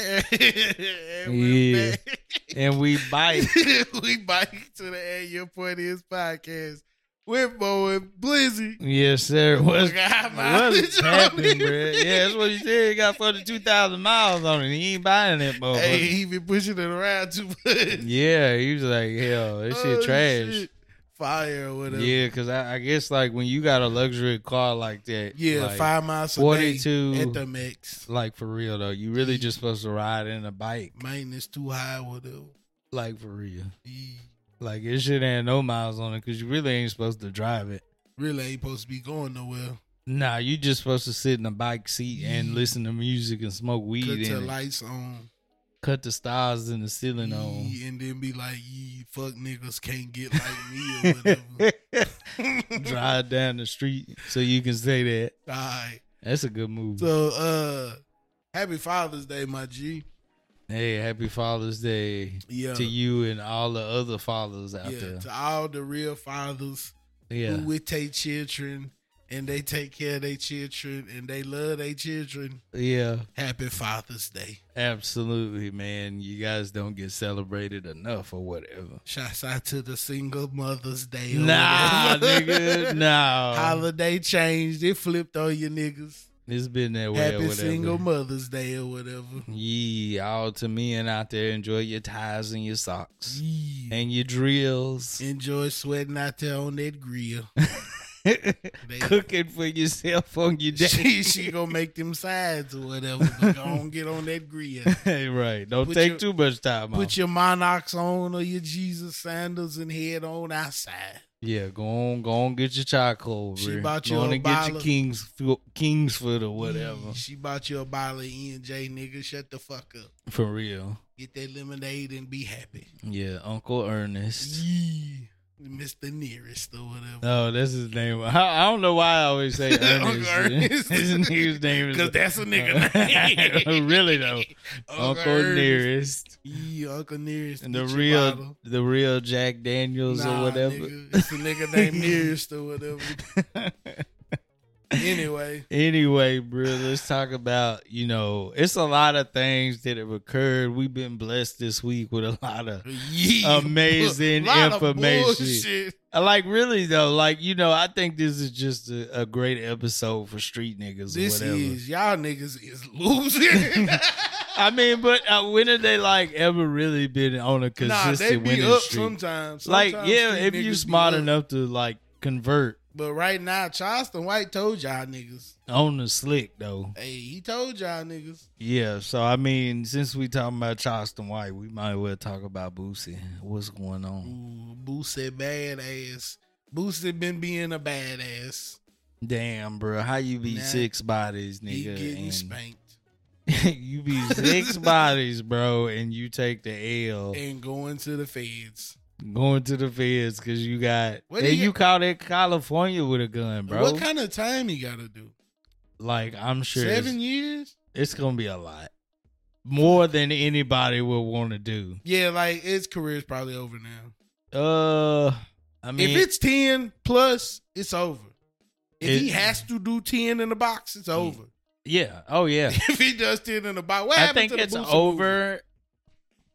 and Yeah. we're and we bite. back. we bike to the end your funniest podcast with Bo and Blizzy. Yes, Oh sir. What's, Look at how my- what's happening, bro? Yeah, that's what he said. He got 42,000 miles on it. He ain't buying that motherfucker. Hey, he been pushing it around too much. Yeah, he was like, hell, this Oh, shit trash. shit. Fire or whatever. Yeah, because I, I guess, like, when you got a luxury car like that, Yeah, like, five miles a 42 day at the max. like for real, though, you really just supposed to ride in a bike. Maintenance too high, whatever. Like, for real. He Like, it should have no miles on it because you really ain't supposed to drive it. really ain't supposed to be going nowhere. Nah, you just supposed to sit in a bike seat and listen to music and smoke Cut weed the and lights on. cut the stars in the ceiling on. Yee, and then be like, "Yee, fuck niggas can't get like me or whatever. Drive down the street so you can say that. All right. That's a good move. So uh happy Father's Day, my G. hey, happy Father's Day Yeah. to you and all the other fathers out yeah. there. To all the real fathers Yeah. who with their children and they take care of their children and they love their children. Yeah. Happy Father's Day. Absolutely, man. You guys don't get celebrated enough or whatever. Shouts out to the single Mother's Day. or Nah, whatever. nigga. Nah. Holiday changed. It flipped on you niggas. It's been that way or Happy whatever. Single Mother's Day or whatever. Ye, all to men out there, enjoy your ties and your socks Yeah. and your drills. Enjoy sweating out there on that grill. They- Cooking for yourself on your day. she she gonna make them sides or whatever. But don't get on that grill. hey, right. Don't Put take your- too much time Put off. your monarchs on or your Jesus sandals and head on outside. yeah, go on, go on, get your charcoal. She bruh. bought go you on a and get bottle. your Kings Kingsford or whatever. She bought you a bottle of E and J, nigga. Shut the fuck up. For real. Get that lemonade and be happy. Yeah, Uncle Ernest. Yeah. Mr. Nearest or whatever. Oh, that's his name. I, I don't know why I always say Ernest. Ernest. his nigga's name Because is that's a nigga. name. really though. Uncle, Ernest. Nearest. Yeah, Uncle Nearest. And the get your real, bottle. the real Jack Daniels Nah, or whatever. Nigga. It's a nigga named Nearest or whatever. Anyway. anyway, bro, let's talk about you know it's a lot of things that have occurred. We've been blessed this week with a lot of Yeah. Amazing Lot of information. bullshit. like really though, like you know I think this is just a, a great episode for street niggas This or whatever. is y'all niggas is losing. I mean, but uh, when have they like ever really been on a nah, consistent they be winning up streak? sometimes. like Sometimes yeah, street if you niggas smart be up. enough to like convert But right now, Charleston White told y'all niggas. on the slick though. Hey, he told y'all niggas. Yeah, so I mean, since we talking about Charleston White, we might as well talk about Boosie. What's going on? Ooh, Boosie badass. Boosie been being a badass. Damn, bro, how you be Nah. six bodies, he nigga? getting and- spanked you be six bodies, bro, and you take the L and going to the feds. going to the feds because you got What and do you- you caught in California with a gun, bro. What kind of time he got to do? like I'm sure it's- Seven years? it's gonna be a lot more than anybody will want to do. Yeah, like his career's probably over now. Uh, I mean, if it's ten plus, it's over. If he It- has to do ten in the box, it's over. yeah, oh yeah. if he does ten in the box, what I happened think to the it's Boosie movie? over.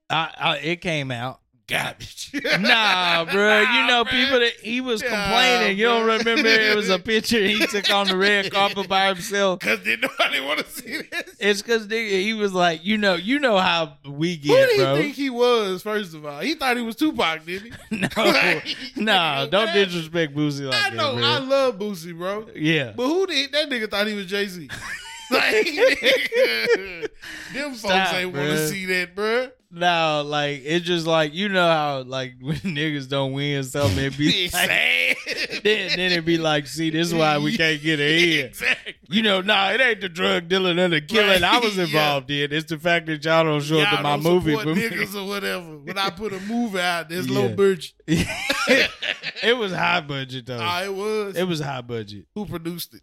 I, I it came out. Garbage. Nah, bro. You know, bruh. people that he was Nah, complaining. You don't bruh. remember it was a picture he took on the red carpet by himself. Cause did nobody want to see this. It's cause nigga, he was like, you know, you know how we Who get, did he bro. think he was? First of all, he thought he was Tupac, didn't he? no, nah, don't Man, disrespect Boosie like I that. know. bro. I love Boosie, bro. yeah. But who did that nigga thought he was Jay Z? Like, nigga, them folks Stop, ain't want to bruh. see that, bro. Now, like, it's just like you know how like when niggas don't win something, it be It's like, sad. then then it be like, see, this is why we can't get ahead. Exactly. you know, nah, it ain't the drug dealing and the killing Right, I was yeah. involved in. It's the fact that y'all don't show up Y'all to my don't movie. support niggas or whatever. When I put a movie out, there's Yeah. Lil Birch. it was high budget though. Ah, it was. Uh, it was high budget. who produced it?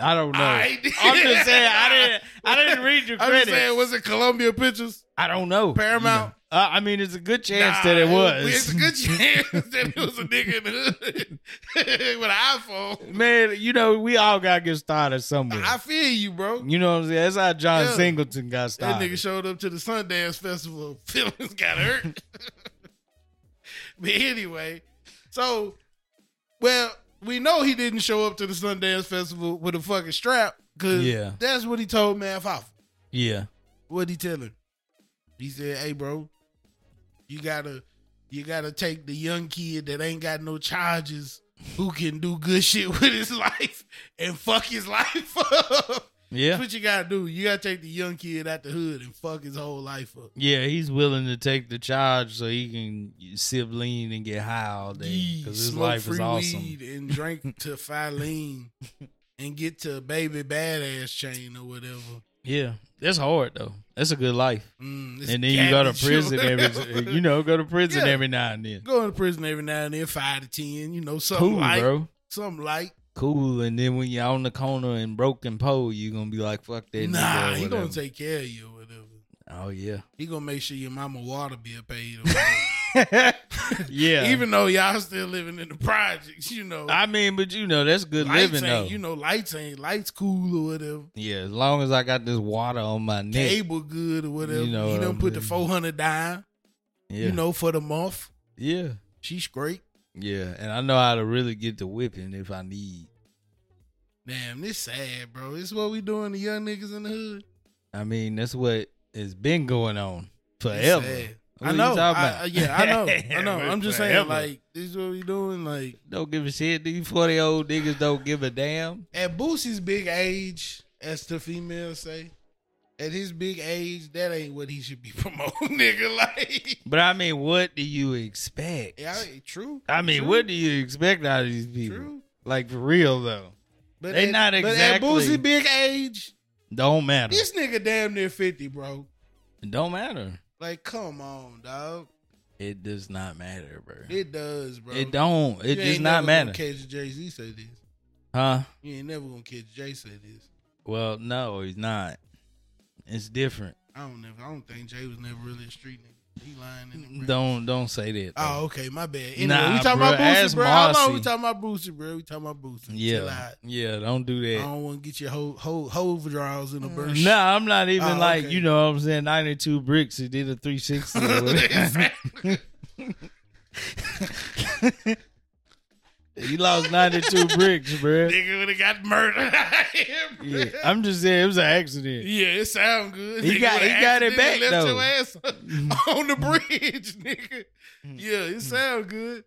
I don't know. I did. I'm just saying I didn't. I didn't read your I'm credits. just saying, was it Columbia Pictures, I don't know. Paramount? Uh, I mean, it's a good chance Nah, that it It's was. a good chance that it was a nigga in the hood with an iPhone. Man, you know, we all got to get started somewhere. I feel you, bro. you know what I'm saying? That's how John Yeah. Singleton got That nigga started. showed up to the Sundance Festival. Feelings got hurt. but anyway, so well, we know he didn't show up to the Sundance Festival with a fucking strap because Yeah. that's what he told Man Fafa. yeah. What he tell him? He said, "Hey, bro, you gotta, you gotta take the young kid that ain't got no charges, who can do good shit with his life, and fuck his life up." That's Yeah. what you gotta do. You gotta take the young kid out the hood and fuck his whole life up. Yeah, he's willing to take the charge so he can sip lean and get high all day Yee, because his smoke life is free awesome. weed and drink to Filene and get to a baby badass chain or whatever. Yeah, that's hard though. That's a good life. Mm, it's and then you go to cabbage or prison whatever. every, you know, go to prison Yeah. every now and then. Go to prison every now and then, five to ten, you know, something Cool, light, bro. something light. Cool. And then when you're on the corner and broken pole, you're gonna be like, "Fuck that." nah, nigga or he gonna whatever. take care of you or whatever. Oh yeah. He gonna make sure your mama water bill paid. Or whatever. yeah. Even Even though y'all still living in the projects, you know, I mean, but you know, that's good lights living though. ain't, you know, lights ain't lights cool or whatever. yeah, as long as I got this water on my neck. cable good or whatever. You know he what done I'm put the saying. four hundred down, yeah. you know, for the month. Yeah. She's great. Yeah. And I know how to really get the whipping if I need. Damn, this sad, bro. This what we doing to young niggas in the hood. I mean, that's what has been going on It's forever. sad. What I you know. talking I, about? I- yeah, I know. I know. Forever. I'm just saying, like, this is what we doing. Like don't give a shit. These 40 year old niggas don't give a damn. at Boosie's big age, as the females say, at his big age, that ain't what he should be promoting, nigga. Like, But I mean, what do you expect? yeah, true. I mean, true, what do you expect out of these people? True. Like, for real, though. But They at, not exactly- But at Boosie big age, Don't matter. this nigga damn near fifty, bro. Don't matter. Like, come on, dog. It does not matter, bro. It, It does, bro. don't. It You does ain't not never matter. gonna Catch Jay Z say this. Huh? You ain't never gonna catch Jay say this. Well, no, he's not. It's different. I don't never. I don't think Jay was never really a street nigga. He lying in the brain. Don't don't say that. Mm. Oh, though. okay, my bad. Anyway, Nah, we talking bro, about Boosie, ask bro. How long we Marcy. talking about Boosie, bro? We talking about Boosie. Chill yeah, out. yeah. Mm. Don't do I that. don't want to get your whole whole whole draws in the burst. No, I'm not even Oh, like okay. you know what I'm saying. 92 bricks. He did a 360. or whatever. he lost 92 bricks, bro. nigga would have got murdered. yeah. Yeah, I'm just saying it was an accident. yeah, it sound good. He Nigga got- with he an got it accident back, left though. Mm-hmm. your ass on the bridge, nigga. Yeah, it sound good.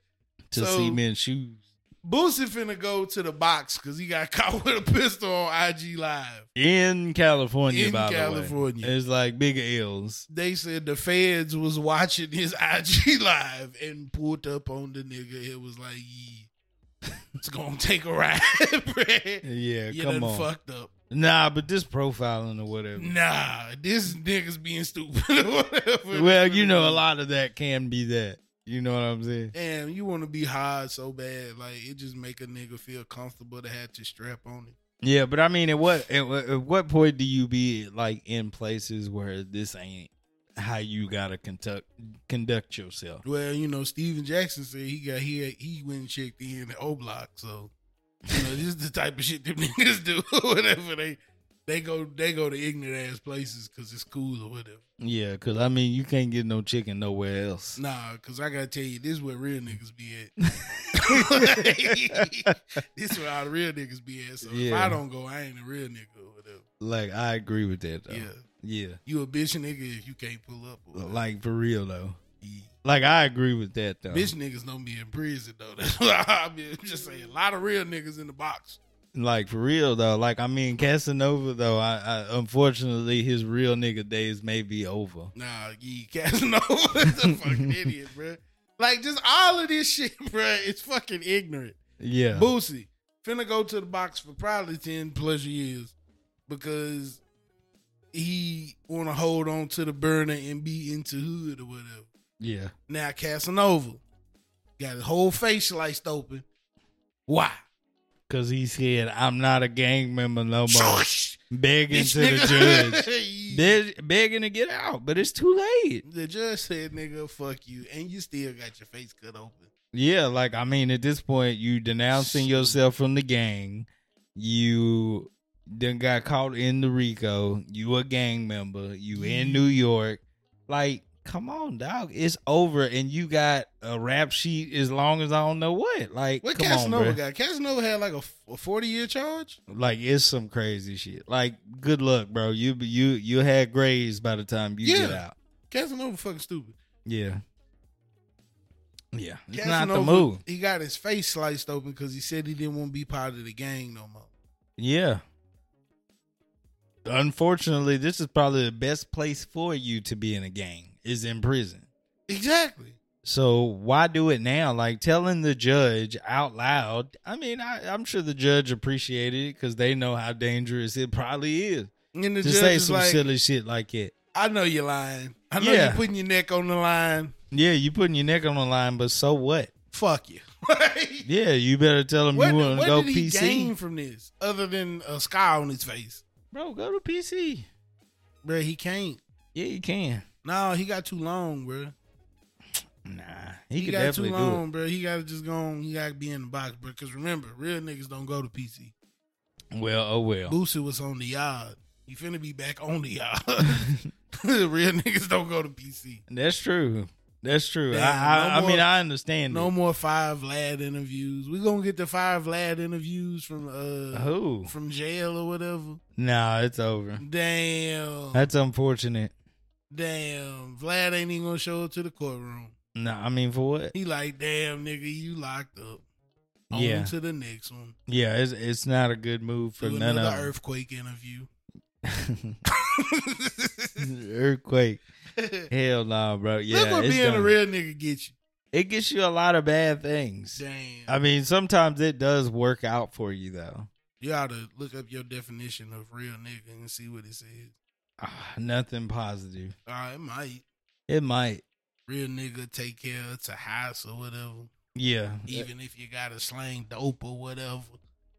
To So- see men's shoes. Boosie finna go to the box because he got caught with a pistol on IG Live. In California, In by California. the way. It's like big L's. They said the feds was watching his IG Live and pulled up on the nigga. It was like, yeah, it's gonna take a ride, bruh. Yeah, You come done on. fucked up. Nah, but this profiling or whatever. Nah, this nigga's being stupid or whatever. Well, you know, a lot of that can be that. You know what I'm saying? Damn, you want to be hard so bad, like it just make a nigga feel comfortable to have your strap on it. Yeah, but I mean, at what at, what- at what point do you be like in places where this ain't how you gotta conduct conduct yourself? Well, you know, Steven Jackson said he got here, he went and checked in at O Block, so you know, this is the type of shit them niggas do. whatever they they go they go to ignorant ass places because it's cool or whatever. Yeah, because I mean, you can't get no chicken nowhere else. Nah, cause I gotta tell you, this is where real niggas be at. this is where all the real niggas be at. So if Yeah. I don't go, I ain't a real nigga or whatever. Like I agree with that. Though. Yeah. yeah, You a bitch nigga if you can't pull up or whatever. like for real though. Yeah. Like I agree with that though. Bitch niggas don't be in prison though. That's why I mean, I'm just saying a lot of real niggas in the box. Like for real though. Like I mean, Casanova though. I, I unfortunately his real nigga days may be over. Nah, ye Casanova is a fucking idiot, bruh. Like just all of this shit, bruh, it's fucking ignorant. Yeah, Boosie finna go to the box for probably ten plus years because he wanna hold on to the burner and be into hood or whatever. yeah. Now Casanova got his whole face sliced open. Why? Cause he said I'm not a gang member no more. Bitch Begging to the nigga. judge. beg, begging to get out, but it's too late. The judge said, "Nigga, fuck you," and you still got your face cut open. Yeah, like I mean, at this point, you denouncing yourself from the gang. You then got caught in the Rico. You a gang member. You Mm-hmm. in New York. Like, come on, dog. It's over, and you got a rap sheet as long as I don't know what. Like, What come Casanova on, bruh. got? Casanova had like a forty year charge. Like, it's some crazy shit. Like, good luck, bro. You you you had grades by the time you get Yeah. out. Casanova fucking stupid. Yeah. Yeah, it's not the Casanova, move. He got his face sliced open because he said he didn't want to be part of the gang no more. Yeah. Unfortunately, this is probably the best place for you to be in a gang is in prison. Exactly. So why do it now? Like telling the judge out loud. I mean, I, I'm sure the judge appreciated it because they know how dangerous it probably is And the to judge say is some like, silly shit like it. "I know you're lying. I know Yeah. you're putting your neck on the line. Yeah, you putting your neck on the line, but so what? Fuck you." Yeah, you better tell them what you want to what go did he PC, gain from this other than a scar on his face? bro. Go to PC. Bruh, he can't. Yeah, you can. No, he got too long, bruh. Nah, he, He could got too definitely do it. long, bruh. He got to just go on. He got to be in the box, bruh. Because remember, real niggas don't go to PC. Well, oh well. Boosie was on the yard. He finna be back on the yard. real niggas don't go to PC. That's true. That's true. Damn, I, I, no I more- mean, I understand. No No more five lad interviews. We gonna get the five lad interviews from uh who? from jail or whatever. Nah, it's over. Damn, That's unfortunate. damn. Vlad ain't even gonna show up to the courtroom. Nah, I mean for what? He like, damn nigga, you locked up. On Yeah, to the next one. yeah. It's it's not a good move for Do none another of earthquake interview. them. earthquake. Hell nah, bro. Yeah, Look what it's being a done. real nigga get you. It gets you a lot of bad things. Damn. I mean, sometimes it does work out for you though. you oughta look up your definition of real nigga and see what it says. Ah, nothing positive. Uh, it might. It might. Real nigga take care to house or whatever. Yeah. Even if you gotta slang dope or whatever.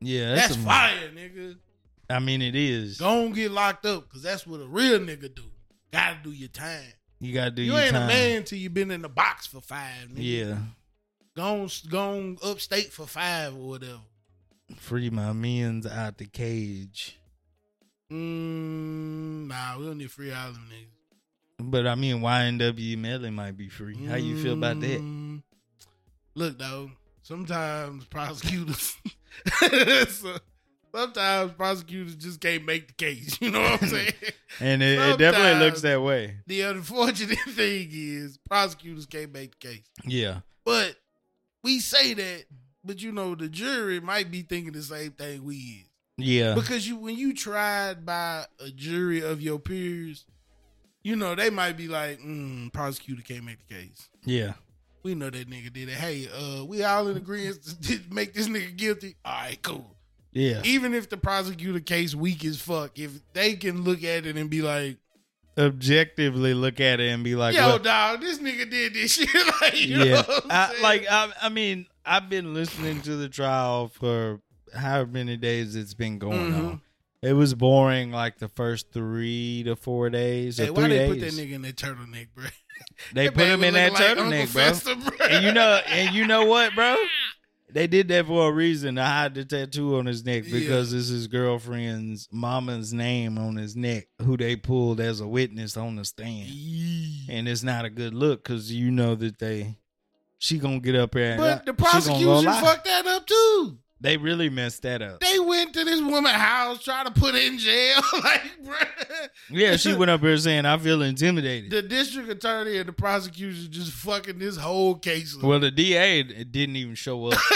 yeah. That's, a- fire, nigga. I mean, it is. Don't get locked up, cause that's what a real nigga do. Gotta do your time. You gotta do you your ain't time. a man till you been in the box for five, nigga. Yeah. Gone gone upstate for five or whatever. Free my men's out the cage. Mm, nah, we don't need free island niggas. But I mean, YNW Melly might be free. How you feel about that? Mm, Look, though, sometimes prosecutors, so- sometimes prosecutors just can't make the case. You know what I'm saying? And it, it definitely Sometimes- looks that way. the unfortunate thing is prosecutors can't make the case. Yeah. But we say that, but you know, the jury might be thinking the same thing we is. Yeah. Because you, when you tried by a jury of your peers, you know they might be like, mm, "Prosecutor can't make the case." Yeah. We know that nigga did it. Hey, uh, we all in agreement to make this nigga guilty. All right, cool. Yeah. Even if the prosecutor case weak as fuck, if they can look at it and be like, Objectively look at it and be like, "Yo, what- dog, this nigga did this shit," like, you know yeah. what I'm I, saying? like, I, I mean, I've been listening to the trial for however many days it's been going Mhm. on. It was boring like the first three to four days. Or hey, three why they days. put that nigga in that turtleneck, bro? They put him in that turtleneck, bro. bro. and you know, and you know what, bro? They did that for a reason to hide the tattoo on his neck Yeah. because it's his girlfriend's mama's name on his neck, who they pulled as a witness on the stand, Yeah. and it's not a good look because you know that they she gonna get up there. And But the she gonna go prosecution lie. fucked that up too. They really messed that up. They went to this woman's house, trying to put her in jail. like, bro, yeah, she went up here saying, "I feel intimidated." the district attorney and the prosecution just fucking this whole case up. well, the DA didn't even show up,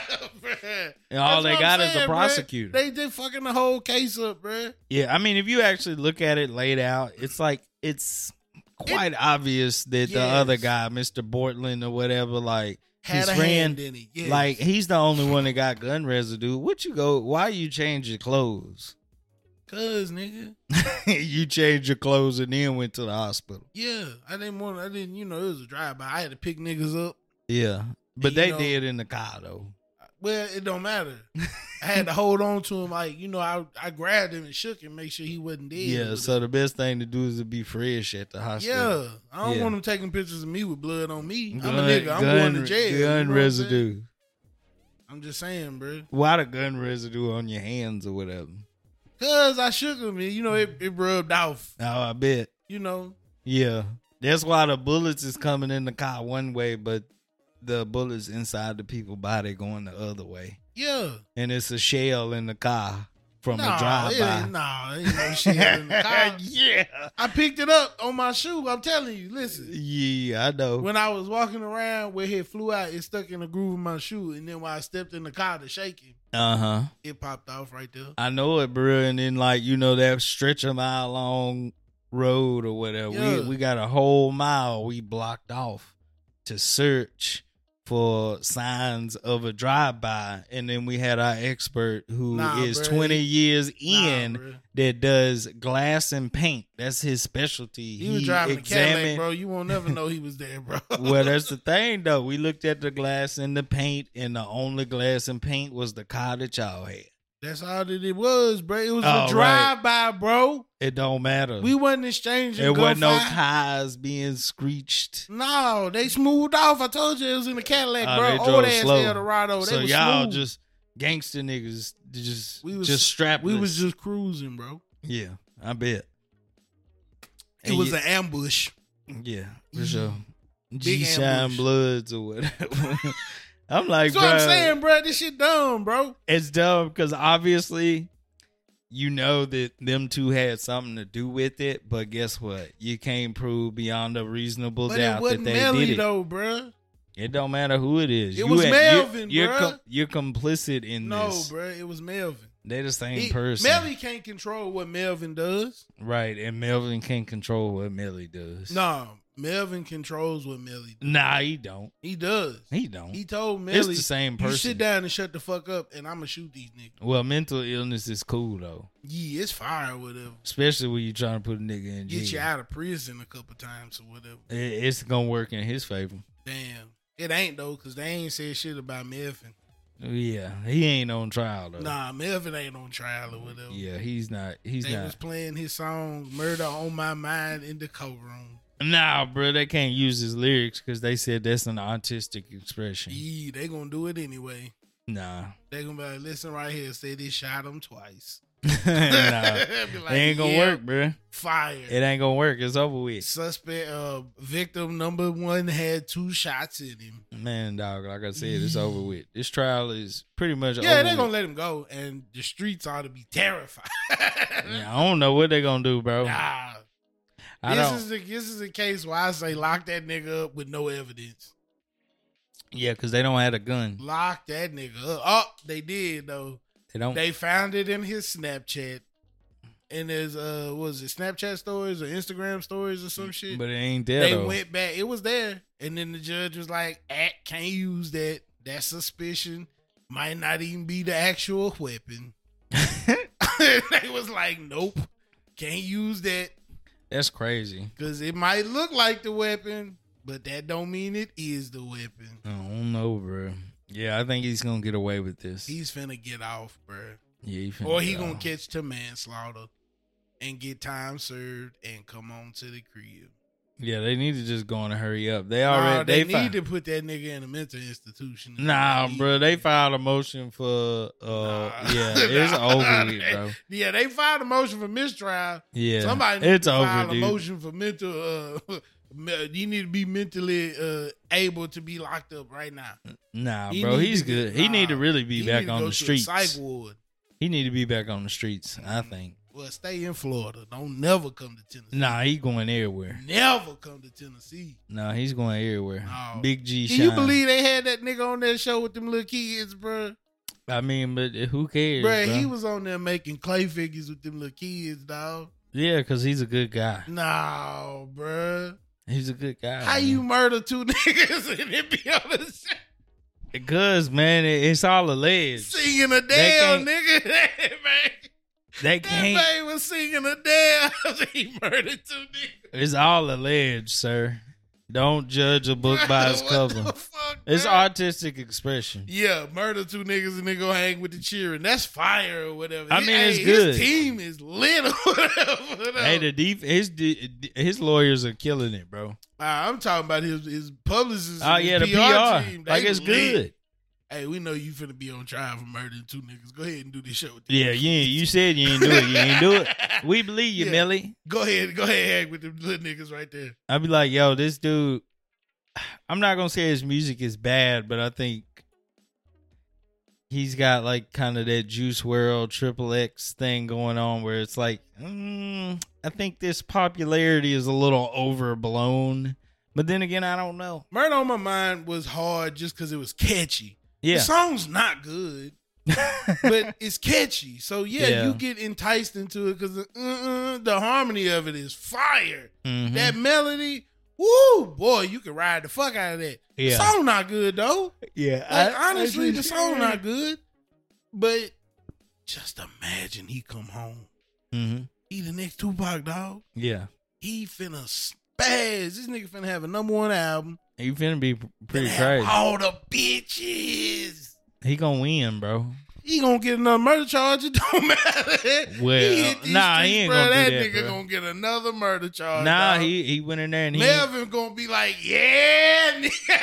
Bruh. and all That's they what got I'm is the saying, bruh. prosecutor. They did fucking the whole case up, bruh. Yeah, I mean, if you actually look at it laid out, it's like it's quite obvious that the other Yes. guy, Mister Bortland or whatever, like Had his a friend, hand in it. Yes. like he's the only one that got gun residue. What you go? Why you change your clothes? cuz nigga. you changed your clothes and then went to the hospital. Yeah, I didn't want. I didn't. You know, it was a drive by. I had to pick niggas up. Yeah, but You they know- did in the car though. Well, it don't matter. I had to hold on to him, like you know, I I grabbed him and shook him, make sure he wasn't dead. Yeah, But, so the best thing to do is to be fresh at the hospital. yeah, I don't Yeah. want him taking pictures of me with blood on me. I'm Gun- a nigga. I'm gun- going to jail. you know what I'm Gun saying? residue. I'm just saying, bro. Why the gun residue on your hands or whatever? Cause I shook him, and you know it, it rubbed off. Oh, I bet. You know, Yeah. That's why the bullets is coming in the car one way, but the bullets inside the people body going the other way. yeah. And it's a shell in the car from Nah, a it ain't- drive by. nah, ain't no shit in the car. yeah. I picked it up on my shoe. I'm telling you, listen. Yeah, I know. When I was walking around where it flew out, it stuck in the groove of my shoe. And then when I stepped in the car to shake it, Uh huh. it popped off right there. I know it, bro. And then like you know that stretch a mile long road or whatever. Yeah. We we got a whole mile we blocked off to search for signs of a drive by, and then we had our expert who is Nah, bruh. twenty years in Nah, bruh. that does glass and paint. That's his specialty. he was driving a Cadillac, bro. You won't never know he was there, bro. well, that's the thing though. We looked at the glass and the paint, and the only glass and paint was the car that y'all had. That's all that it was, bro. It was Oh, a right. drive-by, bro. It don't matter. We wasn't exchanging. There wasn't no gunfire. tires being screeched. No, they smoothed off. I told you it was in the Cadillac, Oh, bro. they drove Old ass slow. Eldorado. They so was y'all smooth. just gangster niggas, just We was- just strapped. we was just cruising, bro. yeah, I bet. It And was yeah, an ambush. yeah for sure. G Big Shine ambush. Bloods or whatever. I'm like, That's what I'm bruh, saying, bro. This shit dumb, bro. it's dumb because obviously you know that them two had something to do with it, but guess what? You can't prove beyond a reasonable But it doubt that wasn't they Melly did it. though, bruh. It don't matter who it is. It was Melvin, you, bruh. are you're complicit in No, this. bruh. It was Melvin. They the same He- person, Melly can't control what Melvin does. right? And Melvin can't control what Melly does. No, Melvin controls what Melly. nah, he don't. He does. He don't. He told it's Melly, the same "You sit person. down and shut the fuck up, and I'ma shoot these niggas." Well, mental illness is cool though, Yeah, it's fire, or whatever. especially when you trying to put a nigga in Get you jail. out of prison a couple times or whatever. It, it's gonna work in his favor. Damn. It ain't though, cause they ain't said shit about Melvin. Yeah, he ain't on trial though. Nah, Melvin ain't on trial or whatever. Yeah, he's not. He's they not. was playing his song "Murder on My Mind" in the coat room. Nah, bro, they can't use his lyrics because they said that's an autistic expression. Yeah, they gonna do it anyway. Nah, They gonna be like, "Listen right here, say they shot him twice." nah, it Be like, ain't gonna yeah, work, bro. Fire. It ain't gonna work. It's over with. Suspect uh, victim number one had two shots in him. Man, dog, like I said, it's over with. This trial is pretty much yeah, over. they gonna with. let him go, and the streets ought to be terrified. Yeah, I don't know what they're gonna do, bro. nah, I this don't. is the this is the case where I say lock that nigga up with no evidence. yeah, because they don't have a gun. Lock that nigga up. Oh, they did though. They don't. They found it in his Snapchat. And his uh what was it Snapchat stories or Instagram stories or Mm-hmm. some shit? but it ain't there. they though. went back. It was there. And then the judge was like, Act can't use that. That suspicion might not even be the actual weapon. they was like, Nope. Can't use that. That's crazy. Cause it might look like the weapon, but that don't mean it is the weapon. I don't know, bro. Yeah, I think he's gonna get away with this. He's finna get off, bruh. yeah, he finna Or he get gonna off. catch to manslaughter and get time served and come on to the crib. Yeah, they need to just go and hurry up. They Nah, already. they, fi- need to put that nigga in a mental institution. Nah, They- bro. They filed a motion for. uh Nah. Yeah, it's Nah, over with, they- bro. Yeah, they filed a motion for mistrial. Yeah, Somebody it's need to over, file dude. a motion for mental. Uh, me- you need to be mentally uh, able to be locked up right now. Nah, He bro, need he's to get- good. he need to nah, really be You need back to on go to the a streets. Psych ward. He need to be back on the streets. I think. Well, stay in Florida. Don't never come to Tennessee. Nah, he going everywhere. Never come to Tennessee. Nah, he's going everywhere. No. Big G. Oh. Can Shine. you believe they had that nigga on that show with them little kids, bruh? I mean, but who cares, Bruh, bro? he was on there making clay figures with them little kids, dog. yeah, because he's a good guy. No, bruh. He's a good guy. How you murder two niggas and it be on the show? Because man, it, it's all alleged. singing a damn can't- nigga? That man, They that can't. man was singing a damn. he murdered two niggas. It's all alleged, sir. Don't judge a book by its What cover. the fuck, It's artistic expression. Yeah, murder two niggas and then go hang with the cheering. That's fire or whatever. I His- mean, it's hey, good. His team is lit or whatever. whatever. Hey, the def- his de- his lawyers are killing it, bro. Ah, I'm talking about his his publicist. Oh and yeah, the his PR, team. They like it's lit. good. Hey, we know you finna be on trial for murdering two niggas. Go ahead and do this show. With them. Yeah, you ain't- you said you ain't do it. You ain't do it. We believe you, Yeah. Millie. Go ahead, go ahead, hang with them little niggas right there. I'd be like, yo, this dude. I'm not gonna say his music is bad, but I think he's got like kind of that Juice World Triple X thing going on, where it's like, mm, I think this popularity is a little overblown. But then again, I don't know. Murder on My Mind was hard just because it was catchy. Yeah, The song's not good, but it's catchy. So yeah, Yeah. you get enticed into it because the, uh, uh, the harmony of it is fire. Mhm. That melody, woo boy, you can ride the fuck out of that. Yeah. The song not good though. yeah. Like I- I honestly, the just- song not good. But just imagine he come home. Mhm. He the next Tupac dog. Yeah, He finna spaz. This nigga finna have a number one album. he finna be p- pretty Finna have crazy. All the bitches. He gonna win, bro. He gonna get another murder charge. It don't matter. Well, he hit these nah, he ain't bruh, gonna do that, nigga bruh. gonna get another murder charge. nah, dog. he he went in there and he Uh, Melvin gonna be like, yeah, nigga.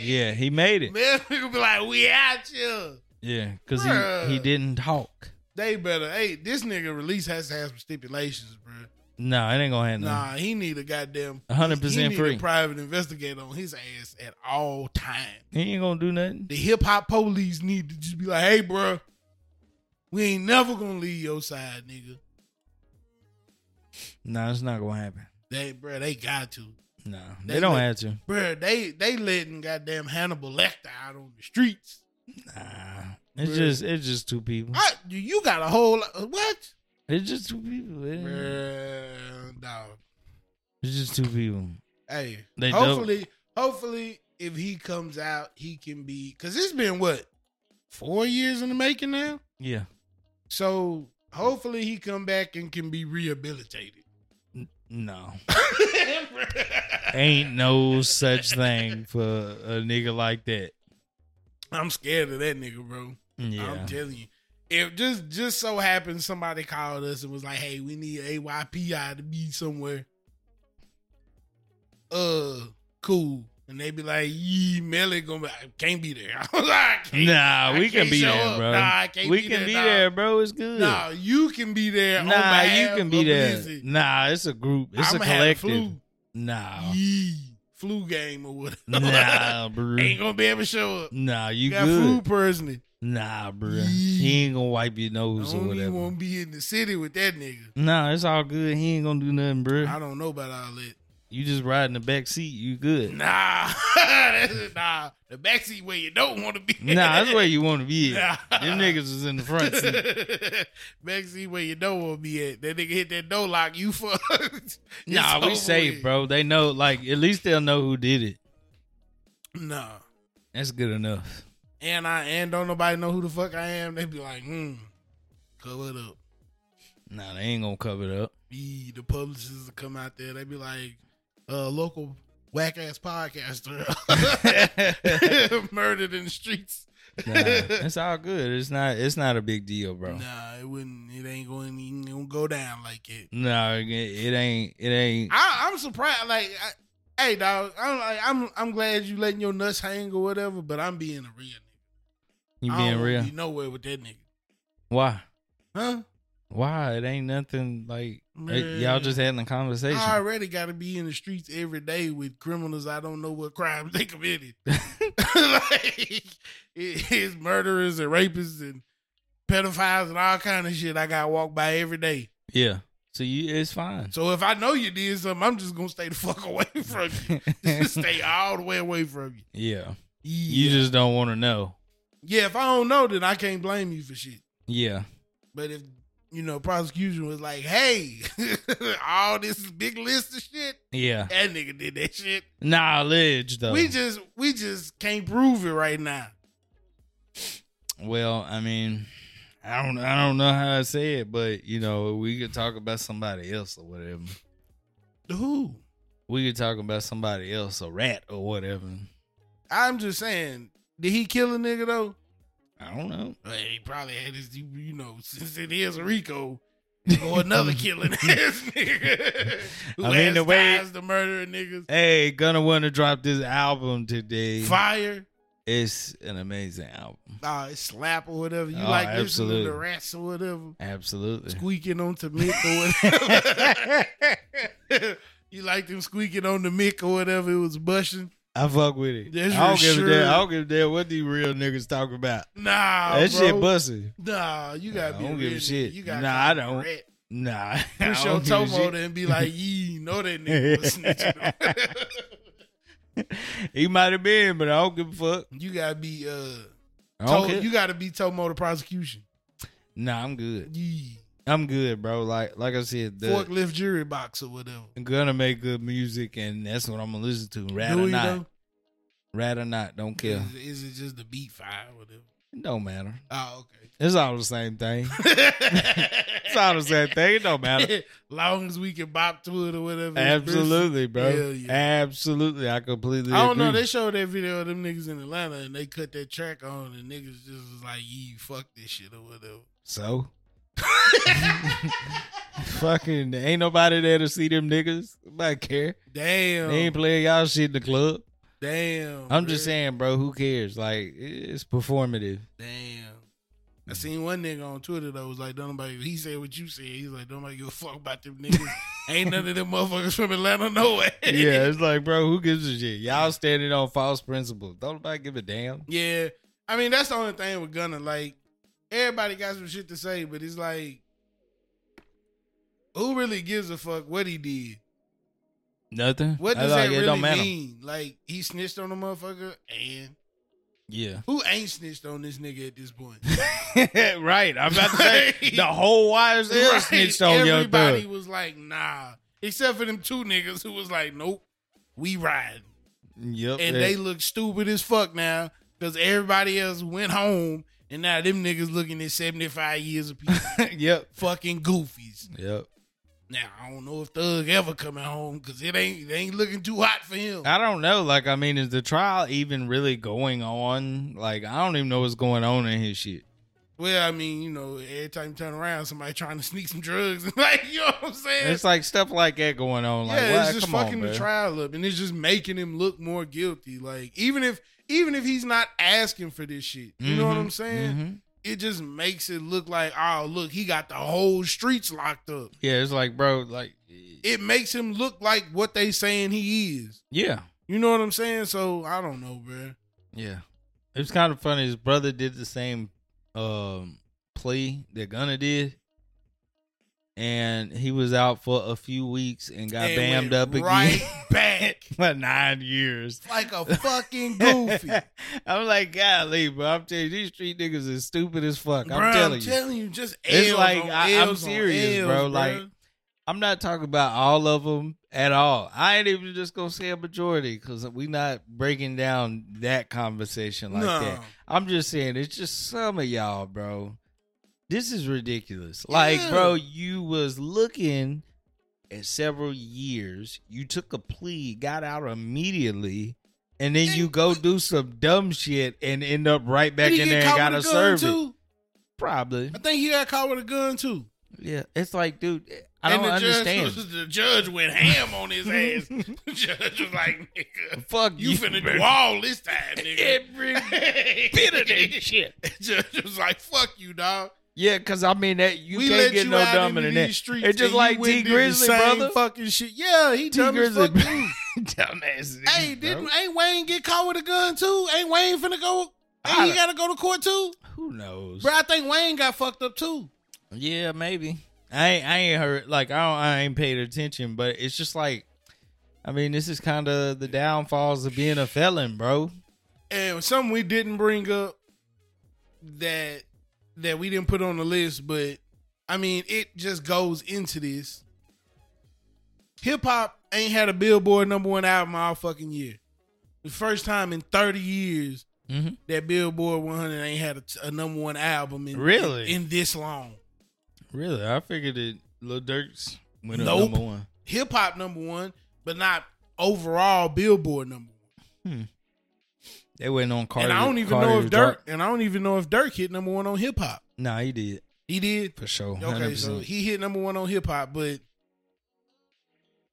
yeah he made it. Melvin gonna be like, we out here. Yeah, because Bruh. he he didn't talk. They better. Hey, this nigga release has to have some stipulations, bro. No, it ain't gonna happen. Nah, he need a goddamn A hundred he percent need free. a private investigator on his ass at all times. He ain't gonna do nothing. the hip hop police need to just be like, hey, bruh, we ain't never gonna leave your side, nigga. No, it's not gonna happen. They, bruh, they got to. No, they, They don't let- have to. Bruh, they they letting goddamn Hannibal Lecter out on the streets. Nah, it's Bruh. just it's just two people. I, you got a whole lot, what? It's just two people. It ain't- Bruh, dog. It's just two people. Hey, They dope. hopefully, hopefully, if he comes out, he can be because it's been what four years in the making now. Yeah, So hopefully, he come back and can be rehabilitated. no, ain't no such thing for a nigga like that. I'm scared of that nigga, bro. Yeah, I'm telling you. If just just so happens somebody called us and was like, "Hey, we need AYPI to be somewhere." Uh, cool. And they be like, "Yee, Melly gonna be, I can't be there." I was like, I can't, nah, I we can can't be show there, up. bro. Nah, I can't we be can there, be dog. there, bro. It's good. Nah, you can be there. nah, you can be there. Nah, it's a group. It's I'm a Flu. collective. Nah, Yee, flu game or whatever. nah, bro. ain't gonna be able to show up. Nah, you got good. food poisoning. Nah, bro. Yeah. He ain't gonna wipe your I nose or don't even whatever. want to be in the city with that nigga. Nah, it's all good. He ain't gonna do nothing, bro. I don't know about all that. You just ride in the back seat. You good. Nah, that's- nah. The backseat where you don't want to be. Nah, that's where you want to be at. Nah. Them niggas is in the front seat. backseat where you don't want to be at. That nigga hit that door lock. You fucked. Nah, It's we over safe, with. bro. They know, like, at least they'll know who did it. Nah, That's good enough. and I and don't nobody know who the fuck I am. They be like, hmm, cover it up. Nah, they ain't gonna cover it up. Be the publishers will come out there. They be like, uh, local whack ass podcaster murdered in the streets. Nah, it's all good. It's not. It's not a big deal, bro. Nah, it wouldn't. It ain't going. It ain't gonna go down like it. No, it, it ain't. It ain't. I, I'm surprised. Like, I, hey, dog. I'm like, I'm I'm glad you letting your nuts hang or whatever. But I'm being a real nigga. You I being don't real? Be nowhere with that nigga, Why? huh? Why? It ain't nothing. Like eh, Man. y'all just having a conversation. I already got to be in the streets every day with criminals. I don't know what crimes they committed. like, it- it's murderers and rapists and pedophiles and all kind of shit. I got to walk by every day. Yeah. So you, it's fine. So if I know you did something, I'm just gonna stay the fuck away from you. just stay all the way away from you. yeah. Yeah. You just don't want to know. Yeah, if I don't know, then I can't blame you for shit. Yeah. But if you know, prosecution was like, "Hey, all this big list of shit Yeah. that nigga did that shit," Nah, alleged though. we just we just can't prove it right now. well, I mean, I don't, I don't know how I say it, but you know, we could talk about somebody else or whatever. Who? We could talk about somebody else, a rat or whatever. I'm just saying, did he kill a nigga though? I don't know. Well, he probably had his, you, you know, since it is Rico or another killing ass nigga. Who I mean, has the way- ties to murdering niggas. Hey, gonna want to drop this album today. Fire, It's an amazing album. uh, slap or whatever. You Oh, like listening absolutely. to rats or whatever, Absolutely. squeaking on to Mick or whatever. you like them squeaking on the Mick or whatever it was bushing. I fuck with it. That's I don't for give a damn. sure. I don't give a damn what these real niggas talking about. Nah, that bro. shit busted. Nah, you gotta I be don't give a real nigga. shit. You gotta Nah, be I a don't. rat. Nah. Push I your don't toe give a shit. motor and be like, "Yee, know that nigga was snitching." He might have been, but I don't give a fuck. you gotta be uh, I don't toe, care. you gotta be toe motor prosecution. nah, I'm good. Yee, I'm good, bro. Like like I said, the, forklift jury box or whatever. I'm gonna make good music, and that's what I'm gonna listen to. Rat Do or you not, though? rat or not, don't care. Is, is it just the beat fire or whatever? It don't matter. Oh, It's all the same thing. okay. It's all the same thing. It don't matter. Long as we can bop to it or whatever. it's Bruce. Absolutely, bro. Hell yeah. Absolutely, I completely. I don't agree. know. They showed that video of them niggas in Atlanta and they cut that track on and niggas just was like, "Yee, fuck this shit or whatever." so. Fucking ain't nobody there to see them niggas. Nobody care. Damn. They ain't playing y'all shit in the club. Damn. I'm bruh. just saying, bro. Who cares? Like it's performative. Damn. I seen one nigga on Twitter that was like, don't nobody, he said what you said. He's like, don't nobody give a fuck about them niggas. Ain't none of them motherfuckers from Atlanta, no way. yeah, it's like, bro, who gives a shit? Y'all standing on false principles. Don't nobody give a damn. Yeah. I mean, that's the only thing with Gunna. Like, everybody got some shit to say, but it's like, who really gives a fuck what he did? Nothing. What does I that like, really it don't matter. mean? Like, he snitched on a motherfucker, and Yeah. who ain't snitched on this nigga at this point? right. I'm about to say the whole wires is Right. snitched on your Everybody thug. was like, nah. Except for them two niggas who was like, nope, we riding. Yep. And that- they look stupid as fuck now because everybody else went home and now them niggas looking at 75 years of people yep. fucking goofies. Yep. Now, I don't know if Thug ever coming home because it ain't, it ain't looking too hot for him. I don't know. Like, I mean, is the trial even really going on? Like, I don't even know what's going on in his shit. well, I mean, you know, every time you turn around, somebody trying to sneak some drugs. like, you know what I'm saying? It's like stuff like that going on. Like, yeah, what? it's just Come on, fucking bruh. the trial up, and it's just making him look more guilty. Like even if even if he's not asking for this shit, you know what Mhm, I'm saying? mhm. It just makes it look like oh look, he got the whole streets locked up. Yeah, it's like, bro, like, It makes him look like what they saying he is. yeah, You know what I'm saying? So I don't know, bruh. yeah. It was kind of funny. His brother did the same um, plea that Gunna did, and he was out for a few weeks and got And bammed went up again right back for nine years. like a fucking goofy. I'm like, golly, bro. I'm telling you, these street niggas is stupid as fuck. Bruh, I'm telling you. just It's L's like, on I- I'm L's on serious, L's, bro, bruh. like- I'm not talking about all of them at all. I ain't even just gonna say a majority because we not breaking down that conversation like no. that. I'm just saying it's just some of y'all, bro. This is ridiculous. Like, Yeah. bro, you was looking at several years. You took a plea, got out immediately, and then you go do some dumb shit and end up right back Did he in get there and caught gotta with a gun, serve it. too? Probably. I think he got caught with a gun too. Yeah. It's like, dude, I don't the understand. Judge, was- the judge went ham on his ass. the judge was like, "Nigga, Fuck you finna bro. wall this time, nigga." every bit of that shit. The judge was like, "Fuck you, dog. Yeah, because I mean that you we can't let get you no out dumber into than these that. streets. It's just and you like went T and did the Grizzly, same brother. Fucking shit. Yeah, he T dumb Grizzly, as fuck too. Dumbass. hey, niggas, didn't bro. ain't Wayne get caught with a gun too? Ain't Wayne finna go? Ain't I- he gotta go to court too? Who knows? Bro, I think Wayne got fucked up too. Yeah, maybe. I ain't, I ain't heard like I don't, I ain't paid attention, but it's just like, I mean, this is kind of the downfalls of being a felon, bro. and something we didn't bring up that that we didn't put on the list, but I mean it just goes into this. Hip hop ain't had a Billboard number one album all fucking year. The first time in thirty years Mhm. that Billboard 100 ain't had a, a number one album in Really? in, this long. Really, I figured it. Lil Durk's went Nope. up number one. Hip hop number one, but not overall Billboard number one. Hmm. They went on Carter. and I don't even Carter know if to Dirk drop- and I don't even know if Dirk hit number one on hip hop. Nah, he did He did. for sure. Okay, 100%. so he hit number one on hip hop, but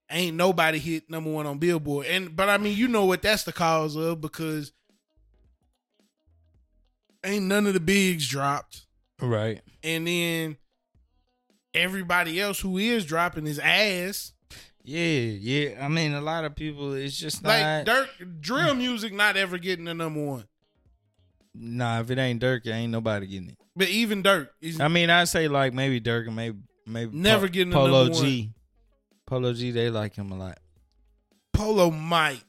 ain't nobody hit number one on Billboard. And but I mean, you know what that's the cause of because ain't none of the bigs dropped, right. and then everybody else who is dropping his ass. Yeah, yeah. I mean, a lot of people. It's just Like not. Dirk drill music not ever getting the number one. Nah, if it ain't Dirk, it ain't nobody getting it. But even Dirk is I mean, I say like maybe Dirk and maybe maybe Never getting the Polo number G. Polo G, they like him a lot. Polo might,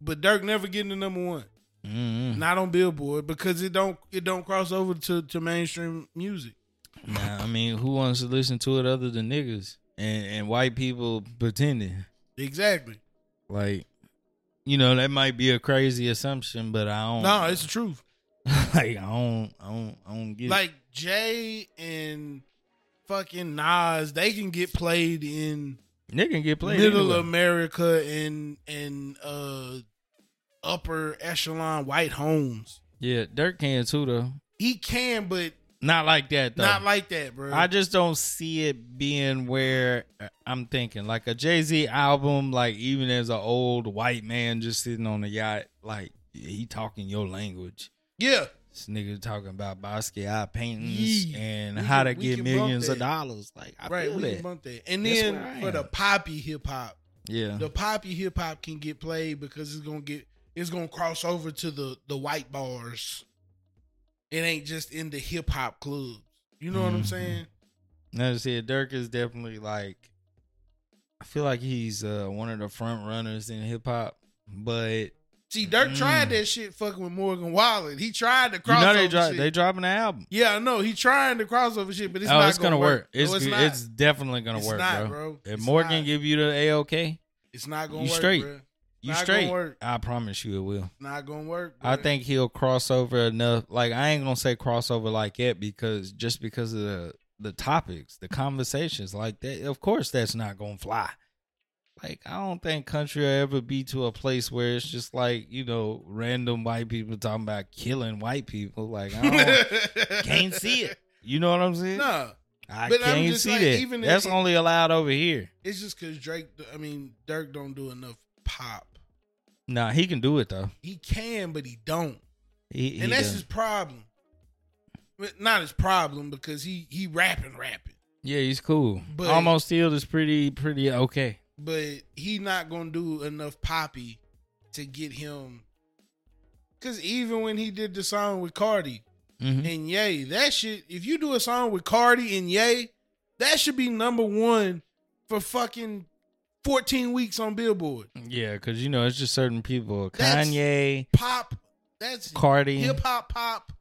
but Dirk never getting the number one. Mm-hmm. Not on Billboard because it don't it don't cross over to, to mainstream music. Nah, I mean, who wants to listen to it other than niggas and and white people pretending? Exactly. Like, you know, that might be a crazy assumption, but I don't. No, it's the truth. like I don't, I don't, I don't get. it. Like Jay and fucking Nas, they can get played in nigga get played. middle anyway. America and and uh upper echelon white homes. yeah, Dirk can too though. He can, but Not like that though. not like that, bro. I just don't see it being where I'm thinking like a Jay Z album, like even as an old white man just sitting on the yacht, like he talking your language. yeah. This nigga talking about Basquiat paintings Yeah. and We how can- to we get can bump millions of that. dollars. Like I Right, feel we can that. bump that. And That's where I then for the am. poppy hip hop, yeah, the poppy hip hop can get played because it's gonna get it's gonna cross over to the the white bars. It ain't just in the hip hop clubs. You know what I'm Mhm. saying? Now to see Dirk is definitely like I feel like he's uh, one of the front runners in hip hop. But See, Dirk Mm. tried that shit fucking with Morgan Wallen. He tried to you crossover know they dro- shit. they dropping an album. yeah, I know. He trying to crossover shit, but it's oh, not it's gonna, work. It's No, it's, not. it's definitely gonna It's work, not, bro. bro. If It's Morgan not. give you the AOK, it's not gonna you work, straight. bruh. you Not gonna straight. work. I promise you it will. Not gonna work. I bruh. think he'll cross over enough. Like I ain't gonna say crossover like it because just because of the the topics, the conversations like that. Of course, that's not gonna fly. Like I don't think country will ever be to a place where it's just like you know random white people talking about killing white people. Like I don't, can't see it. You know what I'm saying? No, I but I'm can't just see like, that. even if- that's only allowed over here. it's just because Drake. I mean, Dirk don't do enough pop. Nah, he can do it though. He can, but he don't. He, he and that's does. his problem. But not his problem because he he rapping rapping, yeah, he's cool. But- Almost healed is pretty pretty okay. but he not gonna do enough poppy to get him. Cause even when he did the song with Cardi Mhm. and Ye, that shit. If you do a song with Cardi and Ye, that should be number one for fucking fourteen weeks on Billboard. Yeah, because you know it's just certain people. That's- Kanye, Pop, that's Cardi, hip hop pop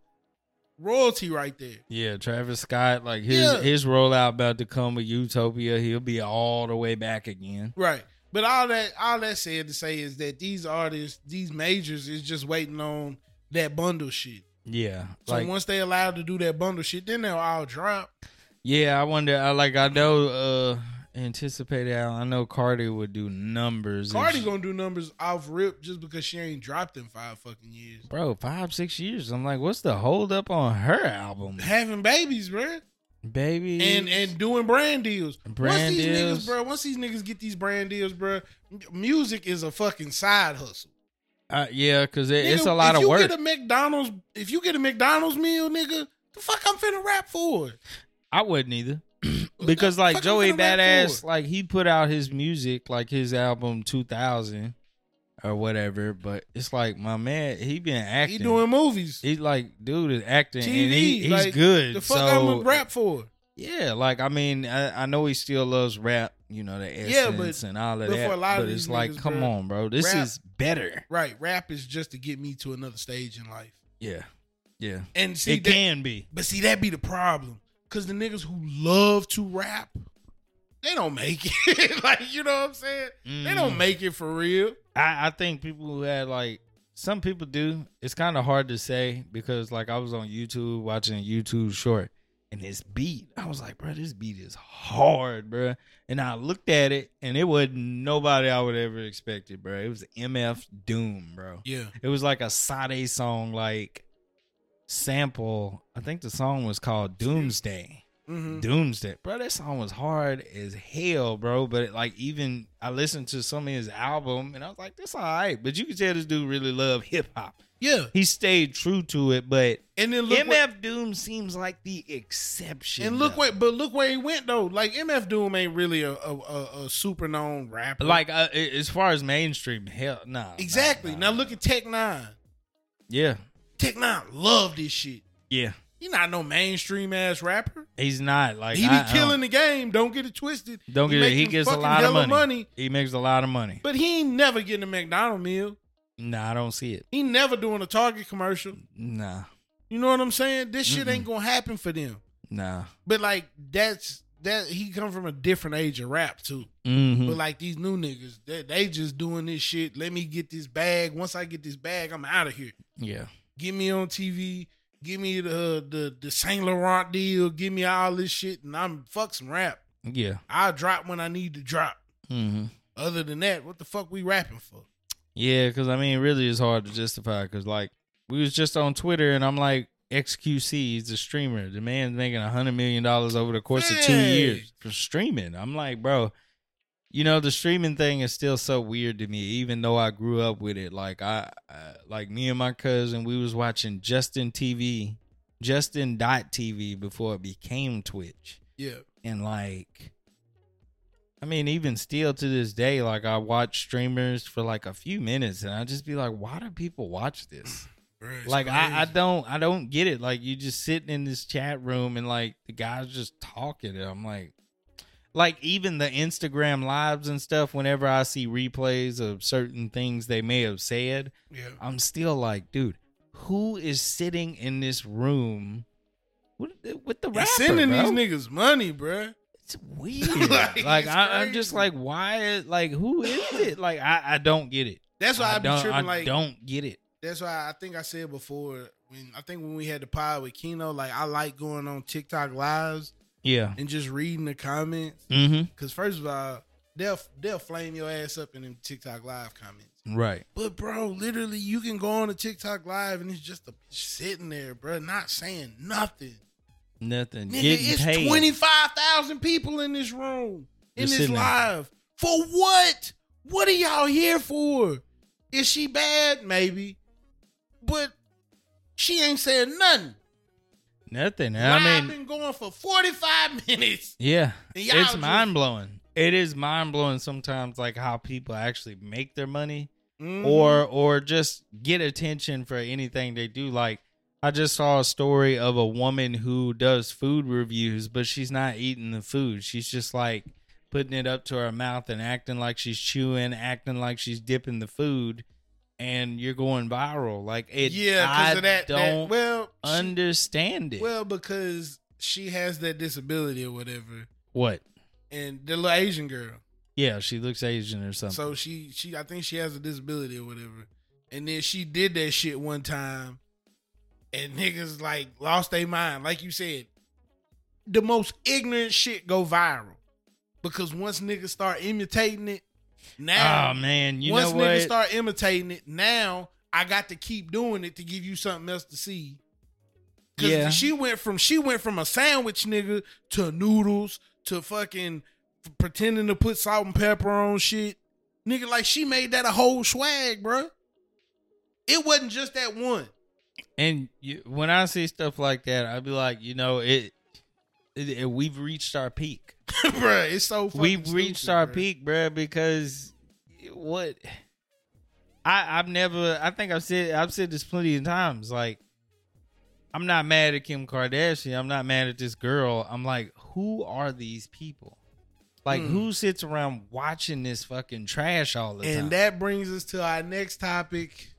royalty right there. yeah, Travis Scott. Like his Yeah. his rollout about to come with Utopia. He'll be all the way back again. Right. But all that all that said to say is that these artists, these majors is just waiting on that bundle shit. Yeah, So like once they allowed to do that bundle shit, then they'll all drop. yeah. I wonder. I like. I know. uh Anticipated. I I know Cardi would do numbers. if Cardi she- gonna do numbers off rip just because she ain't dropped in five fucking years. bro five six years. I'm like, what's the hold up on her album, Having babies, bruh. baby? And and doing brand deals. Brand once these deals. niggas, bruh, once these niggas get these brand deals, bruh, m- music is a fucking side hustle. uh, yeah, because it, it's Nigga, a lot if of you work. Get a McDonald's, if you get a McDonald's meal, nigga, the fuck I'm finna rap for? I wouldn't either. What because the like fuck Joey I'm finna rap Badass, for? like he put out his music, like his album two thousand or whatever, but it's like my man, he been acting. He doing movies. He's like, dude is acting, and he, TV, he's like, good. The fuck so, I'm a rap for. Yeah, like I mean, I, I know he still loves rap, you know, the Yeah, but- essence and all of but for that. a lot but of it's these like, niggas, come bro, on, bro, this rap- is better. Right, rap is just to get me to another stage in life. Yeah, yeah, And see, it that, can be. but see, that be the problem. Cause the niggas who love to rap, they don't make it. like you know what I'm saying? They Mm. don't make it for real. I, I think people who had like some people do. It's kind of hard to say because like I was on YouTube watching YouTube short, and this beat. I was like, bro, this beat is hard, bro. And I looked at it, and it wasn't nobody I would ever expected, bro. It was MF Doom, bro. Yeah. It was like a Sade song, like sample. I think the song was called Doomsday. Mm-hmm. Doomsday, bro. That song was hard as hell, bro. But like, even I listened to some of his album, and I was like, "This all right." But you can tell this dude really love hip hop. Yeah. He stayed true to it, but And then look MF where- Doom seems like the exception. and look though. where but look where he went though. Like MF Doom ain't really a a, a, a super known rapper. like uh, a- as far as mainstream, hell, nah. nah, exactly. nah. now look at Tech Nine. yeah, Tech Nine love this shit. yeah. He not no mainstream ass rapper. He's not like he be I- I don't- killing the game. Don't get it twisted. Don't He get it. He making gets a fucking lot of hella money. He makes a lot of money. But he ain't never getting a McDonald's meal. Nah, I don't see it. He never doing a Target commercial. Nah, You know what I'm saying? This shit Mm-mm. ain't gonna happen for them. nah. But like that's that he come from a different age of rap too. Mm-hmm. But like these new niggas, they, they just doing this shit. Let me get this bag. Once I get this bag, I'm out of here. yeah. Get me on TV. Give me the uh, the the Saint Laurent deal. Give me all this shit, and I'm fuck some rap. Yeah. I'll drop when I need to drop. Mm-hmm. Other than that, what the fuck we rapping for? Yeah, because I mean, really, it's hard to justify. Because like, we was just on Twitter, and I'm like, XQC, he's a streamer. The man's making a hundred million dollars over the course of two Hey. years for streaming. I'm like, bro, you know, the streaming thing is still so weird to me, even though I grew up with it. Like I, I like me and my cousin, we was watching Justin TV, Justin dot TV before it became Twitch Yeah, and like I mean, even still to this day, like I watch streamers for like a few minutes and I just be like, why do people watch this? Bruh, it's like I, I crazy. don't I don't get it. Like you just sitting in this chat room and like the guys just talking and I'm like like even the Instagram lives and stuff, whenever I see replays of certain things they may have said, yeah. I'm still like, dude, who is sitting in this room with, with the rapper? And sending these bro? niggas money, bruh. it's weird. like Like, it's I, I'm crazy. just like, why? Is, like who is it? Like I, I don't get it. That's why I, I be don't, tripping. I like don't get it. that's why I think I said before when I think when we had the pod with Kino, like I like going on TikTok lives Yeah. and just reading the comments. Mm-hmm. Cause first of all, they'll they'll flame your ass up in them TikTok live comments. Right. But bro, literally, you can go on a TikTok live and it's just a bitch sitting there, bro, not saying nothing. Nothing. Nigga, Getting it's paid. twenty five thousand people in this room in Just this sitting there. live. For what? What are y'all here for? Is she bad? Maybe, but she ain't said nothing. Nothing. Live I mean, been going for forty five minutes. yeah. And y'all It's just- mind blowing. It is mind blowing sometimes, like how people actually make their money. Mm-hmm. or or just get attention for anything they do like i just saw a story of a woman who does food reviews but she's not eating the food she's just like putting it up to her mouth and acting like she's chewing acting like she's dipping the food and you're going viral like it yeah, i because of that. don't that well, she- understand it well, because she has that disability or whatever, what and the little Asian girl. yeah she looks asian or something So she she I think she has a disability or whatever. And then she did that shit one time and niggas like lost their mind. Like you said, the most ignorant shit go viral. Because once niggas start imitating it, now oh man you once know what niggas start imitating it, now I got to keep doing it to give you something else to see. Cause Yeah. she went from she went from a sandwich nigga to noodles to fucking f- pretending to put salt and pepper on shit. Nigga, like she made that a whole swag, bruh. It wasn't just that one. And you, when I see stuff like that, I'd be like, you know, it, it, it- we've reached our peak. bruh, it's so fucking We've reached stupid, our bruh. peak, bruh, because what I I've never I think I've said I've said this plenty of times. Like I'm not mad at Kim Kardashian. I'm not mad at this girl. I'm like, who are these people? Like Hmm. who sits around watching this fucking trash all the time? And that brings us to our next topic.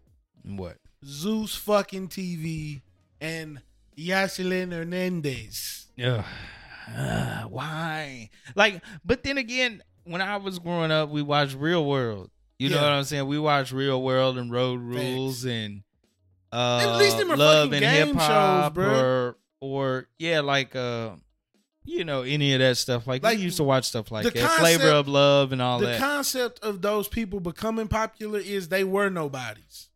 what? Zeus fucking TV and Yaselin Hernandez. Yeah. Uh, why? Like, but then again, when I was growing up, we watched Real World. You know Yeah. what I'm saying? We watched Real World and Road Rules and uh, At least them are Love fucking and game Hip Hop shows, bruh. or or yeah, like uh, you know, any of that stuff. Like, Like, we used to watch stuff like the that, Flavor concept- of Love, and all the that. concept of those people becoming popular is they were nobodies.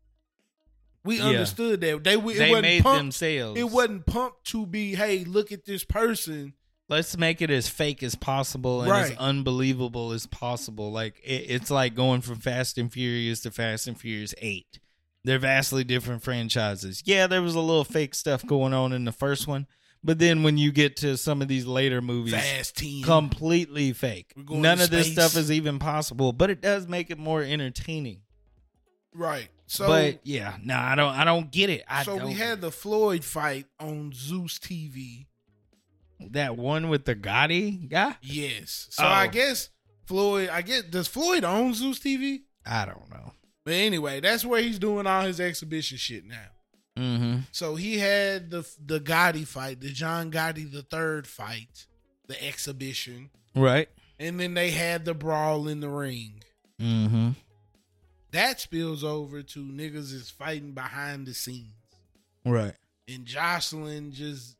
We Yeah. understood that they w- it they wasn't made pumped. themselves. It wasn't pumped to be, hey, look at this person. Let's make it as fake as possible and as Right. unbelievable as possible. Like it, it's like going from Fast and Furious to Fast and Furious Eight. They're vastly different franchises. Yeah, there was a little fake stuff going on in the first one, but then when you get to some of these later movies, Fast team. completely fake. We're going None to of this space. stuff is even possible, but it does make it more entertaining. Right. So but yeah, no, I don't. I don't get it. I so don't. we had the Floyd fight on Zeus TV. that one with the Gotti guy. Yes. So Oh. I guess Floyd, I guess, does Floyd own Zeus TV? I don't know. But anyway, that's where he's doing all his exhibition shit now. Mm-hmm. So he had the the Gotti fight, the John Gotti the third fight, the exhibition, Right. and then they had the brawl in the ring. Mm-hmm. That spills over to niggas is fighting behind the scenes, Right. and Jocelyn just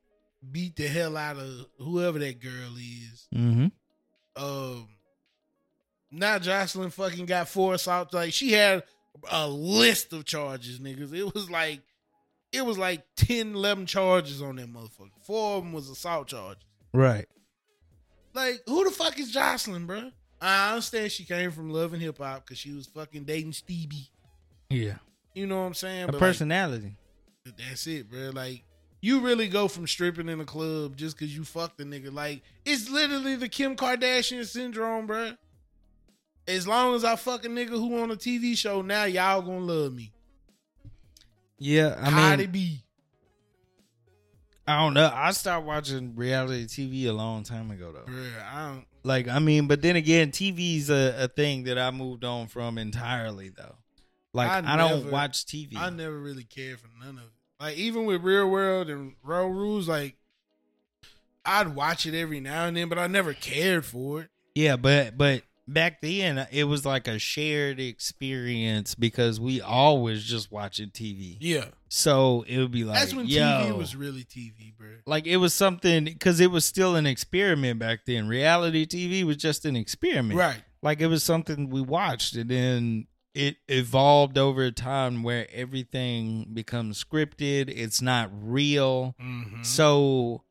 beat the hell out of whoever that girl is. Mm-hmm. Um, now Jocelyn fucking got four assaults. Like she had a list of charges, niggas. It was like, it was like 10, 11 charges on that motherfucker. Four of them was assault charges. Right. Like, who the fuck is Jocelyn, bro? I understand she came from Love and Hip Hop because she was fucking dating Stevie. Yeah. You know what I'm saying? A But, personality. like, that's it, bro. Like, you really go from stripping in the club just because you fucked a nigga. Like, it's literally the Kim Kardashian syndrome, bro. As long as I fuck a nigga who on a TV show, now y'all gonna love me. yeah. I mean, Cardi B. I don't know. I stopped watching reality TV a long time ago, though. Bro, I don't. Like, I mean, but then again, TV's a, a thing that I moved on from entirely, though. Like, I, I don't never- watch TV. I never really cared for none of it. Like even with Real World and Road Rules, like I'd watch it every now and then, but I never cared for it. Yeah, but but back then it was like a shared experience because we always just watching TV. Yeah, So it would be like that's when yo, TV was really TV, bro. like it was something because it was still an experiment back then. Reality TV was just an experiment, Right, Like it was something we watched, and then it evolved over time where everything becomes scripted. It's not real. mm-hmm. So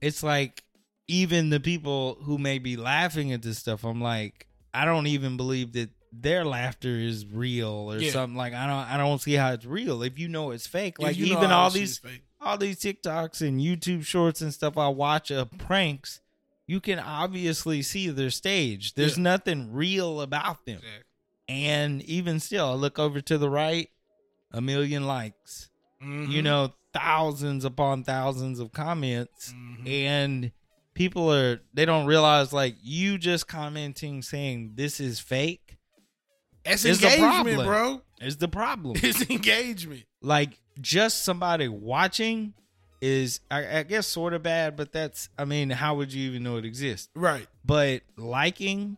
it's like even the people who may be laughing at this stuff, I'm like, I don't even believe that their laughter is real or Yeah. something. Like I don't I don't see how it's real. If you know it's fake. Like even all these all these TikToks and YouTube shorts and stuff I watch of pranks, you can obviously see they're staged. There's Yeah. nothing real about them. And even still, I look over to the right, a million likes Mm-hmm. you know thousands upon thousands of comments Mm-hmm. and people are they don't realize like you just commenting saying this is fake that's it's a engagement, problem. bro. is the problem It's engagement. like just somebody watching is I, I guess sort of bad but that's i mean how would you even know it exists Right, but liking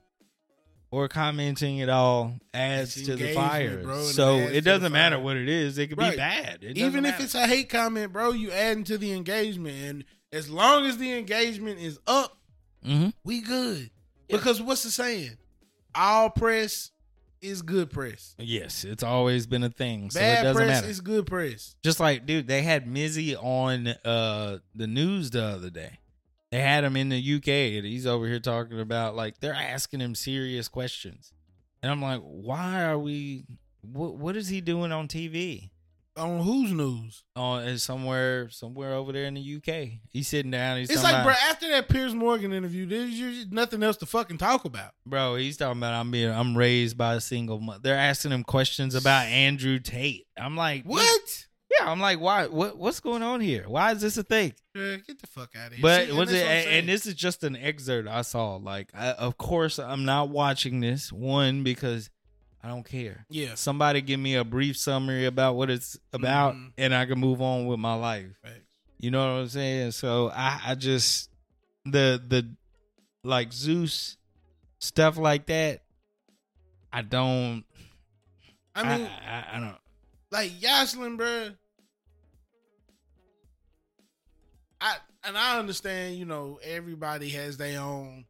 or commenting at all adds It's to the engagement, fire bro, and it so adds to it the doesn't matter fire. what it is it could Right. be bad even It doesn't if matter. it's a hate comment, bro, you adding to the engagement, and as long as the engagement is up, Mhm. we good. Yeah. Because what's the saying? All press is good press. yes it's always been a thing so it Bad doesn't press matter is good press. Just like, dude, they had Mizzy on uh the news the other day. They had him in the UK and he's over here talking about like they're asking him serious questions. And I'm like, why are we what what is he doing on TV? On whose news? On uh, somewhere somewhere over there in the UK. He's sitting down, he's it's talking like, bro, about, after that Piers Morgan interview, there's just nothing else to fucking talk about. bro, he's talking about I'm being I'm raised by a single mother. They're asking him questions about Andrew Tate. I'm like What? Yeah, I'm like, why what what's going on here? Why is this a thing? Bro, get the fuck out of here. But See, was that's what it? I'm And, saying. and this is just an excerpt I saw. Like, I, of course, I'm not watching this one because I don't care. Yeah. Somebody give me a brief summary about what it's about, Mhm. and I can move on with my life. Facts. You know what I'm saying? So I, I just the the like Zeus stuff like that. I don't. I I mean, I, I, don't. like Jocelyn, bro. I and I understand, you know, everybody has their own,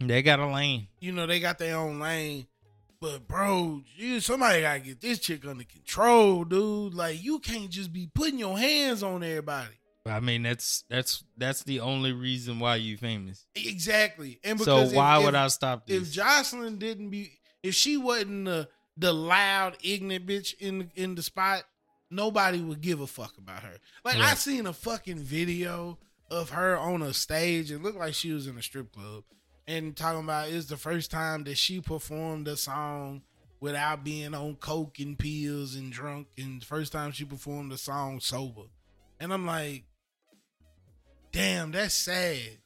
They got a lane. you know, they got their own lane. But bro, you somebody gotta get this chick under control, dude. Like you can't just be putting your hands on everybody. I mean, that's that's that's the only reason why you famous. Exactly. And So because if- why if, would I stop if this? Jocelyn didn't be if she wasn't the the loud ignorant bitch in in the spot, nobody would give a fuck about her. Like I Right. seen a fucking video of her on a stage. It looked like she was in a strip club and talking about it's the first time that she performed a song without being on coke and pills and drunk and first time she performed a song sober. And I'm like, damn, that's sad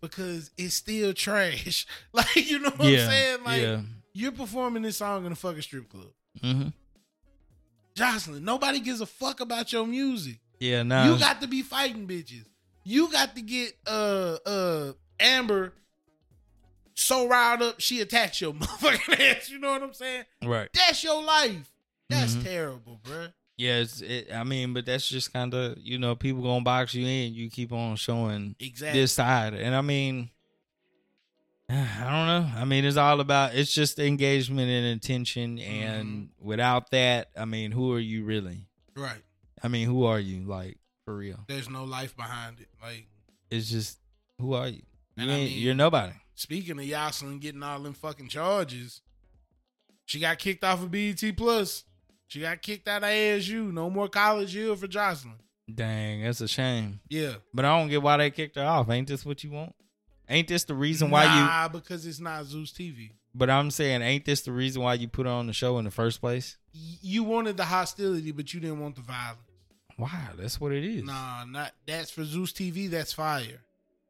because it's still trash. like, you know what I'm saying? Like, yeah. you're performing this song in a fucking strip club. hmm Jocelyn, nobody gives a fuck about your music. Yeah, nah. You got to be fighting bitches. You got to get uh uh Amber so riled up she attacks your motherfucking ass. You know what I'm saying? right. That's your life. That's Mhm. terrible, bruh. Yeah, it's, it, I mean, but that's just kind of you know people gonna box you in. You keep on showing Exactly. this side, and I mean, I don't know. I mean, it's all about it's just engagement and intention, and Mm-hmm. without that, I mean, who are you really? right. I mean, who are you like for real? There's no life behind it. Like It's just who are you? You And I ain't, mean- you're nobody. speaking of Jocelyn getting all them fucking charges, she got kicked off of BET Plus. She got kicked out of ASU. No more college Hill for Jocelyn. Dang, that's a shame. Yeah. But I don't get why they kicked her off. Ain't this what you want? Ain't this the reason why you? nah, because it's not Zeus TV. But I'm saying, ain't this the reason why you put her on the show in the first place? Y- You wanted the hostility, but you didn't want the violence. Wow, that's what it is. Nah, not that's for Zeus TV. That's fire.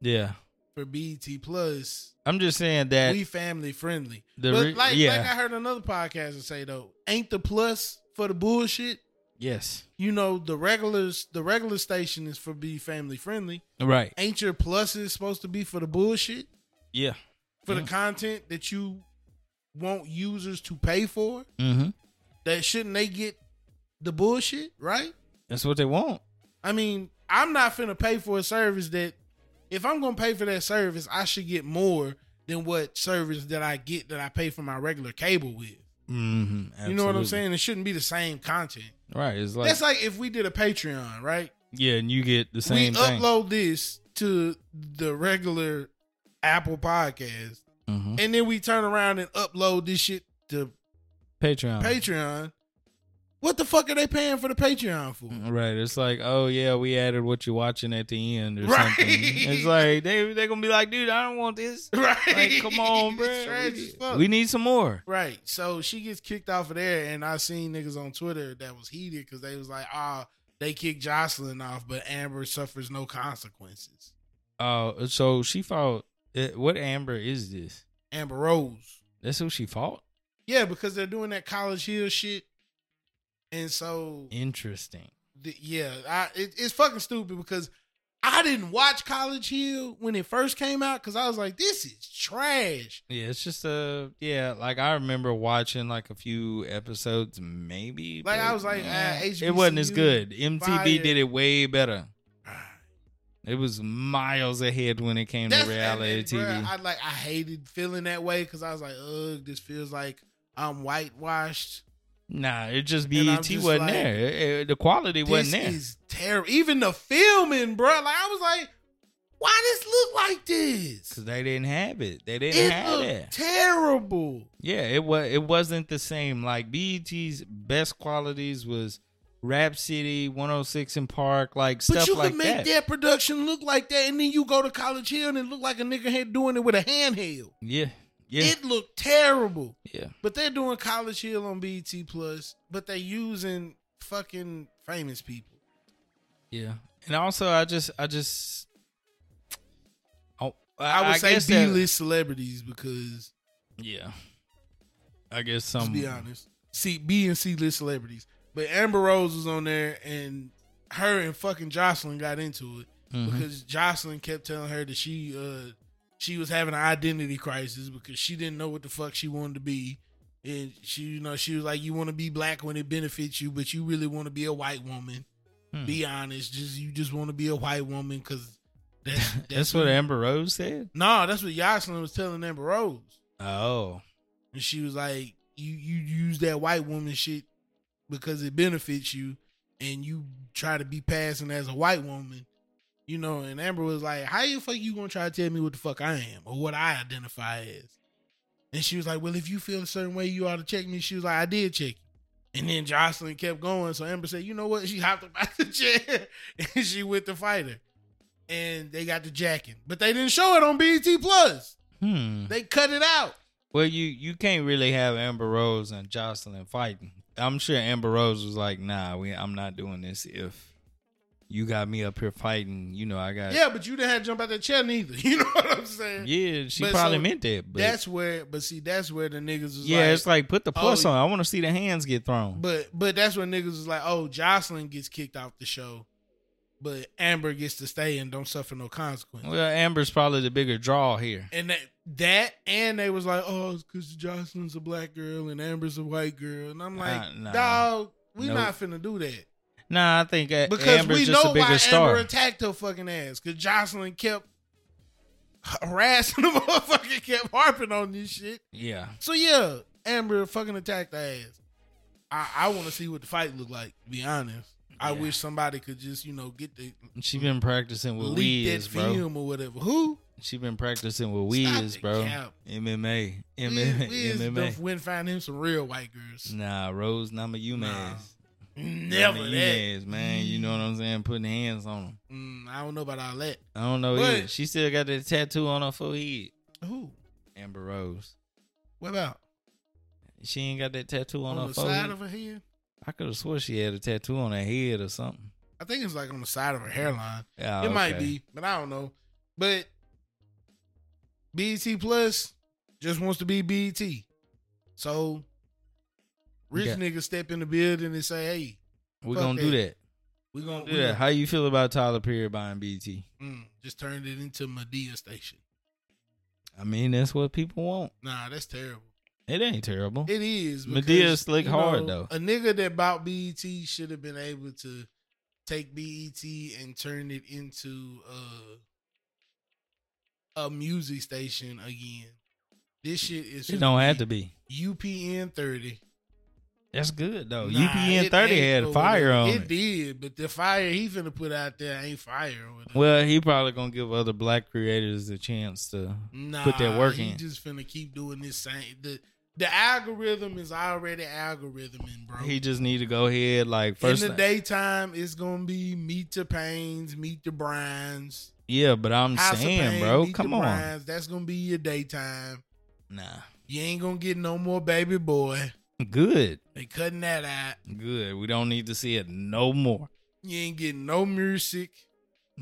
Yeah. For BET Plus, I'm just saying that we family friendly. The but re- like, yeah. like I heard another podcaster say though, ain't the plus for the bullshit? yes. You know the regulars, the regular station is for be family friendly. Right. ain't your pluses supposed to be for the bullshit Yeah. for the Yeah. content that you want users to pay for Mm-hmm. that shouldn't they get the bullshit right That's what they want. i mean i'm not finna pay for a service that if i'm gonna pay for that service i should get more than what service that i get that i pay for my regular cable with Mm-hmm. you know what i'm saying it shouldn't be the same content Right. It's like that's like if we did a patreon right yeah, and you get the same we thing. upload this to the regular apple podcast Mhm. and then we turn around and upload this shit to Patreon. Patreon. What the fuck are they paying for the Patreon for? Right. It's like, oh yeah, we added what you're watching at the end or Right. something. It's like they they gonna be like, dude, I don't want this. Right? Like, come on, bro. It's trash as fuck. We need some more. right. So she gets kicked off of there, and I seen niggas on Twitter that was heated because they was like, ah, they kicked Jocelyn off, but Amber suffers no consequences. Uh, so she fought. eh, What Amber is this? Amber Rose. That's who she fought. Yeah, because they're doing that College Hill shit. And so Interesting. the, yeah, I, it, it's fucking stupid because I didn't watch College Hill when it first came out because I was like, this is trash. Yeah, it's just a yeah. Like I remember watching like a few episodes, maybe. Like, but, I was like, nah, ah, it wasn't as HBCU, good. MTV fire. did it way better. It was miles ahead when it came That's to reality and- and, bruh, TV. I like I hated feeling that way because I was like, ugh, this feels like I'm whitewashed. nah, it just And I'm BET just wasn't like, there. It- it- the quality wasn't This there. is terrible. Even the filming, bruh. Like I was like, why this look like this? Cause they didn't have it. They didn't It have looked that. terrible. Yeah, it was. It wasn't the same. Like BET's best qualities was Rap City, 106 and Park, like but stuff you like can make that. that. production look like that, and then you go to College Hill and it look like a nigga had doing it with a handheld. Yeah, yeah, It looked terrible. yeah. But they're doing College Hill on BET Plus, but they're using fucking famous people. Yeah, and also I just I just oh, I would say guess B that- list celebrities because yeah, I guess let's some. be honest, C B and C list celebrities. But Amber Rose was on there, and her and fucking Jocelyn got into it Mhm. because Jocelyn kept telling her that she uh she was having an identity crisis because she didn't know what the fuck she wanted to be. And she, you know, she was like, "You want to be black when it benefits you, but you really want to be a white woman." Hmm. Be honest. Just you just want to be a white woman because that's that's, That's what Amber Rose said. No, that's what Yaslin was telling Amber Rose, Oh, and she was like, "You you use that white woman shit because it benefits you, and you try to be passing as a white woman." You know, and Amber was like, "How the fuck you gonna try to tell me what the fuck I am or what I identify as?" And she was like, "Well, if you feel a certain way, you ought to check me." She was like, "I did check you." And then Jocelyn kept going, so Amber said, "You know what?" She hopped up out the chair and she went to fight her, and they got the jacking, but they didn't show it on BET Plus. hmm. They cut it out. Well, you you can't really have Amber Rose and Jocelyn fighting. I'm sure Amber Rose was like, "Nah, we, I'm not doing this. If you got me up here fighting, you know, I got Yeah, but you didn't have to jump out that chair neither. You know what I'm saying? Yeah, she But probably so meant that. But that's where, but see, that's where the niggas was yeah, like, it's like put the plus oh, on. I want to see the hands get thrown. but but that's where niggas was like, oh, Jocelyn gets kicked off the show, but Amber gets to stay and don't suffer no consequence. well, Amber's probably the bigger draw here. And that, that, and they was like, oh, it's because Jocelyn's a black girl and Amber's a white girl, and I'm like, Nah, nah. dog, we Nope. not finna do that. Nah, I think A- Because Amber's we just know a why bigger star. Amber attacked her fucking ass. Because Jocelyn kept harassing the motherfucker, kept harping on this shit. yeah, So yeah, Amber fucking attacked her ass. I, I want to see what the fight looked like. to Be honest. I Yeah. wish somebody could just you know get the she been practicing with leak Wiz, that bro. film or whatever. Who She been practicing with Stop Wiz, the bro. cap. MMA, MMA, Wiz- Wiz MMA. Duff went find him some real white girls. Nah, Rose Namajunas. Nah. Never that. Namajunas, man. You know what I'm saying? Putting hands on them. Mm, I don't know about all that. I don't know But- either. She still got that tattoo on her forehead. Who? Amber Rose. What about She ain't got that tattoo on, on, her the forehead. side of her head? I could have swore she had a tattoo on her head or something. I think it's like on the side of her hairline. Yeah, it might Ah, okay. be, but I don't know. But BET Plus just wants to be BET. So rich Yeah. niggas step in the building and say, "Hey, We're Fuck gonna do that. we're gonna Do that. How you feel about Tyler Perry buying BT? Mm, just turned it into Medea Station. I mean, that's what people want. Nah, that's terrible. It ain't terrible. It is because, Medea slick you hard, know, though. A nigga that bought BET should have been able to take BET and turn it into uh, a music station again. This shit is It don't have to be. UPN thirty. That's good though. Nah, UPN it thirty ain't had over fire there. on it. it. did, but the fire he finna put out there ain't fire. Or whatever. Well, he probably gonna give other black creators a chance to. nah, put that work he in. just finna keep doing this same. The the algorithm is already algorithming, bro. He just need to go ahead like first. In the daytime, it's gonna be meet the Pains, meet the Brines. yeah, but I'm House of saying, Pain, bro, Meet the come on. Brines. That's gonna be your daytime. Nah, You ain't gonna get no more baby boy. good, They cutting that out. good. We don't need to see it no more. You ain't getting no music.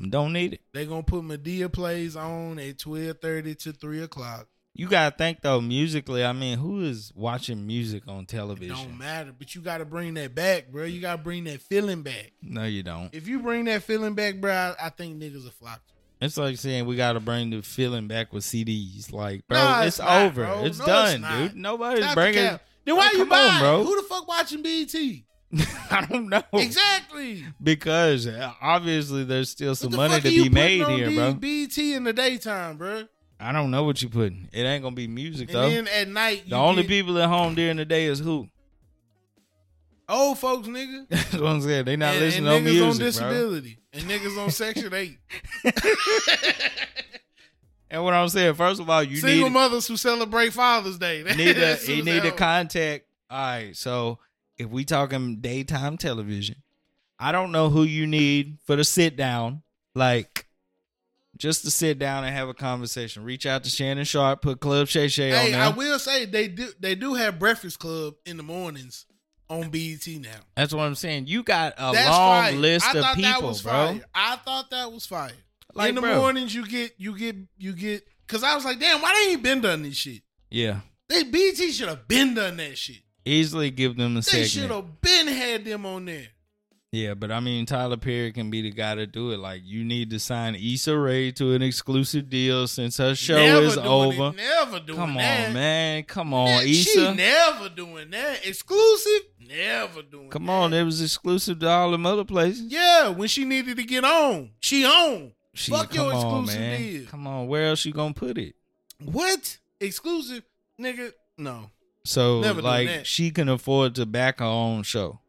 Don't need it. They gonna put Medea plays on at twelve thirty to three o'clock. You gotta think though, musically. I mean, who is watching music on It don't television? matter, but you got to bring that back, bro. You got to bring that feeling back. No, you don't. If you bring that feeling back, bro, I, I think niggas will flock. to you. It's like saying we gotta bring the feeling back with CDs. Like, bro, Nah, it's it's, not, over. bro. It's No, done, it's not. dude. Nobody's Stop the bringing. cap. Then why Like, you come on, buying? bro. Who the fuck watching BT? I don't know Exactly. because uh, obviously there's still What some the money fuck to are you be putting made on here, these bro. BT in the daytime, bro. I don't know what you putting. It ain't gonna be music And though. then at night, you the only E get people at home during the day is who. old folks, nigga. That's what I'm saying. They not and, listening and to niggas on music, bro. disability, and niggas on section eight. And what I'm saying, first of all, you Single need mothers who celebrate Father's Day. need to That's he what's need to up. contact. All right, so if we talking daytime television, I don't know who you need for the sit down, like just to sit down and have a conversation. Reach out to Shannon Sharp, put Club Shay Shay on Hey, there. I will say they do they do have Breakfast Club in the mornings on BET now. That's what I'm saying. You got a That's long fire. list I of thought that people, was bro. Fire. I thought that was fire. Like, in the bro. mornings, you get you get you get because I was like, damn, why they ain't been done this shit? Yeah, They E BET should have been done that shit. easily give them a They second. should have been had them on there. Yeah, but I mean, Tyler Perry can be the guy to do it. Like, you need to sign Issa Rae to an exclusive deal since her show Never is doing over. It, never doing Come that. on, man. Come Man, on, She Issa. never doing that. Exclusive? Never doing Come that. on, it was exclusive to all them other places. Yeah, when she needed to get on, she on. She, Fuck come your on, exclusive man. deal. Come on, where else you gonna put it? What? Exclusive? Nigga, no. So, Never doing like, that. she can afford to back her own show.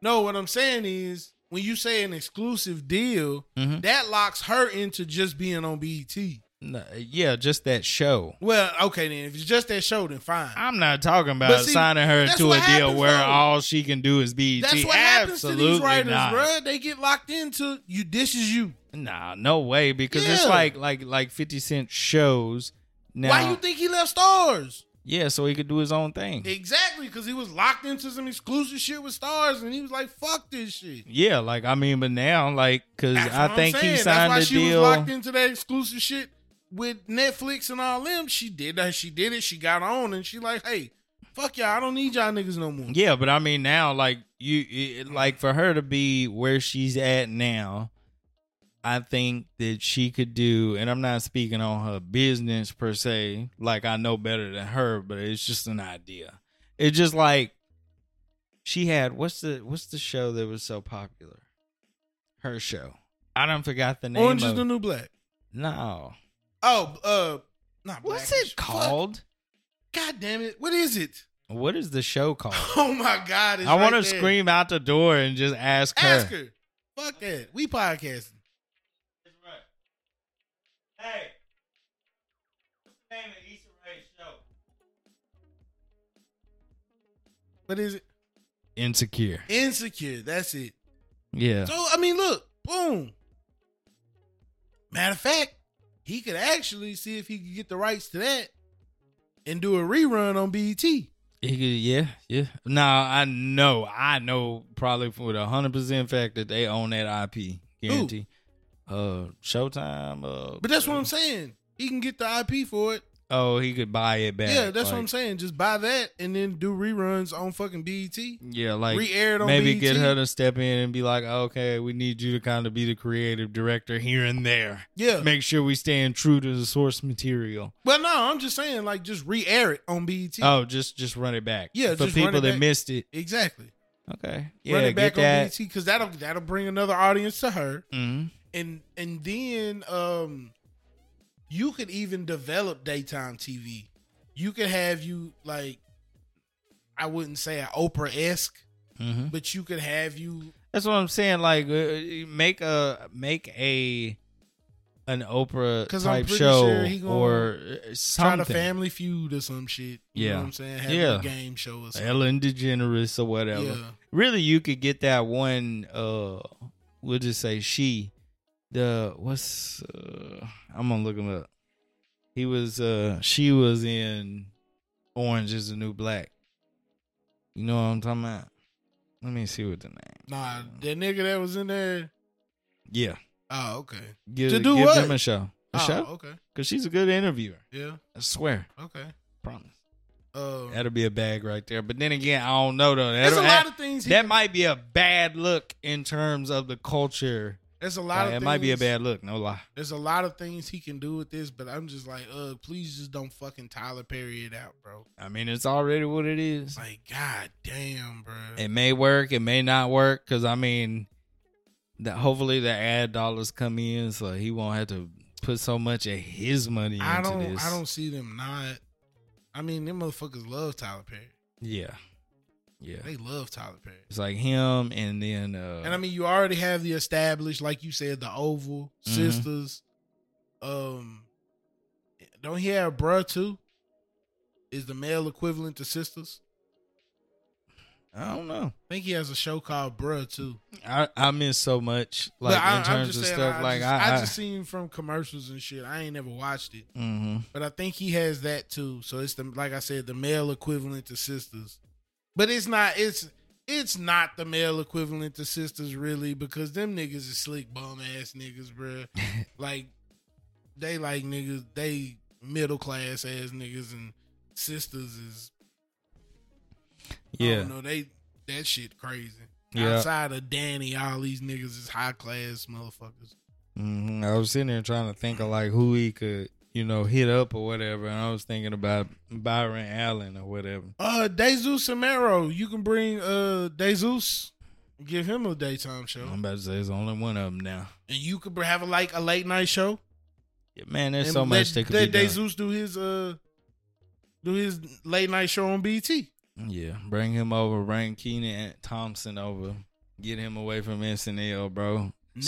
No, what I'm saying is when you say an exclusive deal, Mhm. that locks her into just being on BET. No, yeah, just that show. Well, okay then. If it's just that show, then fine. I'm not talking about But see, signing her that's to a what deal happens, where though. all she can do is be. That's what happens E Absolutely to these writers, not. bruh. They get locked into you. This is you. Nah, no way. Because it's Yeah. like like like Fifty Cent shows now. Why you think he left stars? yeah, so he could do his own thing. Exactly, because he was locked into some exclusive shit with stars, and he was like, "Fuck this shit." yeah, like I mean, but now like because That's what I I'm think he saying. signed That's a why she was deal. locked into that exclusive shit with Netflix and all them. She did that. She did it. She got on, and she like, "Hey, fuck y'all. I don't need y'all niggas no more." Yeah, but I mean now like you it, like for her to be where she's at now. I think that she could do, and I'm not speaking on her business per se, like I know better than her, but it's just an idea. It's just like she had what's the what's the show that was so popular? Her show. I don't forgot the name. Orange is of- the new black. no. Oh, uh, not What's Black-ish. it called? Fuck. God damn it! What is it? What is the show called? Oh my god! It's I want right to there. scream out the door and just ask her. Ask her. Fuck that. We podcasting. Hey, what's the name of Issa Rae's show? What is it? Insecure. Insecure. That's it. Yeah. So I mean, look, boom. Matter of fact, he could actually see if he could get the rights to that and do a rerun on E BET. He could- yeah, yeah. Now I know, I know, probably for a hundred percent fact that they own that IP guarantee. Uh, Showtime. Uh, But that's what I'm saying. He can get the IP for it. oh, he could buy it back. Yeah, that's what I'm like- saying. Just buy that and then do reruns on fucking E BET. Yeah, like Re-aired on E maybe BET. get her to step in and be like, okay, we need you to kind of be the creative director here and there. Yeah. Make sure we staying true to the source material. Well, no, I'm just saying like just re-air it on E BET. Oh, just just run it back. Yeah, for just run people it that back. missed it. Exactly. Okay, yeah, Run it back get on that. BET because that'll that'll bring another audience to her. Mhm. and and then um you could even develop daytime TV. You could have you like I wouldn't say an Oprah esque, Mhm. but you could have you That's what I'm saying. Like, uh, make a make a an Oprah 'Cause I'm type pretty show sure he gonna or uh, try something. to Family Feud or some shit. You Yeah. know what I'm saying? Have Yeah. a game show or something. Ellen DeGeneres or whatever. Yeah. Really, you could get that one. uh We'll just say she. The what's uh, I'm gonna look him up. He was. uh She was in Orange Is the New Black. You know what I'm talking about. Let me see what the name. Nah, that nigga that was in there. Yeah. Oh, okay. Give, To do give what? them a show. A oh, show? okay. Because she's a good interviewer. Yeah. I swear. Okay. Promise. Um, That'll be a bag right there. But then again, I don't know though. there's That'll- a That, lot of things. He, that might be a bad look in terms of the culture. there's a lot Like, of. it things, might be a bad look, no lie. There's a lot of things he can do with this, but I'm just like, uh, please just don't fucking Tyler Perry it out, bro. I mean, it's already what it is. It's like, god damn, bro. It may work, it may not work, because I mean, that hopefully the ad dollars come in, so he won't have to put so much of his money into I don't, this. I don't see them not. I mean, them motherfuckers love Tyler Perry. Yeah, yeah. They love Tyler Perry. It's like him, and then uh, And I mean, you already have the established, like you said, the Oval Mhm. Sisters. Um, don't he have bruh too? Is the male equivalent to sisters? I don't know. I think he has a show called Bruh too. I I miss so much like But I, in I'm terms just of saying, stuff. I like just, I, I just seen from commercials and shit. I ain't never watched it. hmm but I think he has that too. So it's the like I said, the male equivalent to sisters, but it's not. It's it's not the male equivalent to sisters really because them niggas is slick bum ass niggas, bruh. like they like niggas, they middle class ass niggas, and sisters is I yeah. don't know, they that shit crazy. Yeah. Outside of Danny, all these niggas is high class motherfuckers. hmm I was sitting there trying to think of like who he could, you know, hit up or whatever. And I was thinking about Byron Allen or whatever. Uh, Jesus Samero, you can bring uh Jesus, give him a daytime show, I'm about to say it's only one of them now. and you could have a, like a late night show. Yeah, man, there's and so much that let, could let be done. Jesus do his uh do his late night show on BT. Yeah, bring him over. Bring Keenan Thompson over. Get him away from SNL, bro. Never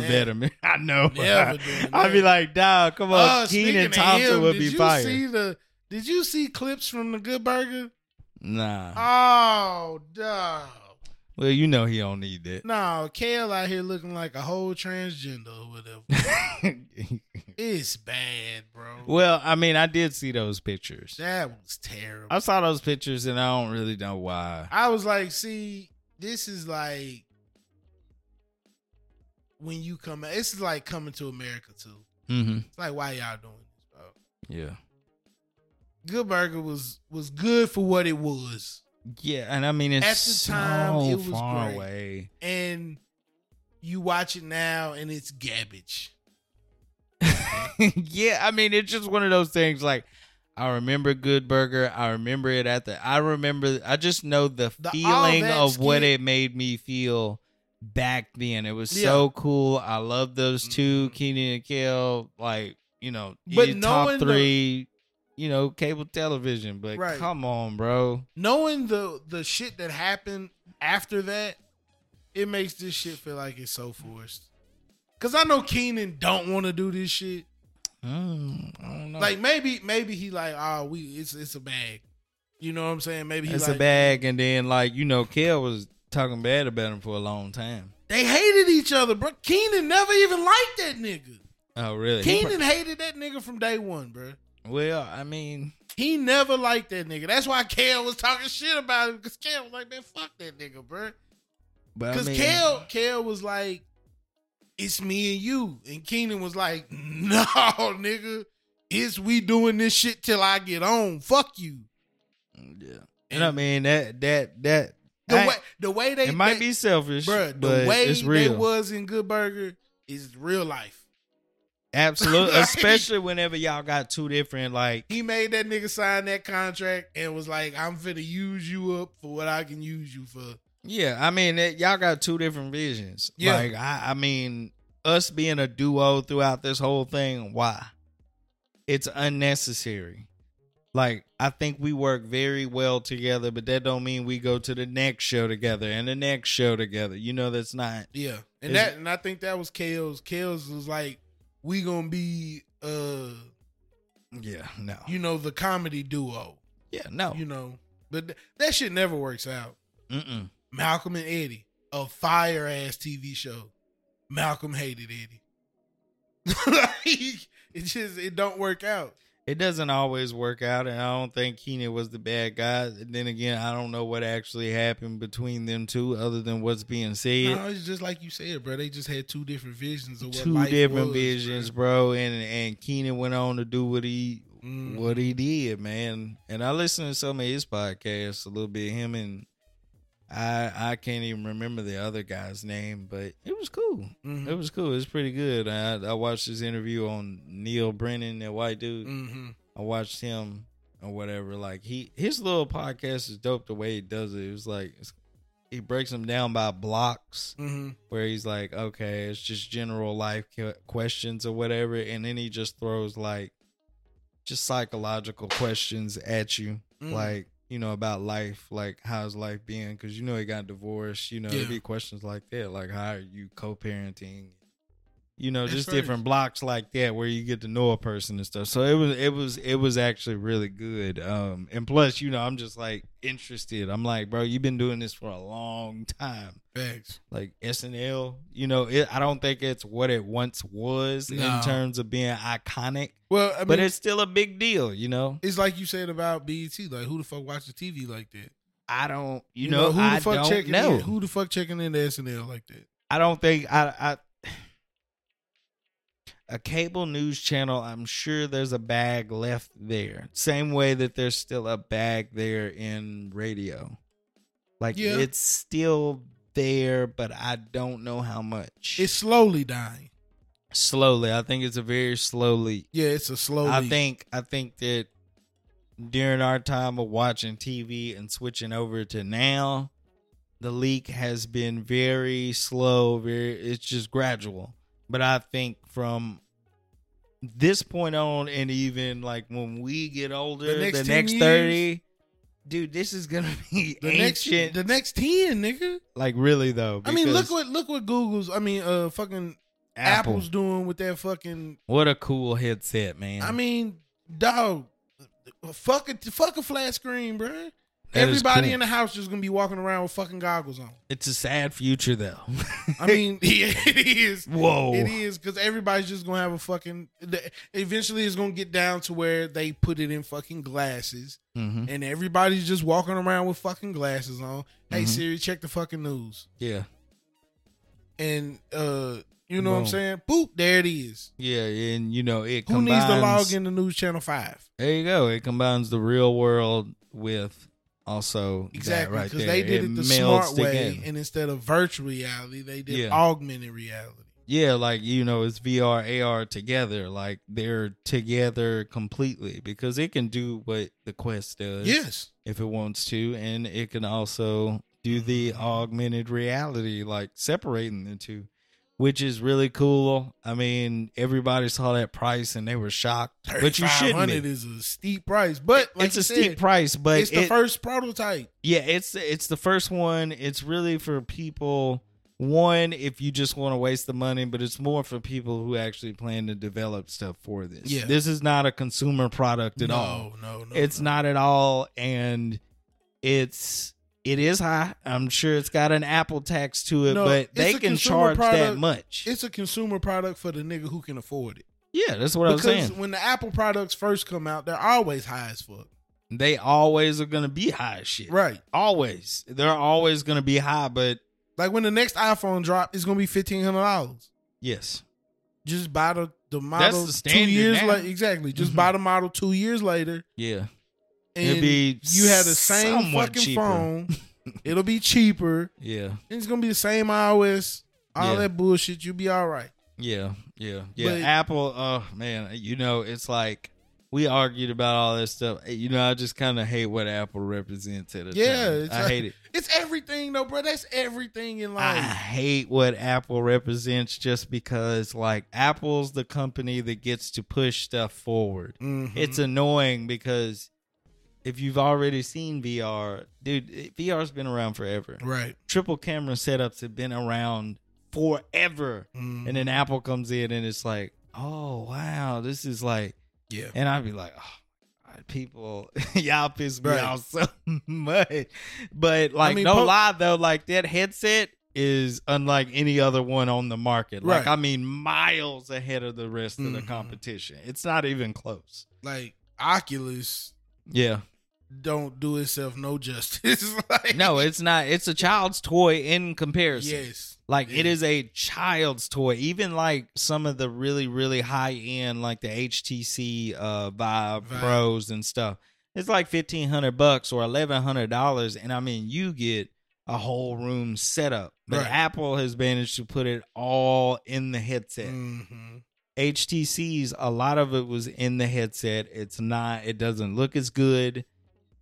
doing that. veteran. I know. Never doing I'd be that. like, dog, come on. Uh, speaking Keenan of Thompson him, would did be you fired. See the, did you see clips from the Good Burger? Nah. Oh, dog. well, you know he don't need that. No, Kale out here looking like a whole transgender or whatever. it's bad, bro. well, I mean, I did see those pictures. That was terrible. I saw those pictures, and I don't really know why. I was like, see, this is like when you come. This is like coming to America too. Mm-hmm. It's like why y'all doing this, bro? Yeah. Good Burger was was good for what it was, Yeah, and I mean, it's At the so time, it was far great. away. and you watch it now and it's garbage. yeah, I mean, it's just one of those things. Like, I remember Good Burger. I remember it at the. I remember. I just know the, The- all feeling that of what skit. it made me feel back then. It was so cool. I love those two, Mhm. Keenan and Kel. Like, you know, But your top knowing the- three. you know, cable television, but Right. come on, bro. Knowing the the shit that happened after that, it makes this shit feel like it's so forced. Cause I know Keenan don't want to do this shit. Mm, I don't know. Like maybe maybe he like oh we it's it's a bag, you know what I'm saying? Maybe he it's like a bag, and then like you know, Kel was talking bad about him for a long time. they hated each other, bro. Keenan never even liked that nigga. Oh, really? He Keenan hated that nigga from day one, bro. pro- Well, I mean, He never liked that nigga. That's why Kale was talking shit about him because Kale was like, man, fuck that nigga, bro. but I Because mean, Kale Kale was like, it's me and you, and Keenan was like, no, nigga, it's we doing this shit till I get on. Fuck you. Yeah. And I mean that that that The I- way the way they it might they- be selfish, Bruh, but the way it's real. they was in Good Burger is real life. Absolutely, Like- especially whenever y'all got two different like. He made that nigga sign that contract and was like, "I'm finna use you up for what I can use you for." Yeah, I mean that y'all got two different visions. Yeah. Like I, I mean, us being a duo throughout this whole thing, why? It's unnecessary. Like I think we work very well together, but that don't mean we go to the next show together and the next show together. You know that's not. Yeah, and Is- that and I think that was Kale's. Kale's was like, "We gonna be, uh, Yeah, no. you know, the comedy duo, yeah, no. you know." But th- that shit never works out. Mm-mm. Malcolm and Eddie, a fire ass TV show. Malcolm hated Eddie. like, it just it don't work out. it doesn't always work out, and I don't think Keenan was the bad guy. And then again, I don't know what actually happened between them two, other than what's being said. No, it's just like you said, bro. They just had two different visions of what two life different was, visions, bruh. bro. And and Keenan went on to do what he Mm. what he did, man. And I listened to some of his podcasts a little bit. Him and I I can't even remember the other guy's name, but it was cool. Mhm. It was cool. It was pretty good. I I watched his interview on Neil Brennan, that white dude. Mhm. I watched him or whatever. Like he his little podcast is dope the way he does it. It was like it's, he breaks them down by blocks Mhm. where he's like, okay, it's just general life que- questions or whatever, and then he just throws like just psychological questions at you, Mm. like you know about life, like how's life being? Because you know he got divorced. You know Yeah. there'd be questions like that, like how are you co-parenting? You know, That's just crazy. different blocks like that where you get to know a person and stuff. So it was, it was, it was actually really good. Um, and plus, you know, I'm just like interested. I'm like, bro, you've been doing this for a long time Facts. like SNL. You know, it, I don't think it's what it once was No. in terms of being iconic, Well, I mean, but it's, it's still a big deal. You know, like you said about BET. Like, who the fuck watches TV like that? I don't. You, know, who the I fuck don't checking know. in? Who the fuck checking into SNL like that? I don't think I. I a cable news channel, I'm sure there's a bag left there. Same way that there's still a bag there in radio. Like Yeah. it's still there, but I don't know how much. It's slowly dying. slowly. I think it's a very slowly. Yeah, it's a slow. I leak. think I think that during our time of watching TV and switching over to now, the leak has been very slow, very it's just gradual. But I think from this point on and even like when we get older, The the next next, 10 years? 30, dude, this is gonna be the next ancient. the next ten, nigga. like really though. I mean, look because what look what Google's. I mean, uh, fucking Apple. Apple's doing with their fucking. What a cool headset, man. I mean, dog, fuck a fuck a flat screen, bruh. That is Everybody cool. in the house just gonna be walking around with fucking goggles on. It's a sad future though. I mean, yeah, it is. Whoa. It is because everybody's just gonna have a fucking. the- Eventually, it's gonna get down to where they put it in fucking glasses, hmm and everybody's just walking around with fucking glasses on. Hey Mhm. Siri, check the fucking news, Yeah. and uh, you know what I'm Boom. saying? Boop, there it is. Yeah, and you know it Who combines. needs to log in to News Channel Five? There you go. It combines the real world with also Exactly, because because they did it the smart way, and instead of virtual reality, they did Yeah. augmented reality. yeah, like you know, it's VR AR together. Like they're together completely because it can do what the Quest does. Yes, if it wants to, and it can also do the augmented reality, like separating the two, which is really cool. I mean, everybody saw that price and they were shocked, but you shouldn't. $3,500 be. is a steep price, but like it's you a said, steep price, but it's the it- first prototype. yeah, it's it's the first one. It's really for people. One, if you just want to waste the money, but it's more for people who actually plan to develop stuff for this. Yeah. this is not a consumer product at no, all no, no. it's not at all and it's it is high i'm sure it's got an apple tax to it No, it's but they a can consumer charge that product. much It's a consumer product for the nigga who can afford it. yeah that's what i'm because saying when the Apple products first come out, they're always high as fuck. they always are gonna be high as shit Right. always they're always gonna be high but Like when the next iPhone drop, it's gonna be fifteen hundred dollars. yes Just buy the the model the two standard years now. later. Exactly. Just Mhm. buy the model two years later, yeah and It'd be you had the same somewhat fucking cheaper. phone. It'll be cheaper, yeah and it's gonna be the same iOS. All Yeah. that bullshit. You'll be all right. Yeah, yeah, yeah. But- Apple, oh man, you know, it's like we argued about all this stuff. Eh, You know, I just kind of hate what Apple represents at a Yeah, time. it's I like- hate it. Ah. It's everything though, bro. That's everything in I life. hate what Apple represents just because, like, Apple's the company that gets to push stuff forward. Mhm. It's annoying because if you've already seen VR, dude, it- VR's been around forever. right. Triple camera setups have been around forever. Mhm. And then Apple comes in and it's like, oh wow, this is like, Yeah. and I'd be like, oh, God, people, y'all piss me Right. off so much. But like, mean, no po- lie though, like that headset is unlike any other one on the market. Like, Right. I mean, miles ahead of the rest of the Mhm. competition. It's not even close. Like Oculus Yeah. don't do itself no justice. like, No, it's not. It's a child's toy in comparison. Yes. Like it Yeah. is a child's toy. Even like some of the really, really high end, like the HTC uh Vive, Vive. Pros and stuff. It's like fifteen hundred bucks or eleven hundred dollars, and I mean you get a whole room setup. But Right. Apple has managed to put it all in the headset. Mhm. HTC's a lot of it was in the headset. It's not it doesn't look as good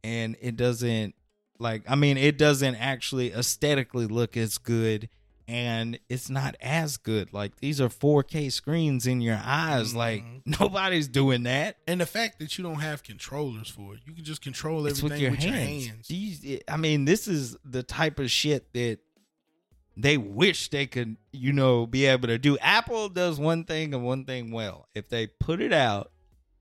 and it doesn't like I mean it doesn't actually aesthetically look as good and it's not as good. Like these are 4K screens in your eyes like Mhm. nobody's doing that. And the fact that you don't have controllers for it, you can just control It's everything with your hands. These I mean this is the type of shit that they wish they could, you know, be able to do. Apple does one thing and one thing well. If they put it out,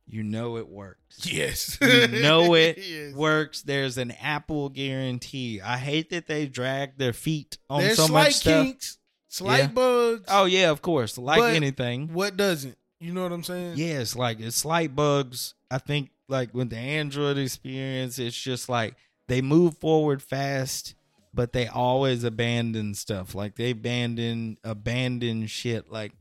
you know it works. Yes. You know it Yes. works. There's an Apple guarantee. I hate that they drag their feet on There's so slight much stuff. kinks, slight Yeah. bugs. Oh yeah, of course. Like But- anything. What doesn't? You know what I'm saying? Yeah, it's like it's slight bugs. I think like with the Android experience, it's just like they move forward fast, but they always abandon stuff. Like they abandon abandon shit like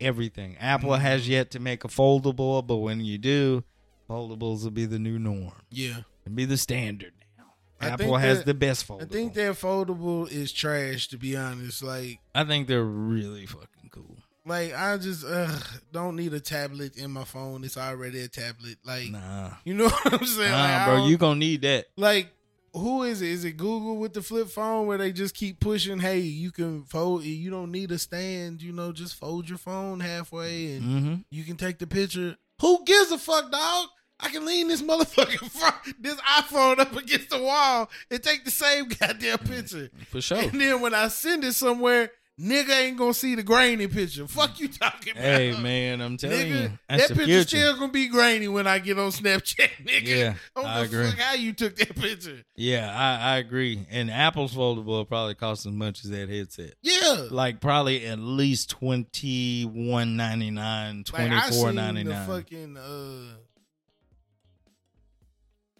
everything. Apple Mm-hmm. has yet to make a foldable, but when you do, foldables will be the new norm Yeah. and be the standard now. I Apple think has that- the best foldable. I think that foldable is trash to be honest. Like I think they're really fucking cool. like I just uh don't need a tablet in my phone. It's already a tablet. Like Nah, you know what I'm saying? Like, nah, I bro, don't- you gonna need that. like who is it? Is it Google with the flip phone where they just keep pushing, hey, you can fold you don't need a stand, you know, just fold your phone halfway and Mm-hmm. you can take the picture. Who gives a fuck, dog? I can lean this motherfucking phone, this iPhone up against the wall and take the same goddamn Mm-hmm. picture. For sure. And then when I send it somewhere, nigga ain't gonna see the grainy picture. Fuck you talking about. hey man, I'm telling Nigga, you, that that's picture the future. still gonna be grainy when I get on Snapchat, nigga. yeah, I don't I give a agree. fuck how you took that picture. Yeah, I, I agree. And Apple's foldable will probably cost as much as that headset. Yeah. Like probably at least twenty one ninety nine, Like twenty I four seen ninety the nine. fucking uh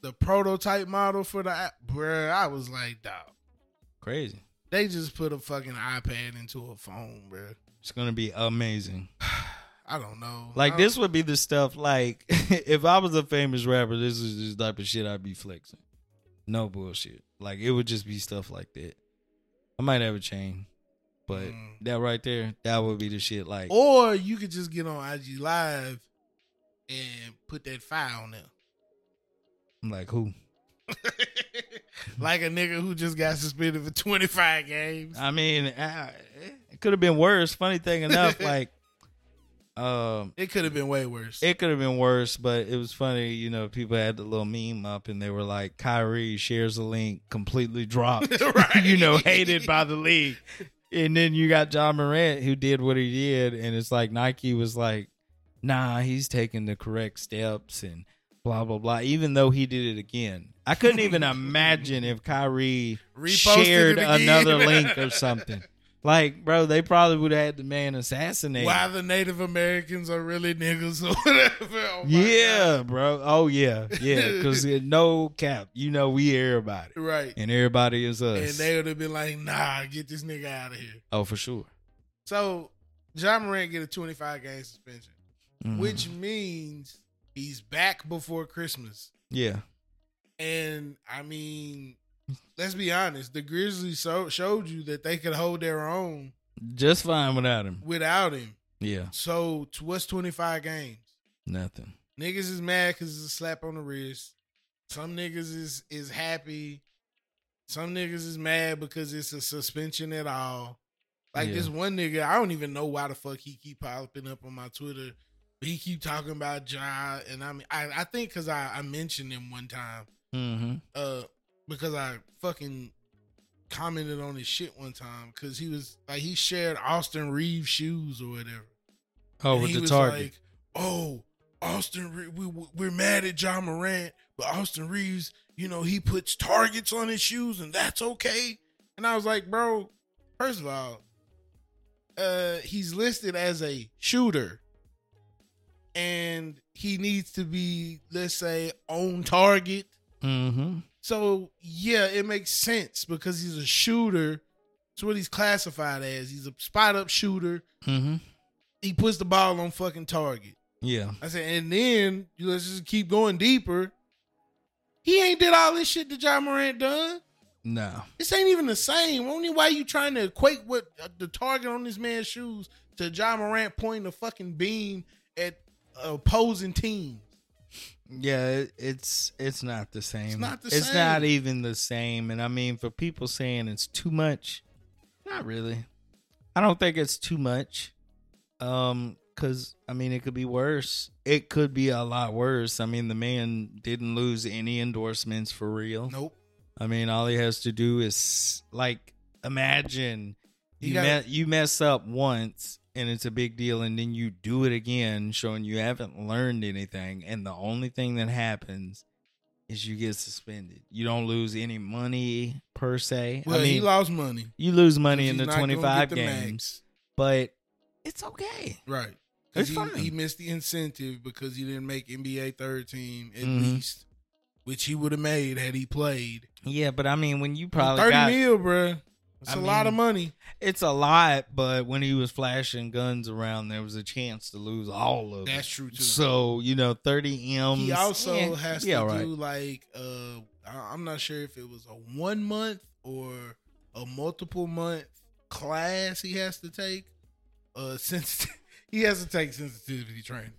the prototype model for the app, bruh. I was like, dog, Crazy. they just put a fucking iPad into a phone, bruh. It's gonna be amazing. I don't know. Like I- this would be the stuff. Like if I was a famous rapper, this is the type of shit I'd be flexing. No bullshit. Like it would just be stuff like that. I might have a chain, but Mm. Oh. that right there, that would be the shit. Like Or you could just get on IG Live and put that file on there. I'm like who? like a nigga who just got suspended for 25 games. I mean, I, it could have been worse. Funny thing enough, like um, It could have been way worse. It could have been worse, but it was funny. You know, people had the little meme up, and they were like, "Kyrie shares a link, completely dropped. Right. you know, hated by the league." And then you got John Morant, who did what he did, and it's like Nike was like, "Nah, he's taking the correct steps," and blah blah blah. Even though he did it again, I couldn't even imagine if Kyrie Reposted it shared again. another link or something. Like, bro, they probably would have had the man assassinated. Why the Native Americans are really niggas or whatever. Oh my yeah, bro. Oh yeah, yeah. Because no cap, you know we everybody, God. Right. and everybody is us. And they would have been like, nah, get this nigga out of here. oh, for sure. So John Moran get a 25 game suspension, Mhm. which means he's back before Christmas. yeah, And I mean, let's be honest, the Grizzlies so- showed you that they could hold their own just fine without him. without him. Yeah, So t- what's 25 games? nothing. Niggas is mad because it's a slap on the wrist. Some niggas is is happy. Some niggas is mad because it's a suspension at all. Like Yeah. this one nigga, I don't even know why the fuck he keep popping up on my Twitter. But he keep talking about Ja, and I mean, I, I think because I, I mentioned him one time, Mm-hmm. uh, because I fucking commented on his shit one time because he was like he shared Austin Reeves shoes or whatever. Oh, And with he the was target. Like, oh, Austin, Re- we we- we're mad at John Morant, but Austin Reeves, you know, he puts targets on his shoes, and that's okay. And I was like, bro, first of all, uh, he's listed as a shooter, and he needs to be, let's say, on target. mm-hmm. So yeah, it makes sense because he's a shooter. It's what he's classified as. He's a spot up shooter. Mm-hmm. He puts the ball on fucking target. Yeah. I said, and then you let's just keep going deeper. He ain't did all this shit that John Morant done. No. This ain't even the same. Only why you trying to equate what uh, the target on this man's shoes to John Morant pointing a fucking beam at opposing teams. Yeah, it, it's it's not the same. not the It's not same. even the same. And I mean, for people saying it's too much, not really. I don't think it's too much. Um, cause I mean, it could be worse. It could be a lot worse. I mean, the man didn't lose any endorsements for real. Nope. I mean, all he has to do is like imagine He you got- me- you mess up once and it's a big deal, and then you do it again, showing you haven't learned anything, and the only thing that happens is you get suspended. You don't lose any money per se. Well, I he mean, lost money. you lose money 'cause in he's the not gonna twenty five get the max. games, but it's okay. Right. Because It's he, fine. he missed the incentive because he didn't make NBA third team at Mhm. least, which he would have made had he played. Yeah, but I mean, when you probably Thirty got mil, bruh. It's I a lot of mean, money. it's a lot, but when he was flashing guns around, there was a chance to lose all of it. That's true too. So you know, thirty M's. he also um, yeah, has yeah, to all right. do like uh I- I'm not sure if it was a one month or a multiple month class he has to take. Uh, since he has to take sensitivity training,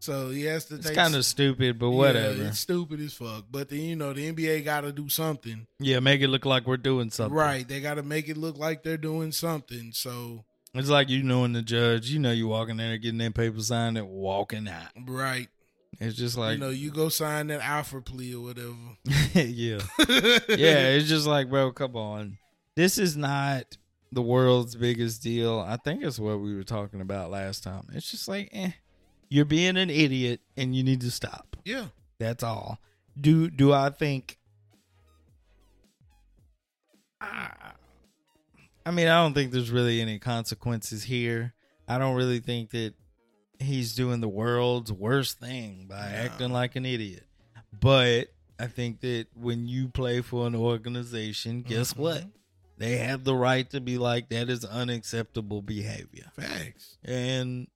so he has to It's take. kind of stupid, but Yeah, whatever. Yeah, it's stupid as fuck. But then you know the NBA got to do something, make it look like we're doing something. right? They got to make it look like they're doing something. So It's like you knowing the judge. You know, you walking there, getting that paper signed, and walking out. right, It's just like, you know, you go sign that alpha plea or whatever. yeah, yeah. It's just like, bro, come on. This is not the world's biggest deal. I think it's what we were talking about last time. It's just like, eh, you're being an idiot, and you need to stop. yeah. That's all. Do do I think? I I mean, I don't think there's really any consequences here. I don't really think that he's doing the world's worst thing by No. acting like an idiot. But I think that when you play for an organization, guess what? Mhm. They have the right to be like, that is unacceptable behavior. Facts. And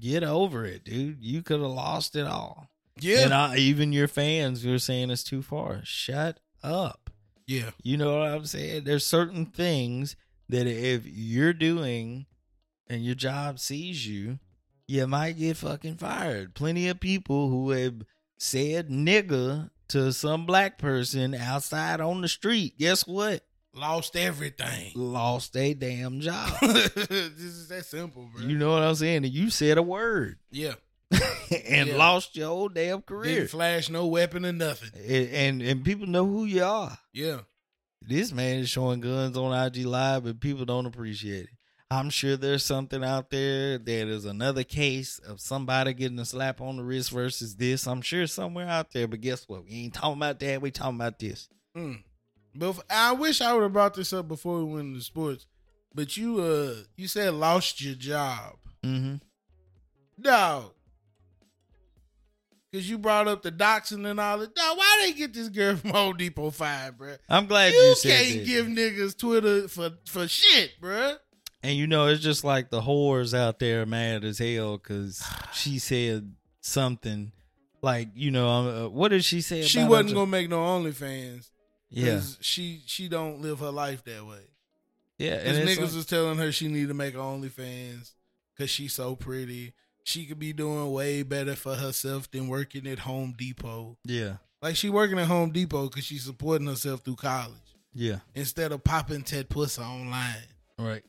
get over it, dude. You could have lost it all. Yeah. And I, even your fans were saying it's too far. Shut up. yeah. You know what I'm saying? There's certain things that if you're doing and your job sees you, you might get fucking fired. Plenty of people who have said nigga to some black person outside on the street, guess what? Lost everything. Lost their damn job. this is that simple, bro. you know what I'm saying? And you said a word yeah. and Yeah. lost your whole damn career. Didn't flash no weapon or nothing. And, and and people know who you are. Yeah. this man is showing guns on IG Live, and people don't appreciate it. I'm sure there's something out there that is another case of somebody getting a slap on the wrist versus this. I'm sure it's somewhere out there, but guess what? We ain't talking about that. We talking about this. Mm. But if- I wish I would have brought this up before we went into sports. But you uh you said lost your job. Mm-hmm. Dog. Cause you brought up the doxing and all that. Dog, why they get this girl from Home Depot fired, bruh? I'm glad you, You said can't that. give niggas Twitter for for shit, bruh. and you know, it's just like the whores out there mad as hell because she said something like, you know, uh, what did she say? She about wasn't Andre- gonna make no OnlyFans. Yeah, 'cause She she don't live her life that way. yeah. And Cause it's niggas like- was telling her she need to make OnlyFans because she's so pretty. She could be doing way better for herself than working at Home Depot. yeah, Like she working at Home Depot because she's supporting herself through college yeah, instead of popping Ted Pussy online. right.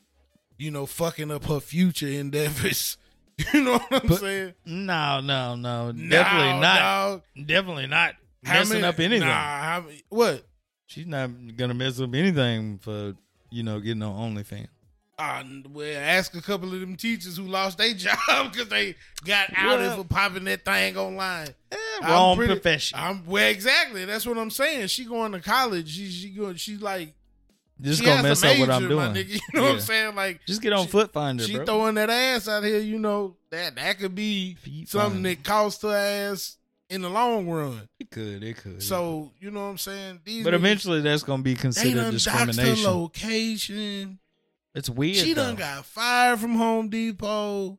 You know, fucking up her future endeavors. You know what I'm But- saying? No, no, no, definitely Nah, not. dog. Definitely not How messing many- up anything. Nah, how many- what? She's not gonna mess up anything for you know getting on OnlyFans. Uh, well, ask a couple of them teachers who lost their job because they got outed Well- eh, for popping that thing online. I'm Wrong pretty- profession. I'm well, exactly. That's what I'm saying. She going to college. She she going. She like Just she gonna has mess a up major, what I'm my doing. nigga. You know what I'm Yeah. saying? Like Just get on She- Foot Finder, she bro. throwing that ass out here. You know that that could be Feet something fine. that costs her ass in the long run. it could, it could. So you know what I'm saying. These but niggas, eventually that's gonna be they considered done doxed her discrimination. location. It's weird. She done though. got fired from Home Depot.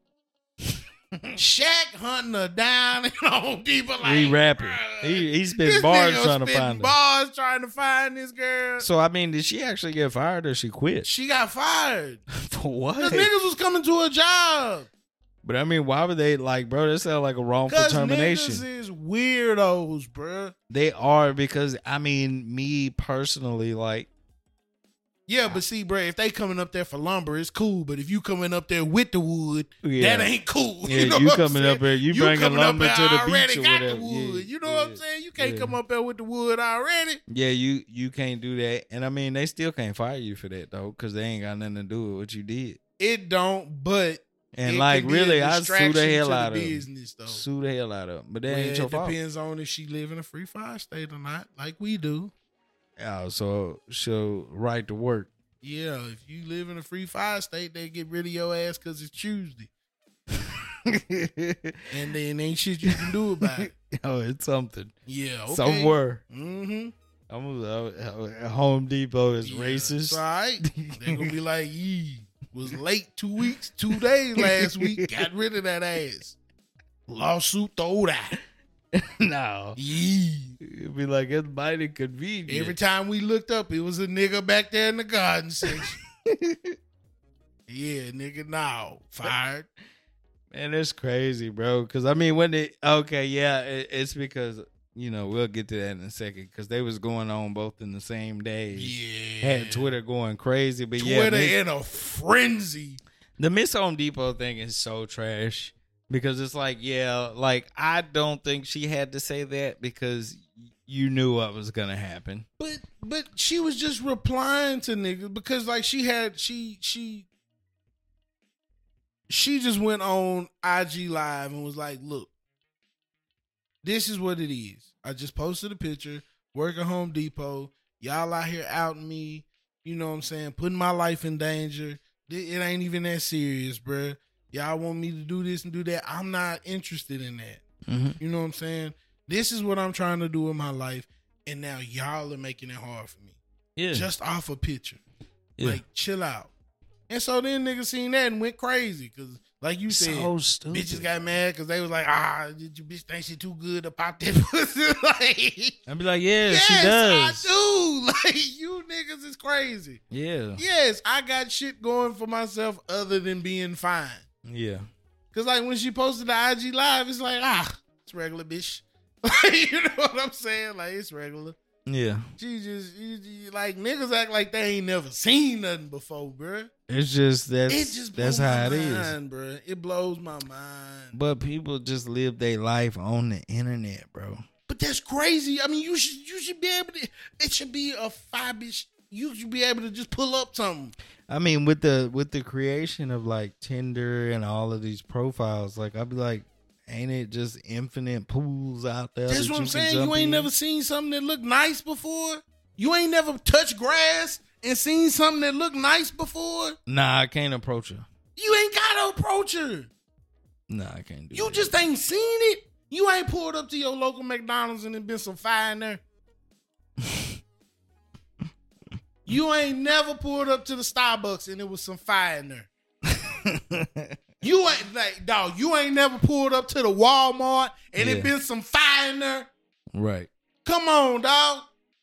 Shaq hunting her down in Home Depot. Like, He rapping. bruh, He he this spit bars nigga trying to spitting find her. bars trying to find this girl. So I mean, did she actually get fired or she quit? She got fired. For Cause what? niggas was coming to a job. But I mean, why would they like, bro? That sounds like a wrongful Cause termination. niggas is weirdos, bruh. They are because I mean, me personally, like Yeah, but see, bruh, if they coming up there for lumber, it's cool. But if you coming up there with the wood, yeah, that ain't cool. yeah, you, know what I'm coming saying? up here, you, You bringing coming up lumber there to the already beach or got whatever. The yeah, wood. you know yeah. what I'm saying? You can't yeah. come up there with the wood already. Yeah, you you can't do that, and I mean, they still can't fire you for that though, because they ain't got nothing to do with what you did. It don't, but And it like, can be a really, I sue distraction the to hell out of them. business though. Sue the hell out of them, but that Well, ain't your it fault. depends on if she live in a free fire state or not, like we do. Oh, so she'll right to work. Yeah, if you live in a free fire state, they get rid of your ass because it's Tuesday, and then ain't shit you can do about it. oh, it's something Yeah, okay. somewhere. Mm-hmm. I'm uh, Home Depot is It's racist. all right. They're gonna be like, "Yee, was late two weeks, two days last week. Got rid of that ass. Lawsuit throw that. no. Yee, It'd be like it's mighty convenient. Every time we looked up, it was a nigga back there in the garden section. yeah, nigga, now fired. Man, it's crazy, bro. Because I mean, when they okay, yeah, it, it's because you know we'll get to that in a second. Because they was going on both in the same day. Yeah, Had Twitter going crazy, but yeah, Twitter Miss- in a frenzy. the Miss Home Depot thing is so trash because it's like, yeah, like I don't think she had to say that because you knew what was gonna happen. But but she was just replying to niggas because like she had she she she just went on IG live and was like, "Look, this is what it is. I just posted a picture. Work at Home Depot. Y'all out here outing me. You know what I'm saying? Putting my life in danger. Th- It ain't even that serious, bruh. Y'all want me to do this and do that. I'm not interested in that. You know what I'm saying? This is what I'm trying to do in my life, and now y'all are making it hard for me. Yeah, Just off a picture. yeah. Like, chill out. And so then niggas seen that and went crazy. Cause like you said, so stupid. bitches got mad because they was like, ah, did you bitch think she too good to pop that pussy? like I'd be like, yeah, Yes, she does. I do. Like you niggas is crazy. Yeah, Yes, I got shit going for myself other than being fine. yeah. Cause like when she posted the IG live, it's like ah, it's regular bitch. Like you know what I'm saying? Like it's regular. Yeah. She just you- you- like niggas act like they ain't never seen nothing before, bruh. It's just that's It just that's blows my how it is. mind, bruh. It blows my mind. But, But people just live their life on the internet, bro. that's crazy. I mean, you should you should be able to. It should be a five bitch. You should be able to just pull up something. I mean, with the with the creation of like Tinder and all of these profiles, like I'd be like, ain't it just infinite pools out there? That's that what I'm can saying. jump You ain't in? never seen something that looked nice before. You ain't never touched grass and seen something that looked nice before. Nah, I can't approach her. You ain't got to approach her. Nah, I can't do. You that. just ain't seen it. You ain't pulled up to your local McDonald's and it been some fire in there. you ain't never pulled up to the Starbucks and it was some fire in there. You ain't like dog. You ain't never pulled up to the Walmart and Yeah. it been some fire in there. right. Come on, dog.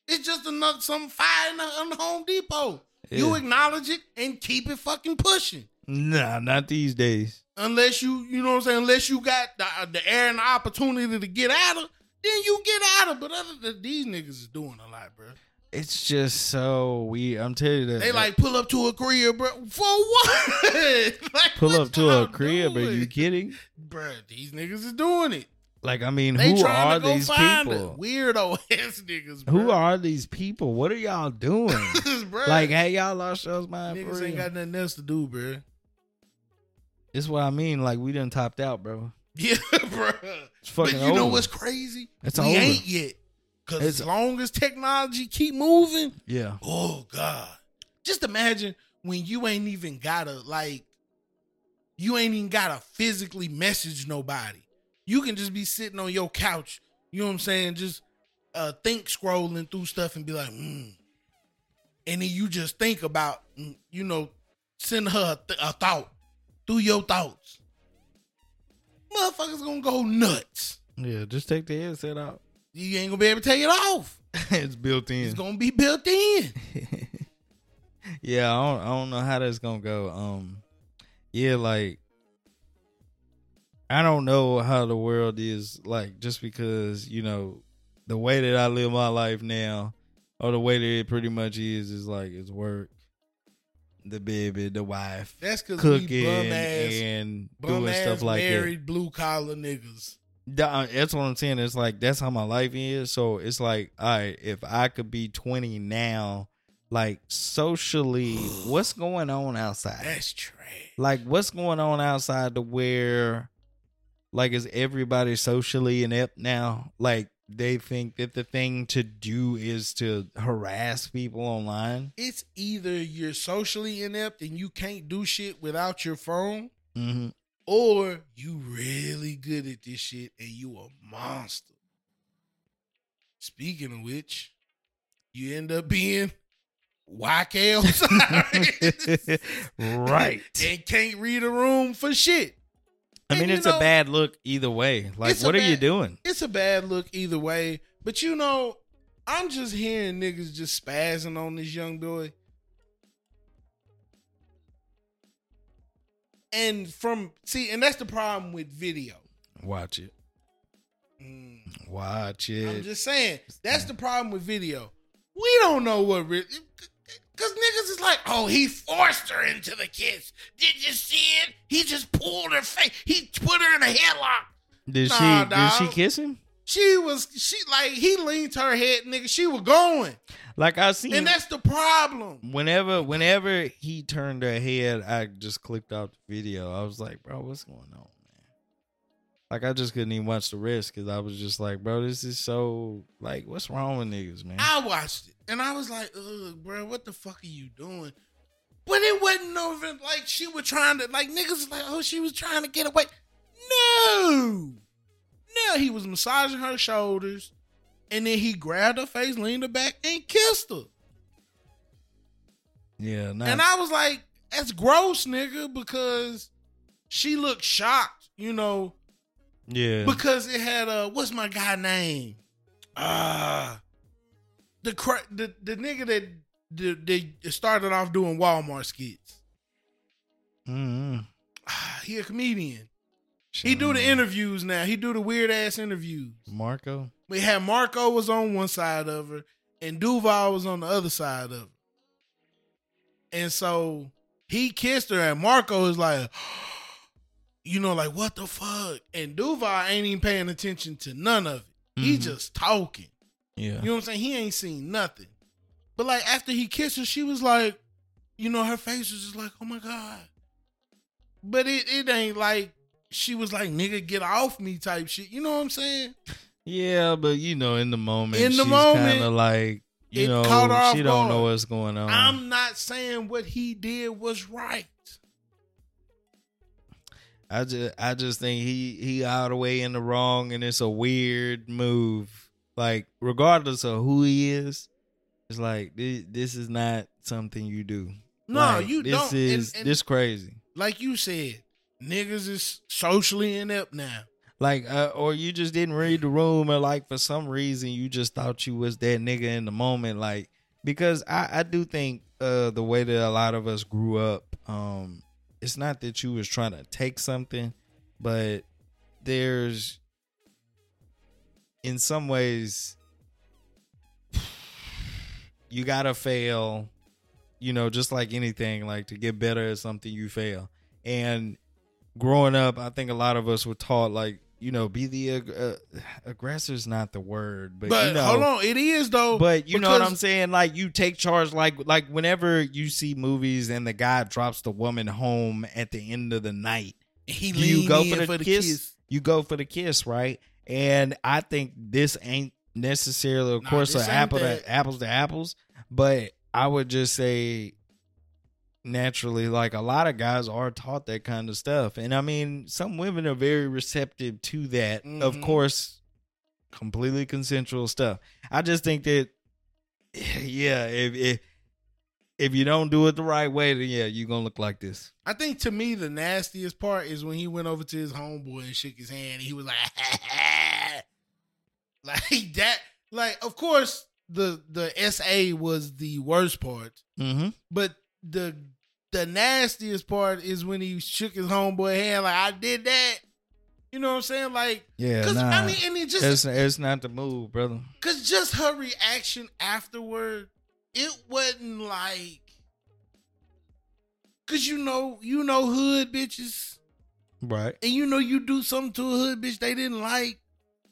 It's just another some fire in the, in the Home Depot. You Yeah. acknowledge it and keep it fucking pushing. Nah, not these days. unless you you know what I'm saying unless you got the, uh, the air and the opportunity to get out of then you get out of but other than these niggas is doing a lot bro It's just so weird. I'm telling you that they like pull up to a crib bro for what like, pull what up to y'all a crib. Are you doing? kidding? bro these niggas is doing it Like, I mean, they who trying to are go these find people? it weirdo ass niggas bro. Who are these people? What are y'all doing? bro like, hey, y'all lost y'all's mind for niggas ain't real. got nothing else to do bro It's what I mean. Like, we done topped out, bro. yeah bro It's but fucking you know over. what's crazy It's we over. ain't yet because It's- as long as technology keep moving Yeah. Oh God. Just imagine when you ain't even gotta like you ain't even gotta physically message nobody. You can just be sitting on your couch, you know what I'm saying? Just uh think scrolling through stuff and be like, mm. And then you just think about, mm, you know, send her a, th- a thought through your thoughts. Motherfuckers gonna go nuts. Yeah. Just take the headset out. You ain't gonna be able to take it off. it's built in. It's gonna be built in. yeah. I don't, I don't know how that's going to go. Um, Yeah. Like, I don't know how the world is. Like, just because, you know, the way that I live my life now, or the way that it pretty much is, is like, it's work, the baby, the wife. That's cause we cooking bum ass and bum doing ass stuff like that. married blue collar niggas. Th- uh, That's what I'm saying. It's like that's how my life is. So it's like, all right, if I could be 20 now, like socially, what's going on outside? That's trash. Like, what's going on outside to where, like, is everybody socially inept now? Like, they think that the thing to do is to harass people online. It's either you're socially inept and you can't do shit without your phone, Mm-hmm. or you really good at this shit and you a monster. Speaking of which, you end up being YK Osiris right. and can't read a room for shit. I mean, And you it's know- a bad look either way. Like, It's a what are you bad- doing? It's a bad look either way, But you know, I'm just hearing niggas just spazzing on this young boy. And from see, and that's the problem with video. Watch it. Mm, Watch it. I'm just saying that's the problem with video. We don't know what real because niggas is like, oh, he forced her into the kiss. Did you see it? He just pulled her face. He put her in a headlock. did Nah, she dawg. did she kiss him? She was she like he leaned her head, nigga. She was going, Like I seen and that's the problem. whenever whenever he turned her head, I just clicked off the video. I was like, bro, what's going on, man? Like I just couldn't even watch the rest because I was just like, bro, this is so like, what's wrong with niggas, man? I watched it, and I was like, ugh, bro, what the fuck are you doing? But it wasn't over. Like she was trying to, like niggas was like, oh, she was trying to get away. No, no, he was massaging her shoulders, and then he grabbed her face, leaned her back, and kissed her. yeah, nah, And I was like, that's gross, nigga, because she looked shocked, you know. yeah, because it had uh what's my guy name uh the cra- the the nigga that the, they started off doing Walmart skits. mm Ah, he a comedian. He do the interviews now. He do the weird ass interviews. Marco. We had Marco was on one side of her, and Duval was on the other side of her. And so he kissed her, and Marco is like, you know, like what the fuck? And Duval ain't even paying attention to none of it. He Mhm. just talking. Yeah, You know what I'm saying? He ain't seen nothing. But like after he kissed her, she was like, you know, her face was just like, oh my God. But it, it ain't like she was like, nigga, get off me type shit. You know what I'm saying? yeah, but you know, in the moment, In the in the she's moment, kind of like, you it know, caught her she off don't guard. know what's going on. I'm not saying what he did was right. I just I just think he he out of the way in the wrong and it's a weird move. Like regardless of who he is, it's like this, this is not something you do. No, Like, you this don't. And- is and- this crazy. Like you said, niggas is socially inept now. Like uh, or you just didn't read the room or like for some reason you just thought you was that nigga in the moment like because I I do think uh the way that a lot of us grew up um it's not that you was trying to take something but there's in some ways you gotta fail you know just like anything like to get better at something you fail and growing up i think a lot of us were taught like you know be the ag- uh, aggressor's not the word but, But you know hold on, it is though. but you know what because- I'm saying? Like you take charge, like like whenever you see movies and the guy drops the woman home at the end of the night, He do you leaned go in for the, kiss? You go for the kiss, right? And I think this ain't necessarily, of Nah, course, this a ain't apple that. to apples to apples, but I would just say naturally, like a lot of guys are taught that kind of stuff, and I mean, some women are very receptive to that. Of Mhm. course, completely consensual stuff. I just think that, yeah, if if if you don't do it the right way, then yeah, you're gonna look like this. I think to me the nastiest part is when he went over to his homeboy and shook his hand. And he was like, like that. Like, of course, the the SA was the worst part, Mm-hmm. but the the nastiest part is when he shook his homeboy hand. Like, I did that. You know what I'm saying? Like, Yeah, cause nah. I mean, and it just it's, it's not the move, brother. Cause just her reaction afterward, it wasn't like Cause you know, you know hood bitches, Right. and you know you do something to a hood bitch they didn't like,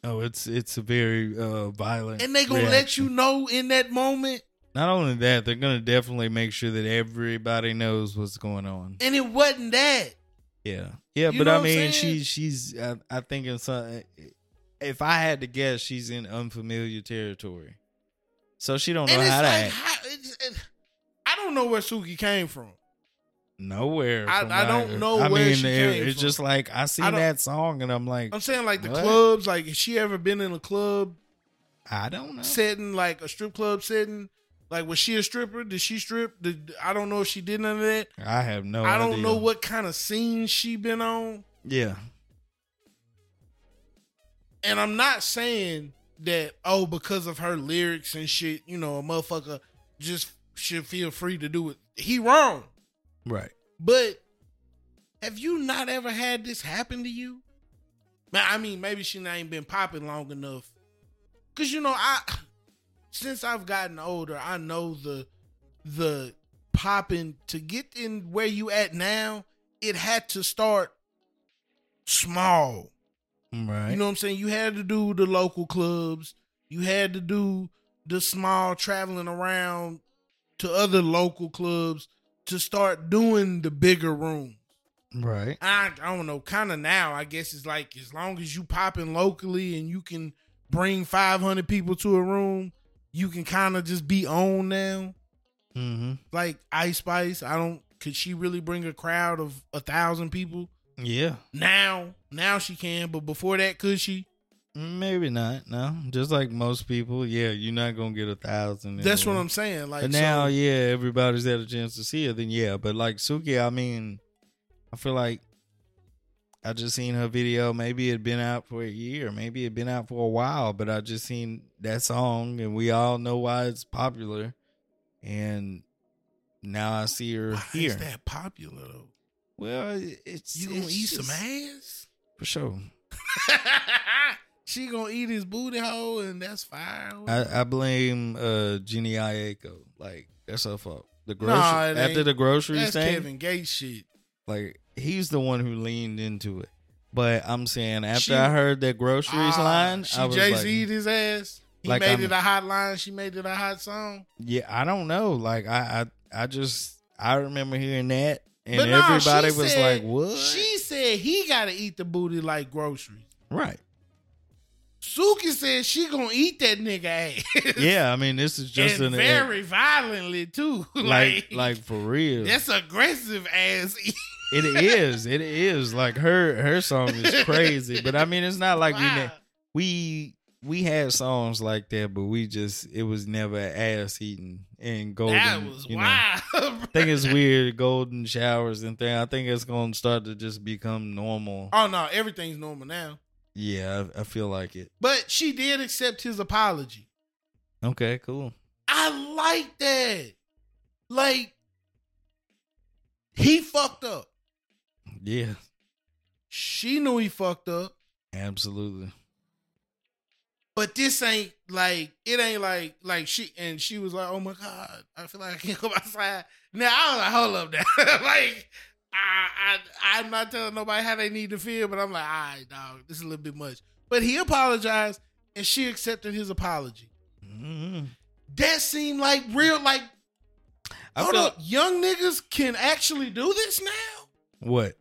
Oh, it's it's a very uh violent. and they gonna let reaction. you know in that moment, Not only that, they're gonna definitely make sure that everybody knows what's going on. and it wasn't that. Yeah, yeah. You but know I what I'm saying? mean, she she's I, I think in some. If I had to guess, she's in unfamiliar territory, so she don't know and it's how to like, act. how, it's, it, I don't know where Suki came from. Nowhere. I- from I don't either. know I where mean, she it- came it's from. just like I seen don't- that song and I'm like, I'm saying like the What? clubs, like has she ever been in a club I don't know. setting, like a strip club setting? Like was she a stripper? Did she strip? Did I don't know if she did none of that. I have no. I don't idea. know what kind of scene she been on, Yeah. and I'm not saying that oh because of her lyrics and shit, you know, a motherfucker just should feel free to do it. He wrong. Right. But have you not ever had this happen to you? Man, I mean, maybe she not even been popping long enough. Cause you know, I since I've gotten older, I know the the popping to get in where you at now, it had to start small. Right. You know what I'm saying? You had to do the local clubs. You had to do the small traveling around to other local clubs to start doing the bigger rooms. right. I, I don't know, kind of now, I guess it's like as long as you popping locally and you can bring 500 people to a room, you can kind of just be on now. Mm-hmm. Like Ice Spice, I don't, could she really bring a crowd of a thousand people? Yeah. Now, now she can, but before that, could she? Maybe not. No. Just like most people, yeah, you're not gonna get a thousand. in That's a what room. I'm saying. Like But now, so- yeah, everybody's had a chance to see her. Then yeah, but like Suki, I mean, I feel like I just seen her video. Maybe it'd been out for a year, maybe it'd been out for a while, but I just seen that song, and we all know why it's popular. And now I see her Why here. is that popular though? Well, it's You gonna it's eat just- some ass? for sure. she gonna eat his booty hole, and that's fine. I, I blame uh Jenny Aiko. Like that's her fault. The grocery Nah, it after ain't. the grocery that's thing, Kevin Gates shit. like he's the one who leaned into it. But I'm saying after She- I heard that groceries Ah, line, she I was Jay like, Z his ass. He like made I'm- it a hot line. She made it a hot song. yeah, I don't know. Like I, I, I just I remember hearing that, and But nah, she everybody was said- like, "What?" She said he gotta eat the booty like groceries. right? Suki said she gonna eat that nigga ass. Yeah, I mean, this is just and an very violently too. like, like for real. that's aggressive ass. It is. It is. Like her her song is crazy. but I mean it's not like we ne- wow. we we had songs like that, but we just it was never ass eating and golden. that was you know. wild. I think it's weird, golden showers and thing. I think it's gonna start to just become normal. Oh no, everything's normal now. Yeah, I, I feel like it. But she did accept his apology. Okay, cool. I like that. Like he fucked up. Yeah, She knew he fucked up. absolutely. But this ain't like it ain't like like she and she was like, oh my god, I feel like I can't go outside. Now I was like, hold up now, like I I I'm not telling nobody how they need to feel, but I'm like, all right, dog, this is a little bit much. But he apologized and she accepted his apology. Mm. That seemed like real, like I hold feel- up, young niggas can actually do this now. What?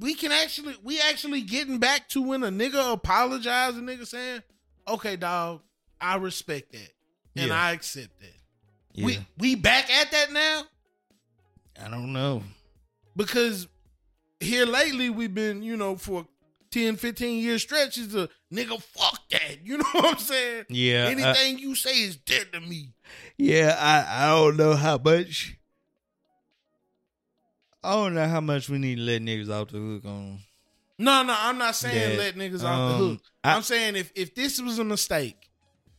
We can actually, we actually getting back to when a nigga apologized, a nigga saying, "Okay, dog, I respect that and Yeah. I accept that." Yeah, We we back at that now I don't know. because here lately we've been, you know, for 10, 15 year stretch is a nigga fuck that. You know what I'm saying? Yeah, I- Anything you say is dead to me. Yeah, I, I don't know how much. I don't know how much we need to let niggas off the hook on. No, no, I'm not saying Yeah, let niggas off the um, hook. I- I'm saying if if this was a mistake,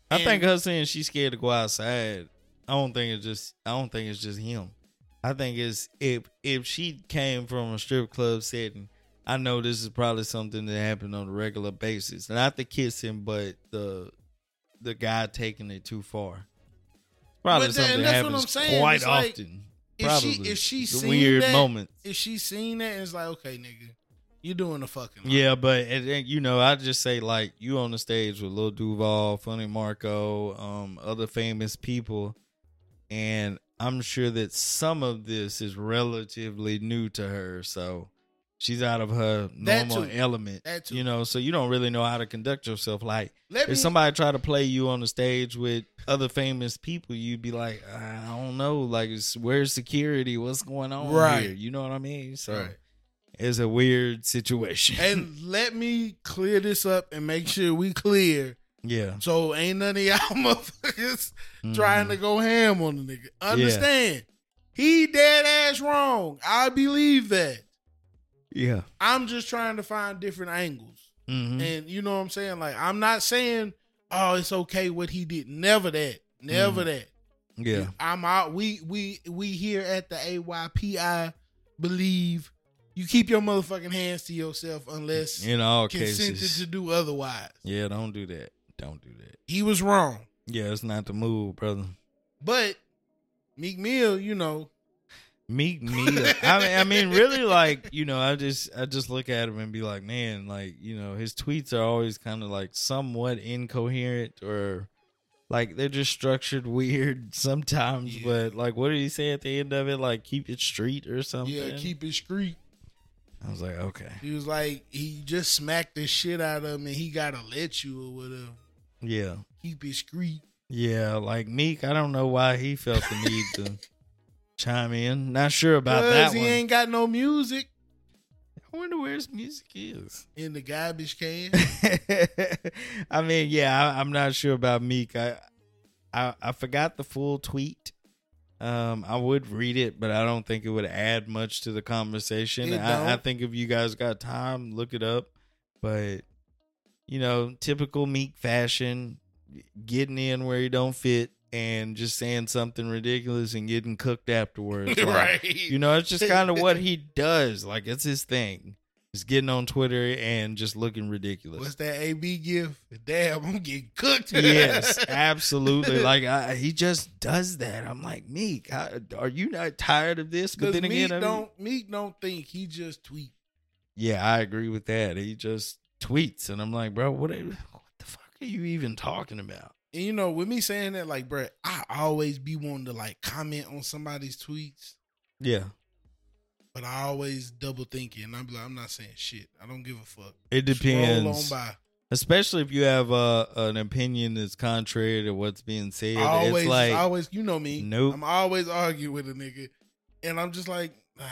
I And- think her saying she's scared to go outside. I don't think it's just. I don't think it's just him. I think it's if if she came from a strip club setting. I know this is probably something that happened on a regular basis. Not the kissing, but the the guy taking it too far. Probably But that- and something that that's what I'm happens saying. quite It's like, often. if probably she if she The seen weird that, moments. if she seen that, it's like okay, nigga, you doing the fucking line. Yeah, but and, and, you know, I just say like you on the stage with Lil Duval, Funny Marco, um, other famous people, and I'm sure that some of this is relatively new to her, so she's out of her That normal too. element. That too. You know, so you don't really know how to conduct yourself. Like Let me if somebody try to play you on the stage with other famous people, you'd be like, I don't know, like it's, where's security? What's going on Right. here? You know what I mean? So Right. it's a weird situation. and let me clear this up and make sure we clear. yeah. So ain't none of y'all motherfuckers Mm-hmm. trying to go ham on the nigga. Understand? He dead ass wrong. I believe that. Yeah. I'm just trying to find different angles. Mm-hmm. And you know what I'm saying? Like I'm not saying, oh, it's okay what he did. Never that. Never that. Mm-hmm. Yeah. I'm out. We we we here at the AYPI believe you keep your motherfucking hands to yourself unless In all consented cases. to do otherwise. Yeah, don't do that. Don't do that. He was wrong. Yeah, it's not the move, brother. But Meek Mill, you know, Meek Mill. I mean, I mean, really, like you know, I just I just look at him and be like, man, like you know, his tweets are always kind of like somewhat incoherent or like they're just structured weird sometimes. Yeah. But like, what did he say at the end of it? Like, keep it street or something. yeah, keep it street. I was like, okay, He was like, he just smacked the shit out of him and he gotta let you or whatever. yeah, Keep it street. yeah. Like Meek, I don't know why he felt the need to chime in. Not sure about Cause that he one. ain't got no music I wonder where his music is. in the garbage can. I mean, yeah, I, I'm not sure about Meek. I, I I forgot the full tweet. Um, I would read it, but I don't think it would add much to the conversation. It I, I don't. think if you guys got time, look it up. But you know, typical Meek fashion, getting in where you don't fit and just saying something ridiculous and getting cooked afterwards. Like, you know, it's just kind of what he does. Like it's his thing. He's getting on Twitter and just looking ridiculous. What's that AB gift? Damn, I'm getting cooked. yes, absolutely. Like I, he just does that. I'm like Meek. I, are you not tired of this? But Because then Meek again, I mean- don't Meek don't think he just tweet. yeah, I agree with that. He just tweets, and I'm like, bro, what? What the fuck are you even talking about? And you know, with me saying that, like, bruh, I always be wanting to like comment on somebody's tweets, Yeah, but I always double think it, and I'm like, I'm not saying shit. I don't give a fuck. it Roll on depends. by. Especially if you have uh, an opinion that's contrary to what's being said. I always, it's like I always, you know me. Nope. I'm always argue with a nigga, and I'm just like, nah,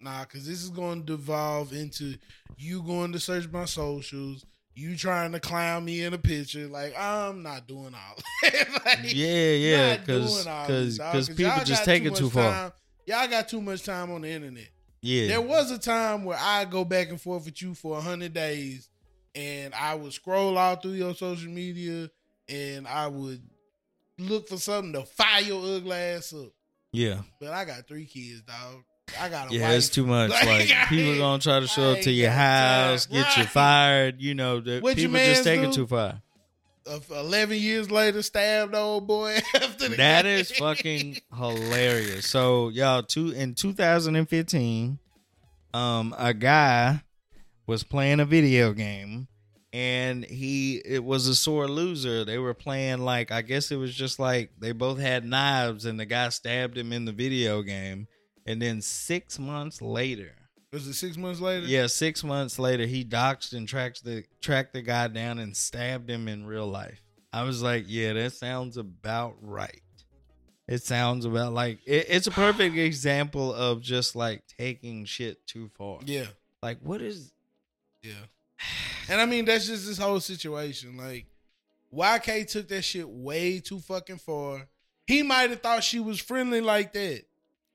nah, because this is going to devolve into you going to search my socials, you trying to clown me in a picture. Like I'm not doing all. that. like, yeah, yeah, not doing because all because this, dog, people y'all just got take it much too far. time- Y'all got too much time on the internet. Yeah, There was a time where I go back and forth with you for hundred days, and I would scroll all through your social media, and I would look for something to fire your ugly ass up. yeah, But I got three kids, dog. I got a yeah. wife. It's too much. Like, Like I people ain't- gonna try to show I up to ain't your got time, house, get you right. fired. You know, the, What you people mans just take it do? too far. Of- Eleven years later, stabbed old boy after the That is fucking hilarious. So y'all, two in 2015, um, a guy was playing a video game, and he it was a sore loser. They were playing like I guess it was just like they both had knives, and the guy stabbed him in the video game, and then six months later. Was it six months later? Yeah, six months later, he doxed and tracked the tracked the guy down and stabbed him in real life. I was like, yeah, that sounds about right. It sounds about like it, it's a perfect example of just like taking shit too far. yeah, Like, what is? yeah. And I mean, that's just this whole situation. Like, YK took that shit way too fucking far. He might have thought she was friendly like that.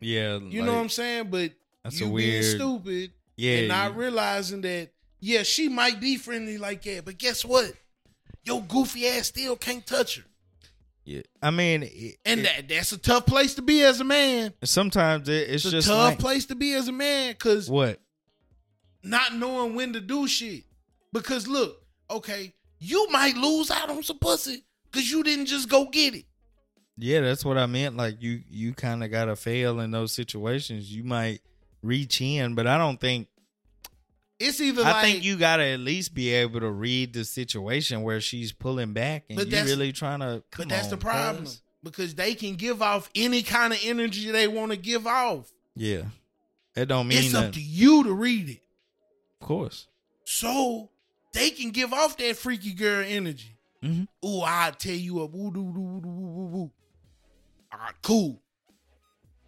Yeah, You know what I'm saying? But That's you a weird. being stupid yeah, and not you- realizing that, yeah, she might be friendly like that, but guess what? Your goofy ass still can't touch her. yeah. I mean, it- And it- that that's a tough place to be as a man. sometimes it, It's it's a just tough like, place to be as a man because what? not knowing when to do shit. Because look, okay, you might lose out on some pussy because you didn't just go get it. Yeah, that's what I meant. Like you, you kind of gotta fail in those situations. You might reach in, but I don't think It's either I like think you gotta at least be able to read the situation where she's pulling back and But you that's- really trying to. But that's the problem because they can give off any kind of energy they want to give off. Yeah, that don't mean it's up that. to you to read it. Of course. So they can give off that freaky girl energy. Mhm. Ooh, I tell you up. Ooh, doo, doo, doo, doo, woo, woo, woo. All right, cool.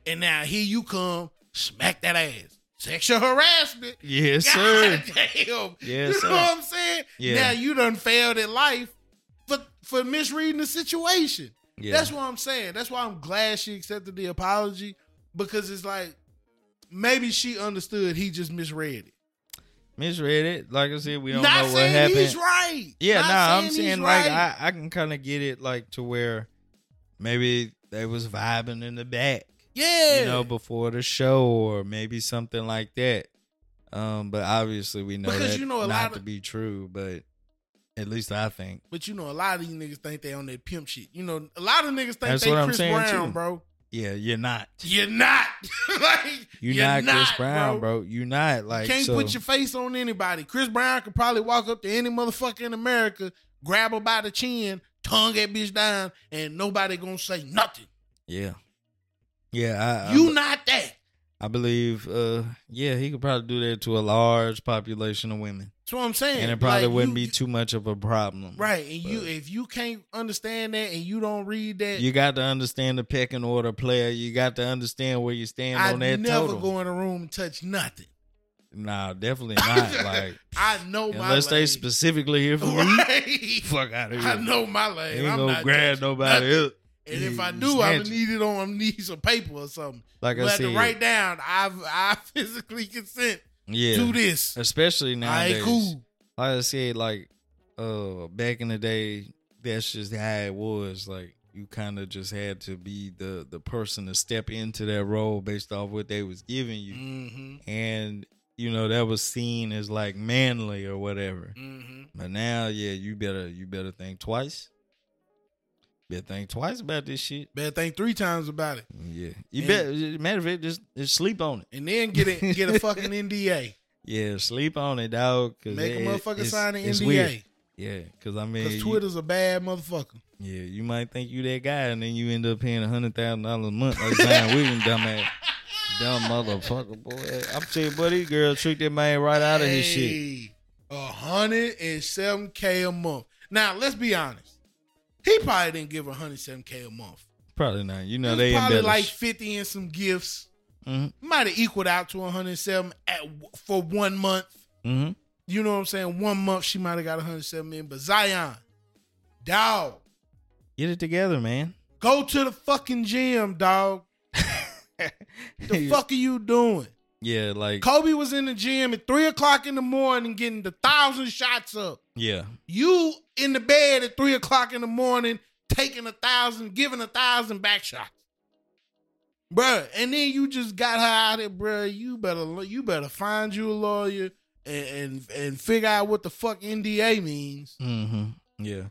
And now here you come, smack that ass. Sexual harassment. Yes, God sir. damn. Yes, you sir. know what I'm saying? Yeah. Now you done failed at life for, for misreading the situation. Yeah. That's what I'm saying. That's why I'm glad she accepted the apology because it's like maybe she understood he just misread it. misread it. Like I said, we don't Not know what saying happened. he's right. Yeah, no, Not I'm he's saying right. like I, I can kind of get it like to where maybe they was vibing in the back, yeah, you know, before the show or maybe something like that. Um, but obviously we know Because that you know a not lot to of- be true, but at least I think. but you know, a lot of these niggas think they on that pimp shit. You know, a lot of niggas think That's they what I'm Chris saying, Brown, too. bro. Yeah, you're not. You're not. like You're, not, Chris Brown, bro. You're not like Can't so- put your face on anybody. Chris Brown could probably walk up to any motherfucker in America, grab her by the chin, tongue that bitch down, and nobody gonna say nothing. Yeah. Yeah, I, I, you not that. I believe uh yeah, he could probably do that to a large population of women. That's what I'm saying. And it probably Like, wouldn't you- be too much of a problem. right. And you, but- if you can't understand that and you don't read that, You got to understand the pecking order, player. You got to understand where you stand I on that never total. go in a room and touch nothing. nah, definitely not. like I know my unless they lane. specifically here for me, Right. fuck out of here. I know my lane. Ain't I'm gonna not grab touching nobody nothing. else. And if I You do, I'm snatch gonna it. need it on. I'm need some paper or something. Like But I I have said, to write down. I've I physically consent to yeah, this. especially I nowadays. ain't cool. Like I said, like uh, back in the day, that's just how it was. Like you kind of just had to be the the person to step into that role based off what they was giving you. Mm-hmm. and you know that was seen as like manly or whatever. Mm-hmm. But now, yeah, you better you better think twice. Better think twice about this shit. Better think three times about it, Yeah, you And- better. Matter of fact, just just sleep on it. and then get it. Get a fucking NDA. Yeah, sleep on it, dog. Cause Make it- a motherfucker it's- sign an it's weird. NDA. Yeah, cause I mean, Cause you- Twitter's a bad motherfucker. yeah, you might think you that guy, and then you end up paying a hundred thousand dollars a month like Zion Williams, dumbass, dumb motherfucker, boy. I'm tell you, buddy, girl, tricked that man right out of his shit. Hey, A hundred and seven k a month. Now let's be honest. He probably didn't give a hundred seven k a month. Probably not. You know It was they probably embellish. like fifty and some gifts. Mhm. Might have equaled out to one hundred seven at for one month. Mm-hmm. You know what I'm saying? One month she might have got 107 million, but Zion, dog, Get it together, man. go to the fucking gym, dog. The fuck are you doing? Yeah, like Kobe was in the gym at three o'clock in the morning getting the thousand shots up. yeah, You in the bed at three o'clock in the morning taking a thousand, giving a thousand back shots, bruh. And then you just got her out of it, bruh. You better you better find you a lawyer and and, and figure out what the fuck NDA means. mm-hmm. yeah.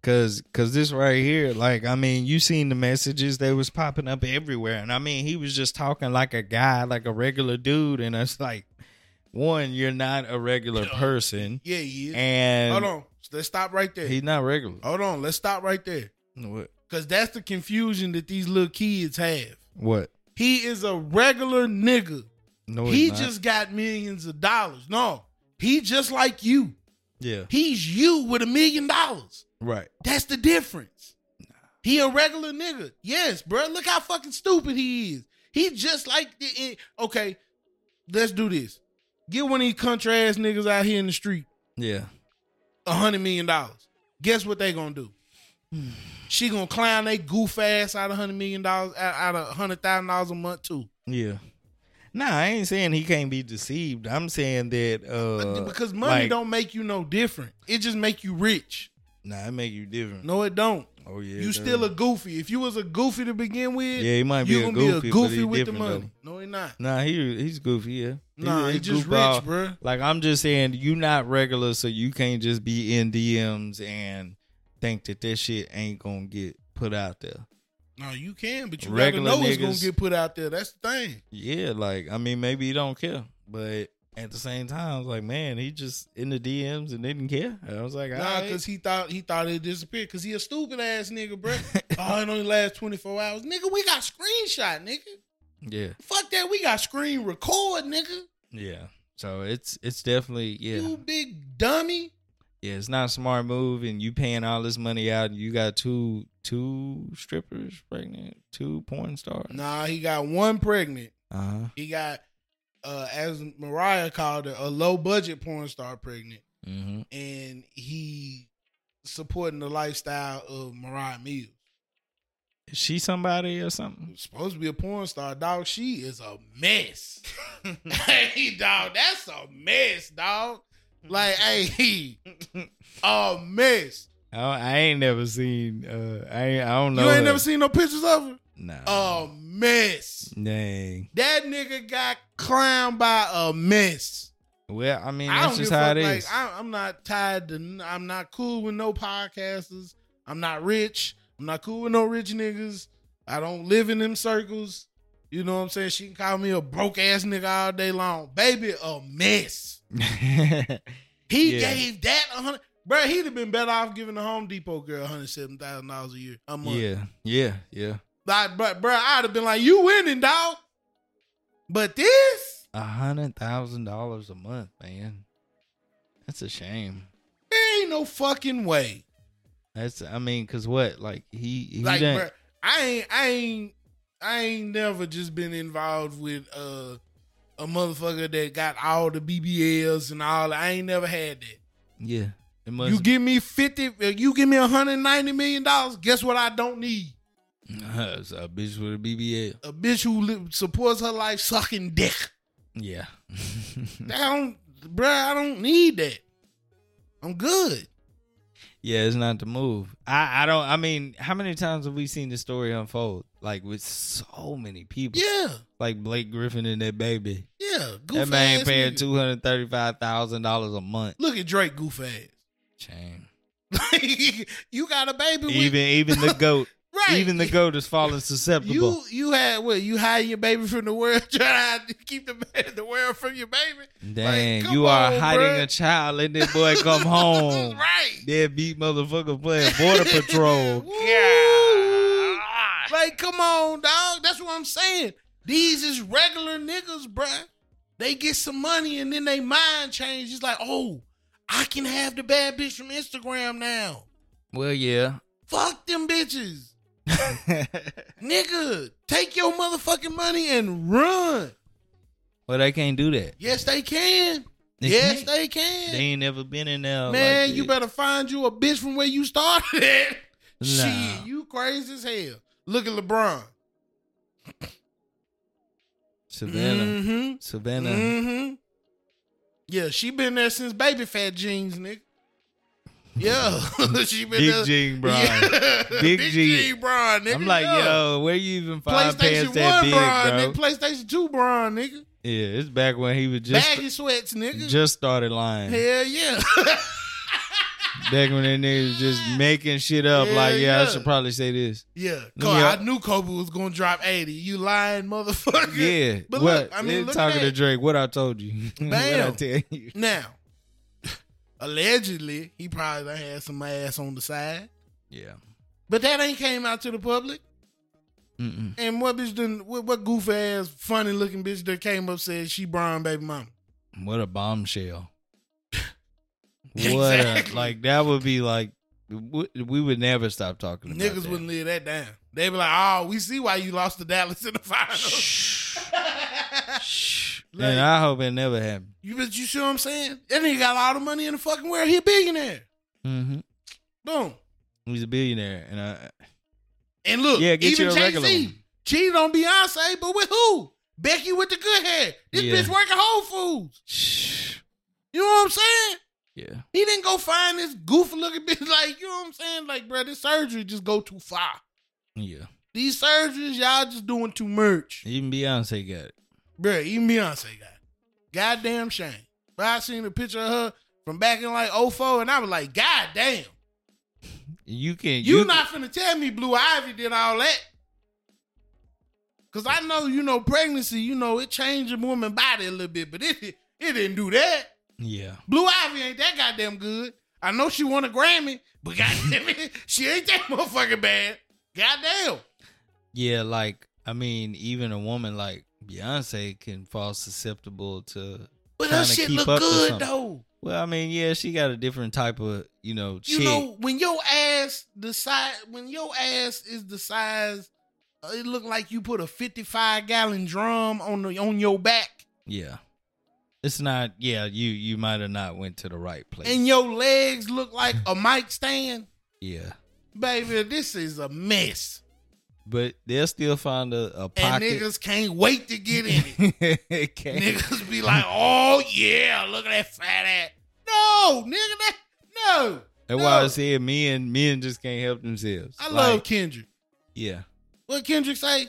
Cause, cause this right here, like I mean, you seen the messages they was popping up everywhere, and I mean, he was just talking like a guy, like a regular dude, and it's like, one, you're not a regular person, Yeah, yeah. and Hold on. Oh. Let's stop right there. he's not regular. Hold on. Let's stop right there. What? Because that's the confusion that these little kids have. What? He is a regular nigga. No, he he's not. just got millions of dollars. No, he just like you. yeah, He's you with a million dollars. right. That's the difference. He a regular nigga. Yes, bro. Look how fucking stupid he is. He just like the- it- okay. Let's do this. Get one of these country ass niggas out here in the street. Yeah, a hundred million dollars. Guess what they gonna do? she gonna clown they goof ass out of hundred million dollars out, out of hundred thousand dollars a month too. yeah. Nah, I ain't saying he can't be deceived. I'm saying that uh because money like- don't make you no different. It just make you rich. Nah, it make you different. No, it don't. Oh yeah, you it still does. a goofy. If you was a goofy to begin with, Yeah, he might be you a gonna goofy, be a but goofy he with the different, money. No, he not. Nah, he he's goofy. Yeah, Nah, he, he's just rich, bruh. Like I'm just saying, you not regular, so you can't just be in DMs and think that that shit ain't gonna get put out there. No, you can, but you Regular gotta know it's niggas- gonna get put out there. That's the thing. Yeah, like I mean, maybe he don't care, but at the same time, it's like man, he just in the DMs and didn't care. And I was like, Nah, alright. cause he thought he thought it disappeared. Cause he a stupid ass nigga, bruh. oh, it only lasts twenty four hours, nigga. We got screenshot, nigga. yeah, Fuck that. We got screen record, nigga. yeah. So it's it's definitely yeah. You big dummy. yeah, it's not a smart move, and you paying all this money out, and you got two two strippers pregnant, two porn stars. Nah, he got one pregnant. Uh huh. He got, uh, as Mariah called her, a low budget porn star pregnant, Mm-hmm. and he supporting the lifestyle of Mariah Mills. Is she somebody or something? supposed to be a porn star, dog. She is a mess. hey, dog, that's a mess, dog. Like, hey, a mess. I, I ain't never seen. Uh, I ain't- I don't know. You ain't her. never seen Oh. no pictures of her? Nah. A mess. Dang. That nigga got clowned by a mess. Well, I mean, I that's don't just give how a it fuck. is. Like, I, I'm not tied to. n- I'm not cool with no podcasters. I'm not rich. I'm not cool with no rich niggas. I don't live in them circles. You know what I'm saying? She can call me a broke ass nigga all day long. Baby, a mess. He Yeah. gave that a hundred. Bro, he'd have been better off giving the Home Depot girl hundred seven thousand dollars a year a month. yeah, yeah, yeah. Like, but bro, I'd have been like, "You winning, dog." But this A hundred thousand dollars a month, man. That's a shame. there ain't no fucking way. That's I mean, cause what? Like he he like done- bruh, I ain't I ain't I ain't never just been involved with uh a motherfucker that got all the BBLs and all I ain't never had that. yeah. It must you give me fifty uh, you give me hundred and ninety million dollars, guess what I don't need? It's a bitch with a BBL. A bitch who li- supports her life sucking dick. Yeah. I don't bruh, I don't need that. I'm good. yeah, it's not the move. I I don't I mean, how many times have we seen the story unfold? Like with so many people. Yeah, Like Blake Griffin and that baby. yeah. Goof that man ass paying nigga. two hundred thirty five thousand dollars a month. Look at Drake goof ass. Shame. you got a baby with Even even the goat right. even the goat is falling susceptible. You you had what? You hiding your baby from the world, trying to hide- keep the ba- the world from your baby. Dang, come you are on, hiding bruh. a child. Let that boy come home. right? Dead beat motherfucker playing border patrol. Woo. Like, come on, dog. That's what I'm saying. These is regular niggas, bruh. They get some money and then they mind change. It's like, oh, I can have the bad bitch from Instagram now. Well, yeah. Fuck them bitches, nigga. Take your motherfucking money and run. well, they can't do that. Yes, they can. They yes, can't. they can. They ain't never been in there. Man, like you that. better find you a bitch from where you started at. Nah. Shit, you crazy as hell. Look at LeBron. Savannah. Mm-hmm. Savannah. Mm-hmm. Yeah, she been there since baby fat jeans, nigga. Yeah, she been Big there. Jean, bro. Yeah. Big G. Jean Bron, nigga. I'm like, yeah. yo, where you even find pants PlayStation that 1 big, Bron, nigga. bro? PlayStation 2 Bron, nigga. Yeah, it's back when he was just Baggy sweats, nigga. just started lying. Hell yeah. Back when that nigga was just making shit up. Hell like, yeah, I yeah. should probably say this. yeah. me Cause out. I knew Kobe was going to drop 80. You lying motherfucker. Yeah, But what, look, I mean, it- look at talking to that. Drake, what I told you, what I Bam. tell you, Now, allegedly, he probably done had some ass on the side, yeah. but that ain't came out to the public. Mm-mm. And what bitch done? What, what goof ass, funny looking bitch that came up said she Brian baby mama? What a bombshell! what a, Exactly. like that would be like w- we would never stop talking about Niggas that. wouldn't leave that down. They be like, "Oh, we see why you lost to Dallas in the finals." Shh, shh. Like- and I hope it never happened. you but you see what I'm saying? That nigga got all the money in the fucking world. He a billionaire. Mm-hmm. Boom. He's a billionaire, and I And look, Yeah, get even you a regular JC one. cheated on Beyonce, but with who? Becky with the good hair. This Yeah. bitch working Whole Foods. shh. You know what I'm saying? Yeah, He didn't go find this goofy looking bitch. Like, you know what I'm saying? Like, bruh, this surgery just go too far. yeah. These surgeries, y'all just doing too much. Even Beyonce got it. Bruh, even Beyonce got it. Goddamn shame. But I seen a picture of her from back in like 04, and I was like, God damn. You can You not finna tell me Blue Ivy did all that. Cause I know, you know, pregnancy, you know, it changed a woman's body a little bit, but it it didn't do that. Yeah, Blue Ivy ain't that goddamn good. I know she won a Grammy, but goddamn it, she ain't that motherfucking bad. Goddamn. yeah. Like I mean, even a woman like Beyonce can fall susceptible to But her Tryna shit keep look up to good something. though. Well, I mean, yeah, she got a different type of, you know, You chick. know, when your ass the size when your ass is the size uh, it look like you put a 55 gallon drum on the on your back yeah. It's not, yeah, you you might have not went to the right place. and your legs look like a mic stand. yeah. Baby, this is a mess. But they'll still find a, a And pocket. niggas can't wait to get in it. Okay. niggas be like, oh yeah, look at that fat ass. No, nigga, that no. That's why I said men men just can't help themselves. I Like, love Kendrick. Yeah. What Kendrick say?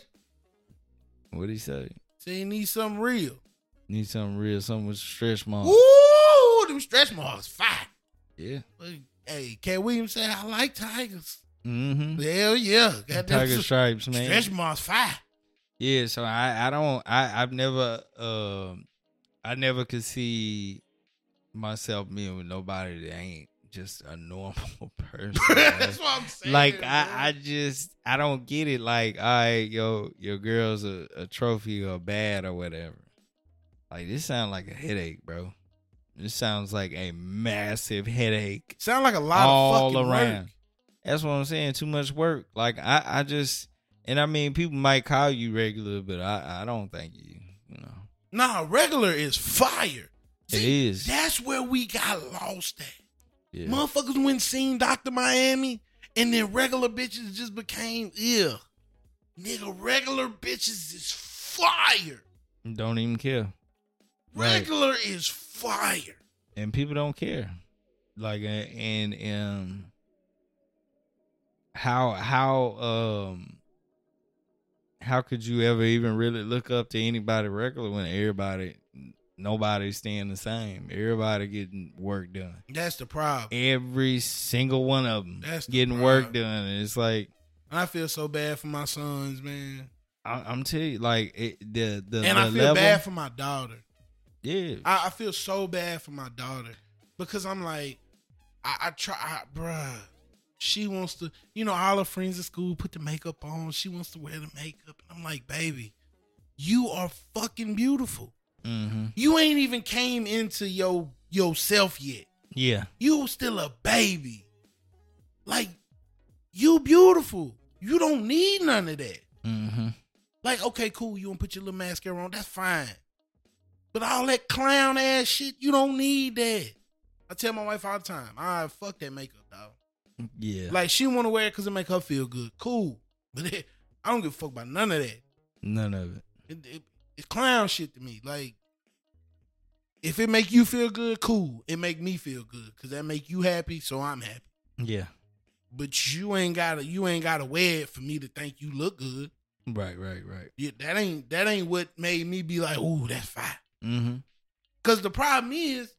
What would he say? Say he needs something real. Need something real, something with stretch marks. Ooh, them stretch marks, fine. Yeah. Like, Hey, Cat Williams said I like tigers. Mm-hmm. Hell yeah, got them Tiger stripes, man. stretch marks, fine. Yeah, so I I don't I I've never um I never could see myself being with nobody that ain't just a normal person. man. That's what I'm saying. like bro. I I just I don't get it. Like I yo your girl's a, a trophy or bad or whatever. Like this sounds like a headache, bro. This sounds like a massive headache sound like a lot all of fucking around. work. That's what I'm saying. Too much work. Like I, I just, and I mean, people might call you regular, but I, I don't think you, you know, Nah, regular is fire. it See, is. That's where we got lost at. yeah. Motherfuckers went and seen Dr. Miami, and then regular bitches just became ill. Nigga, regular bitches is fire. don't even care, Right. Regular is fire. and people don't care. Like uh, and um, how how um, how could you ever even really look up to anybody regular when everybody, nobody's staying the same. Everybody getting work done. That's the problem. every single one of them That's the getting work problem. done. And it's like I feel so bad for my sons, man. I, I'm telling you, like it, the the And the I feel level, bad for my daughter. yeah, I, I feel so bad for my daughter because I'm like, I, I try, I, bruh. She wants to, you know, all her friends at school put the makeup on. She wants to wear the makeup. And I'm like, baby, you are fucking beautiful. hmm You ain't even came into your yourself yet. yeah, You still a baby. Like, you beautiful. You don't need none of that. hmm Like, okay, cool, you want to put your little mascara on, that's fine. But all that clown ass shit, you don't need that. I tell my wife all the time, all right, fuck that makeup, dog. yeah, Like, she want to wear it because it make her feel good. Cool. But it, I don't give a fuck about none of that. none of it. It, it, it's clown shit to me. Like, if it make you feel good, cool. It make me feel good because that make you happy, so I'm happy. Yeah, But you ain't gotta, you ain't gotta wear it for me to think you look good. right, right, right. Yeah, that ain't that ain't what made me be like, ooh, that's fine. hmm Cause the problem is,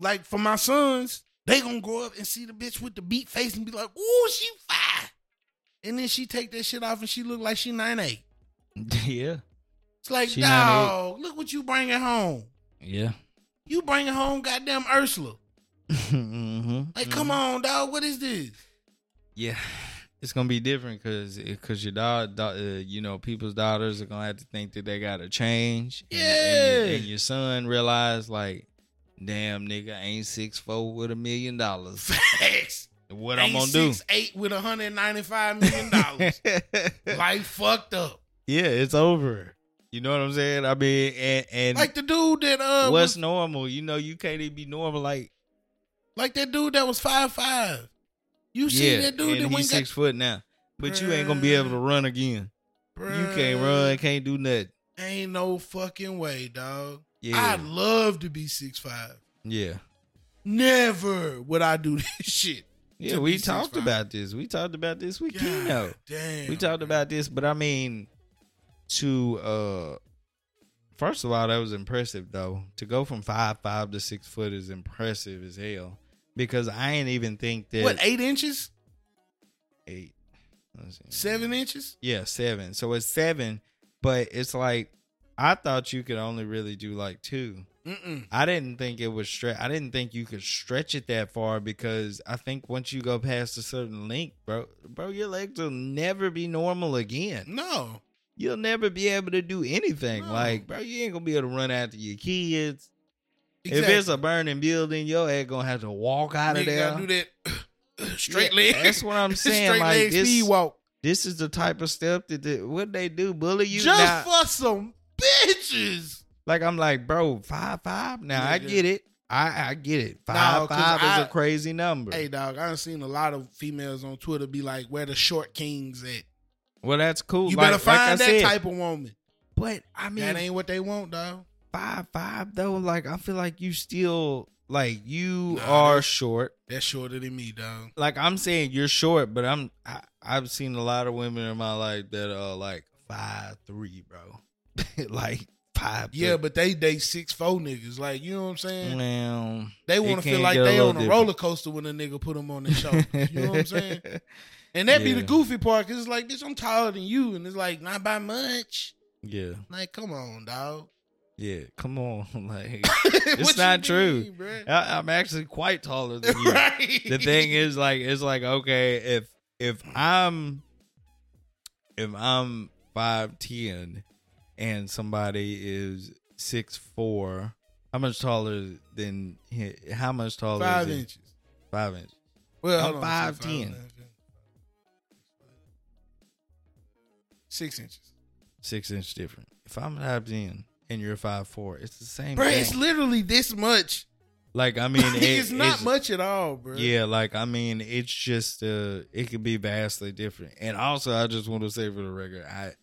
like for my sons, they gonna grow up and see the bitch with the beat face and be like, ooh, she fine. And then she take that shit off and she look like she nine eight. yeah, It's like, She 9'8". dog, look what you bringing home. yeah. You bringing home goddamn Ursula. mm-hmm. Like, come on, dog, what is this? Yeah, it's gonna be different because because your dog, uh, you know, people's daughters are gonna have to think that they gotta change. And- and, your- Yeah. and your son realize like, damn nigga, ain't six four with a million dollars. Facts. What Ain't I'm gonna do? six, eight with hundred ninety five million dollars. Life fucked up. yeah, it's over. You know what I'm saying? I mean, and, and Like the dude that uh, what's was, normal? You know, you can't even be normal. Like, like that dude that was five five. You see yeah, that dude and that he's went got six foot now, but you ain't gonna be able to run again. You can't Bruh, run, can't do nothing. Ain't no fucking way, dog. Yeah, I'd love to be six five. yeah, Never would I do this shit. yeah. to We be talked 6'5". about this. We talked about this with Keno. God Damn. We talked about this, but I mean, to uh, first of all, that was impressive though. To go from five five to six foot is impressive as hell. Because I ain't even think that what eight inches, eight. Let's see. seven inches. Yeah, seven. So it's seven, but it's like I thought you could only really do like two. Mm-mm. I didn't think it was stretch. I didn't think you could stretch it that far because I think once you go past a certain length, bro, bro, your legs will never be normal again. No. You'll never be able to do anything. No. Like, bro, you ain't gonna be able to run after your kids. If it's Exactly. a burning building, your ass gonna have to walk out of Nigga there. gotta do that straight Yeah, leg. That's what I'm saying. straight like leg this, speed walk. this is the type of stuff that the, what they do bully you. Just Now- for some bitches. like I'm like, bro, five five. Now I Nigga. get it. I I get it. Five Nah, 'cause five is I- a crazy number. Hey dog, I done seen a lot of females on Twitter be like, where the short kings at? Well, that's cool. You Like- better like I find that said, type of woman. But I mean, That ain't what they want, dog. five five though. Like I feel like you still like you Nah, are that's- short. That's shorter than me, dog. Like I'm saying you're short, but I'm I, I've seen a lot of women in my life that are like five three, bro. like five. Yeah, but they date six four niggas. Like you know what I'm saying? man. They Mm, it want to feel can like get a they little on a different. roller coaster when a nigga put them on their shoulders. you know what I'm saying? And that be the Yeah. goofy part because it's like, bitch, I'm taller than you, and it's like not by much. Yeah, Like, come on, dog. yeah. Come on, like it's not true. bruh? I, I'm actually quite taller than you. right. the thing is like it's like okay if if i'm if i'm 510 and somebody is 6'4 how much taller than he- how much taller five is he? inches. five inch Well, I'm hold on, five say ten. inches. Six inches. six inch different if i'm 510 and you're 5'4 it's the same Bruh, it's thing. literally this much. like i mean it- it's not it's- much at all, bro. Yeah, like I mean, it's just uh, it could be vastly different. And also, I just want to say for the record, I, as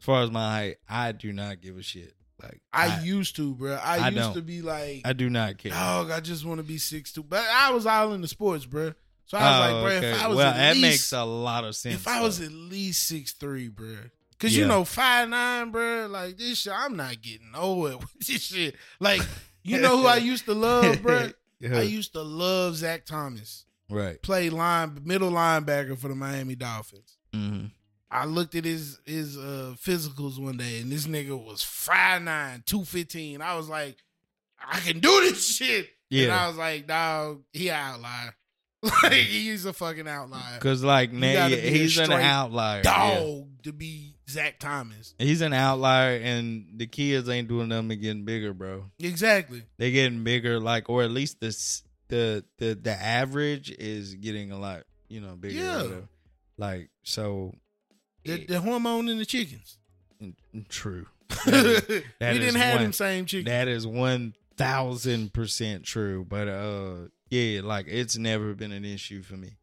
far as my height, I do not give a shit. Like I, used to, bro. I, I used don't. to be like, I do not care. dog, I just want to be six two. But I was all into sports, bro. So I was Oh, like, bro, if okay. I was well, at that least, makes a lot of sense. if I was though. at least six three, bro. Cause you Yeah. know five nine, bro. Like this shit, I'm not getting nowhere with this shit. Like you know who I used to love, bro. Yeah. I used to love Zach Thomas. right, Play line middle linebacker for the Miami Dolphins. hmm I looked at his his uh, physicals one day, and this nigga was 5'9", 215. I was like, I can do this shit. And yeah, I was like, dog, he outlier. Like he's a fucking outlier. because like now gotta yeah, be a he's an straight outlier. Dog Yeah. to be Zach Thomas. He's an outlier, and the kids ain't doing nothing but getting bigger, bro. Exactly. They getting bigger, like or at least the s- the the the average is getting a lot, you know, bigger. or Yeah. whatever. Like so, The, the hormone in the chickens. it- mm, true. we That is- that is didn't have one- them same chickens. That is one thousand percent true. But uh yeah, like it's never been an issue for me.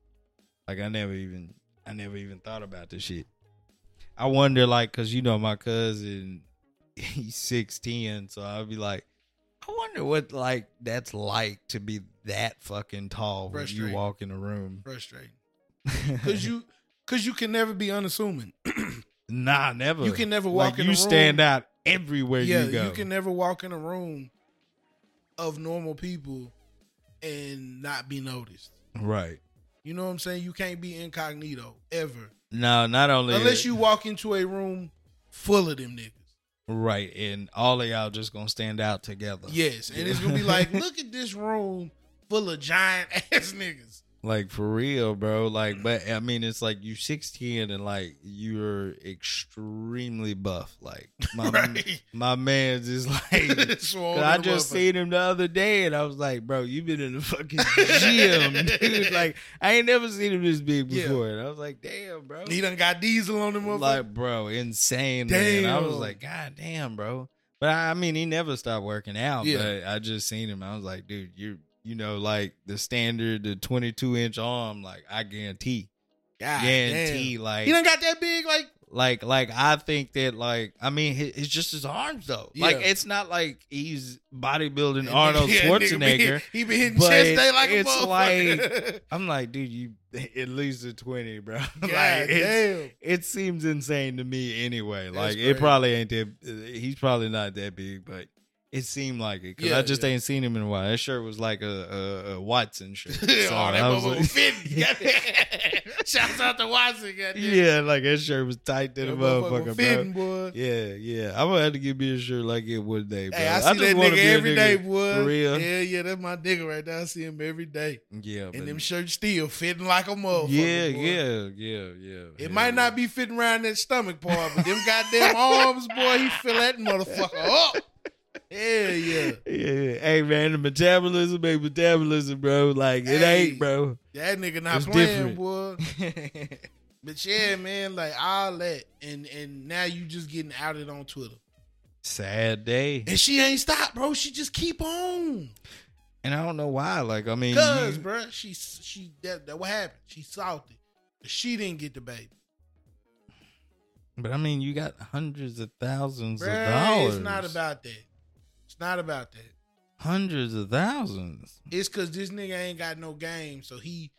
Like I never even I never even thought about this shit. I wonder like cause you know my cousin he's six ten, so I'll be like, I wonder what like that's like to be that fucking tall when you Frustrating. walk in a room. Frustrating. Cause you cause you can never be unassuming. nah, never. You can never Like, walk in you a stand room- out everywhere yeah, you go. you can never walk in a room of normal people and not be noticed. right. You know what I'm saying? You can't be incognito ever. No, not only Unless you walk into a room full of them niggas. Right, and all of y'all just gonna stand out together. Yes. And it's gonna be like, look at this room full of giant ass niggas. like for real, bro. Like, but I mean, it's like you sixteen and like you're extremely buff. Like my Right. my man's is like. Swole 'cause I than a just motherfucker. seen him the other day, and I was like, "Bro, you been in the fucking gym, dude. Like, I ain't never seen him this big Yeah. before." And I was like, "Damn, bro, He done got diesel on the motherfucker. like, bro, insane. Man. I was Damn. like, God damn, bro. But I, I mean, he never stopped working out. Yeah. But I just seen him. I was like, dude, you you know, like the standard, the twenty two inch arm. Like, I guarantee, God guarantee, damn. like, He done got that big, like like, like I think that, like, I mean, hi- it's just his arms though. Like, Yeah. it's not like he's bodybuilding Arnold Yeah, nigga, Schwarzenegger. He been hitting but chest day like it's a motherfucker. Like, I'm like, dude, you at least a twenty, bro. like, God it's- damn. it seems insane to me anyway. That's Like crazy. it probably ain't that. uh, He's probably not that big, but it seemed like it because Yeah, I just yeah. ain't seen him in a while. That shirt was like a, a, a Watson shirt. oh, So that I was motherfucker like- fitting. Goddamn. Shouts out to Watson. Goddamn. yeah, like that shirt was tight to That the motherfucker motherfucker, bro. fitting, boy. Yeah, yeah. I'm gonna have to give me a shirt like it one day, bro. Hey, I see just that wanna nigga be a every day, boy. for real. Yeah, yeah, that's my nigga right there. I see him every day. Yeah, but- And them shirts still fitting like a motherfucker. yeah, boy. yeah, yeah, yeah. It might not be fitting around that stomach part, but them goddamn arms, boy, he fill that motherfucker up. Yeah, yeah. Yeah, yeah. hey man, the metabolism, ain't metabolism, bro. Like it Hey. ain't, bro. That nigga not It's playing, different. boy. But yeah, man, like all that. And and now you just getting outed on Twitter. Sad day. And she ain't stopped, bro. She just keep on. And I don't know why. Like, I mean, Cause, you- bruh, she she that, that what happened. She salty. She didn't get the baby. But I mean, you got hundreds of thousands of Bruh, dollars. it's not about that. It's not about that. hundreds of thousands. It's cause this nigga ain't got no game, so he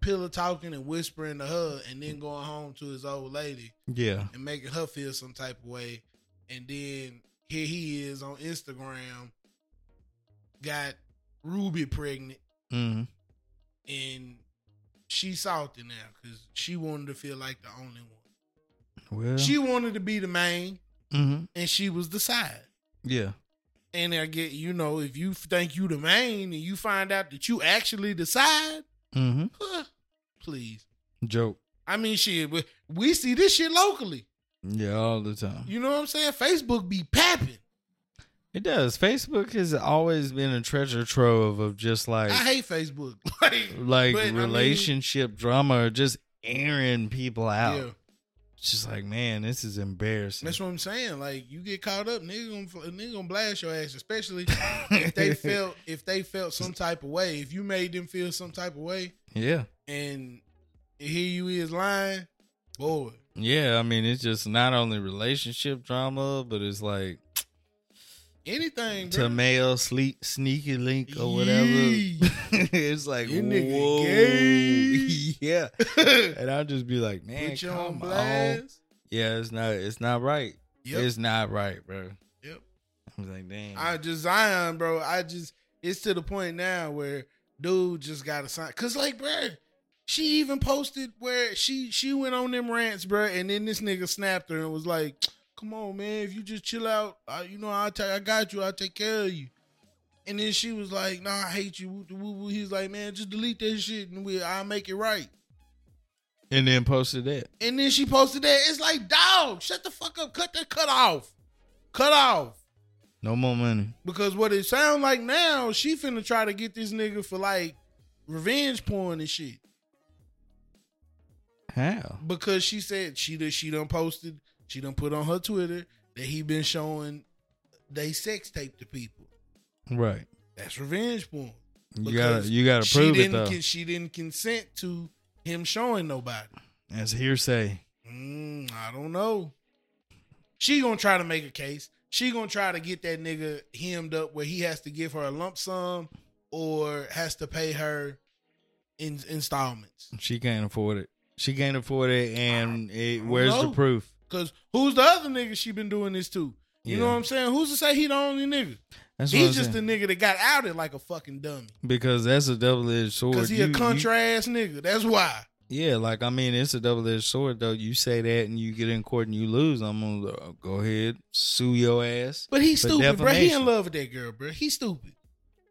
pillow talking and whispering to her, and then going home to his old lady Yeah, and making her feel some type of way, and then here he is on Instagram, got Ruby pregnant, hmm and she salty now because she wanted to feel like the only one. well, She wanted to be the main, hmm and she was the side. yeah, And I get you know if you think you the main and you find out that you actually the side, hmm huh, please. joke. I mean, shit, we, we see this shit locally. Yeah, all the time. You know what I'm saying? Facebook be papping. It does. Facebook has always been a treasure trove of just like I hate Facebook. like, like but, I mean- relationship drama or just airing people out. yeah, It's just like, man, this is embarrassing. that's what I'm saying. Like, you get caught up, nigga, gonna, fl- nigga gonna blast your ass. Especially if they felt if they felt some type of way. If you made them feel some type of way, yeah. and here you is lying, boy. Yeah, I mean, it's just not only relationship drama, but it's like Anything, bro. tomato sleep, sneaky link or whatever. Yee. it's like, Your nigga whoa, gay. yeah. Put And I'll just be like, man, you on come blast. on. Yeah, it's not, it's not right. Yep. It's not right, bro. Yep. I'm like, damn. I just Zion, bro. I just it's to the point now where dude just got to sign. Cause like, bro, she even posted where she she went on them rants, bro, and then this nigga snapped her and was like, "Come on, man, if you just chill out, I, you know, I ta- I got you. I'll take care of you." And then she was like, "Nah, I hate you." Woo, woo, woo. He's like, "Man, just delete that shit and we I'll make it right." and then posted that. And then she posted that. It's like, dog, shut the fuck up. Cut that cut off. Cut off. No more money. Because what it sound like now, she finna try to get this nigga for like revenge porn and shit. How? Because she said she done, she done posted, she done put on her Twitter that he been showing they sex tape to people. Right. That's revenge porn. You gotta, Because you gotta She prove it didn't though. con- she didn't consent to him showing nobody. That's hearsay. Mm, I don't know. She gonna try to make a case. She gonna try to get that nigga hemmed up where he has to give her a lump sum or has to pay her in installments. She can't afford it. She can't afford it, and it, don't where's the know. proof? Cause who's the other nigga she been doing this to? You know Yeah. what I'm saying? Who's to say he the only nigga? That's what I'm He's just saying. a nigga that got outed like a fucking dummy. because that's a double edged sword. Cause he You- a you- country ass nigga. That's why. yeah, like I mean, it's a double edged sword though. You say that, and you get in court and you lose. I'm gonna uh, go ahead sue your ass. But he's For stupid, bro. He in defamation. love with that girl, bro. He's stupid.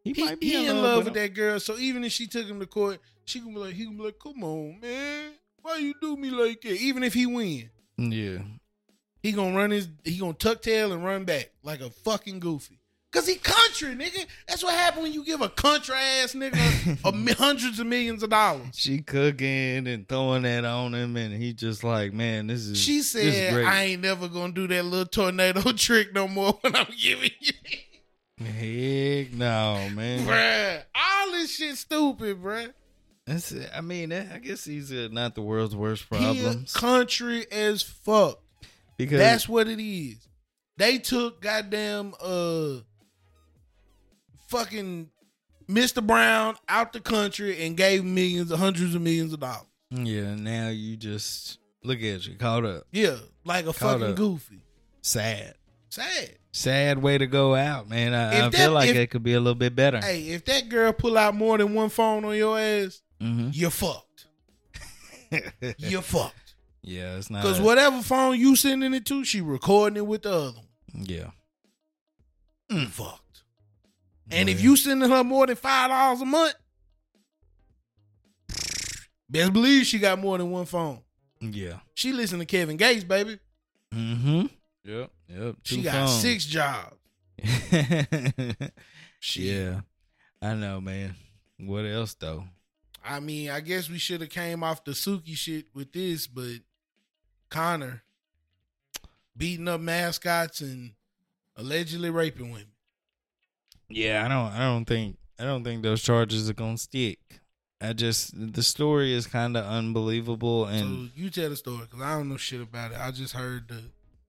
He, he in love, with that girl. So even if she took him to court, she gonna be like, he gonna be like, come on, man. Why you do me like that? Even if he win, him. Yeah, he gonna run his he gonna tuck tail and run back like a fucking goofy. Cause he country, nigga. That's what happened when you give a country ass nigga a, mi- hundreds of millions of dollars. she cooking and throwing that on him, and he just like, man, this is. She this is said, great. I ain't never gonna do that little tornado trick no more when I'm giving you. heck no, man. bruh. All this shit stupid, bruh. That's, I mean, that- I guess these are not the world's worst He problems country as fuck. because That's what it is. They took goddamn uh fucking Mr. Brown out the country and gave millions, hundreds of millions of dollars. Yeah, now you just look at you caught up. Yeah, like a Caught fucking up. goofy. Sad, Sad. sad way to go out, man. If I, I that- feel like if- it could be a little bit better. Hey, if that girl pull out more than one phone on your ass, hmm you're fucked. Mm-hmm. You're fucked. yeah, it's not. Cause a- whatever phone you sending it to, she recording it with the other one. Yeah, Mm, Fucked. And if Yeah. you sending her more than five dollars a month, best believe she got more than one phone. yeah. She listen to Kevin Gates, baby. Mm-hmm. Yep. Yep. She two got phones. six jobs. Shit. yeah, I know, man. What else though? I mean, I guess we should have came off the Suki shit with this, but Connor beating up mascots and allegedly raping women. Yeah, I don't. I don't think. I don't think those charges are gonna stick. I just the story is kind of unbelievable, and so you tell the story because I don't know shit about it. I just heard the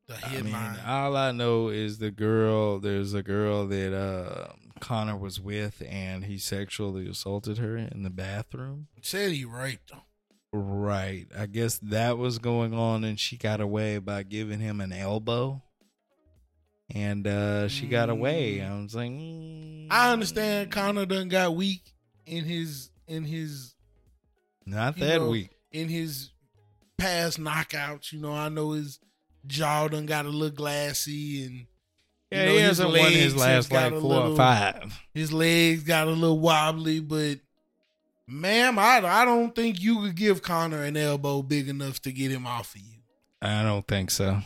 the I mean, headline. all I know is the girl. There's a girl that uh, Connor was with, and he sexually assaulted her in the bathroom. Said he raped him. Right. I guess that was going on, and she got away by giving him an elbow. And uh, she got away. I was like, mm. I understand Connor done got weak in his in his Not you that know, week. in his past knockouts. You know, I know his jaw done got a little glassy and Yeah, know, he his hasn't won legs his has last got like a four little- or five. his legs got a little wobbly. But ma'am, I I don't think you could give Connor an elbow big enough to get him off of you. I don't think so.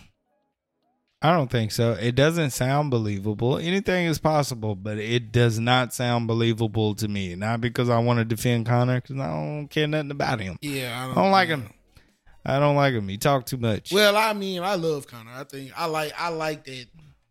I don't think so. It doesn't sound believable. Anything is possible, but it does not sound believable to me. Not because I want to defend Connor, because I don't care nothing about him. Yeah, I don't, I don't like him. I don't like him. He talked too much. Well, I mean, I love Connor. I think I like I like that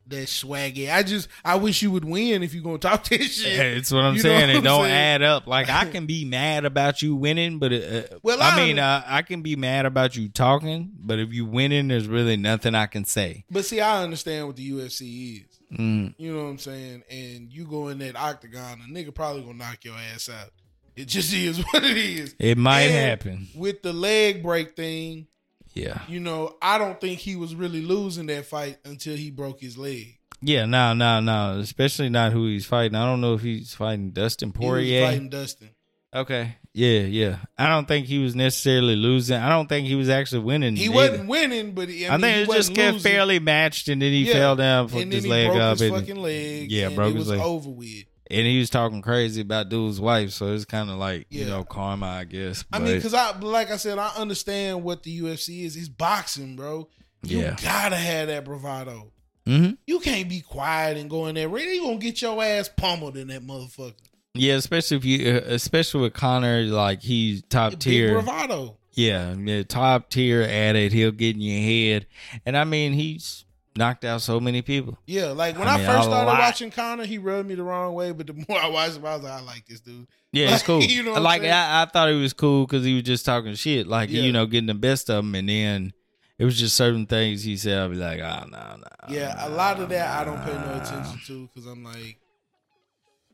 that swaggy. I just I wish you would win if you gonna talk this shit. Yeah, it's what I'm You know saying. what I'm it don't saying? add up. Like I can be mad about you winning, but it, uh, Well, I, I- mean, uh, I can be mad about you talking, but if you winning, there's really nothing I can say. But see, I understand what the UFC is. Mm. You know what I'm saying? And you go in that octagon, a nigga probably gonna knock your ass out. It just is what it is. It might And happen. With the leg break thing, Yeah. you know, I don't think he was really losing that fight until he broke his leg. Yeah, no, no, no. Especially not who he's fighting. I don't know if he's fighting Dustin He was Poirier. fighting Dustin. Okay. Yeah, yeah. I don't think he was necessarily losing. I don't think he was actually winning. He either. wasn't winning, but he, I, I, mean, think he it just wasn't got losing. fairly matched, and then he Yeah. fell down, And fucked then his he leg broke up, his and, fucking leg. Yeah, and broke it was his leg. over with. and he was talking crazy about dude's wife. So it's kind of like you Yeah. know karma, I guess. I but mean, because I like I said, I understand what the UFC is. It's boxing, bro. You yeah, gotta have that bravado. hmm You can't be quiet and go in there. Really, you gonna get your ass pummeled in that motherfucker. yeah. Especially if you, uh, especially with Connor, like he's top Big tier. bravado. Yeah, yeah, top tier at it. He'll get in your head, and I mean he's knocked out so many people. Yeah, like when I I, mean, first a started lot. watching Connor, he rubbed me the wrong way. But the more I watched him, I was like, I like this dude. Yeah, it's cool. You know what I'm like saying? I, I thought he was cool because he was just talking shit, like Yeah. you know, getting the best of him, and then it was just certain things he said. I'd be like, oh no, no. Yeah, a lot of that I don't pay no attention to because I'm like,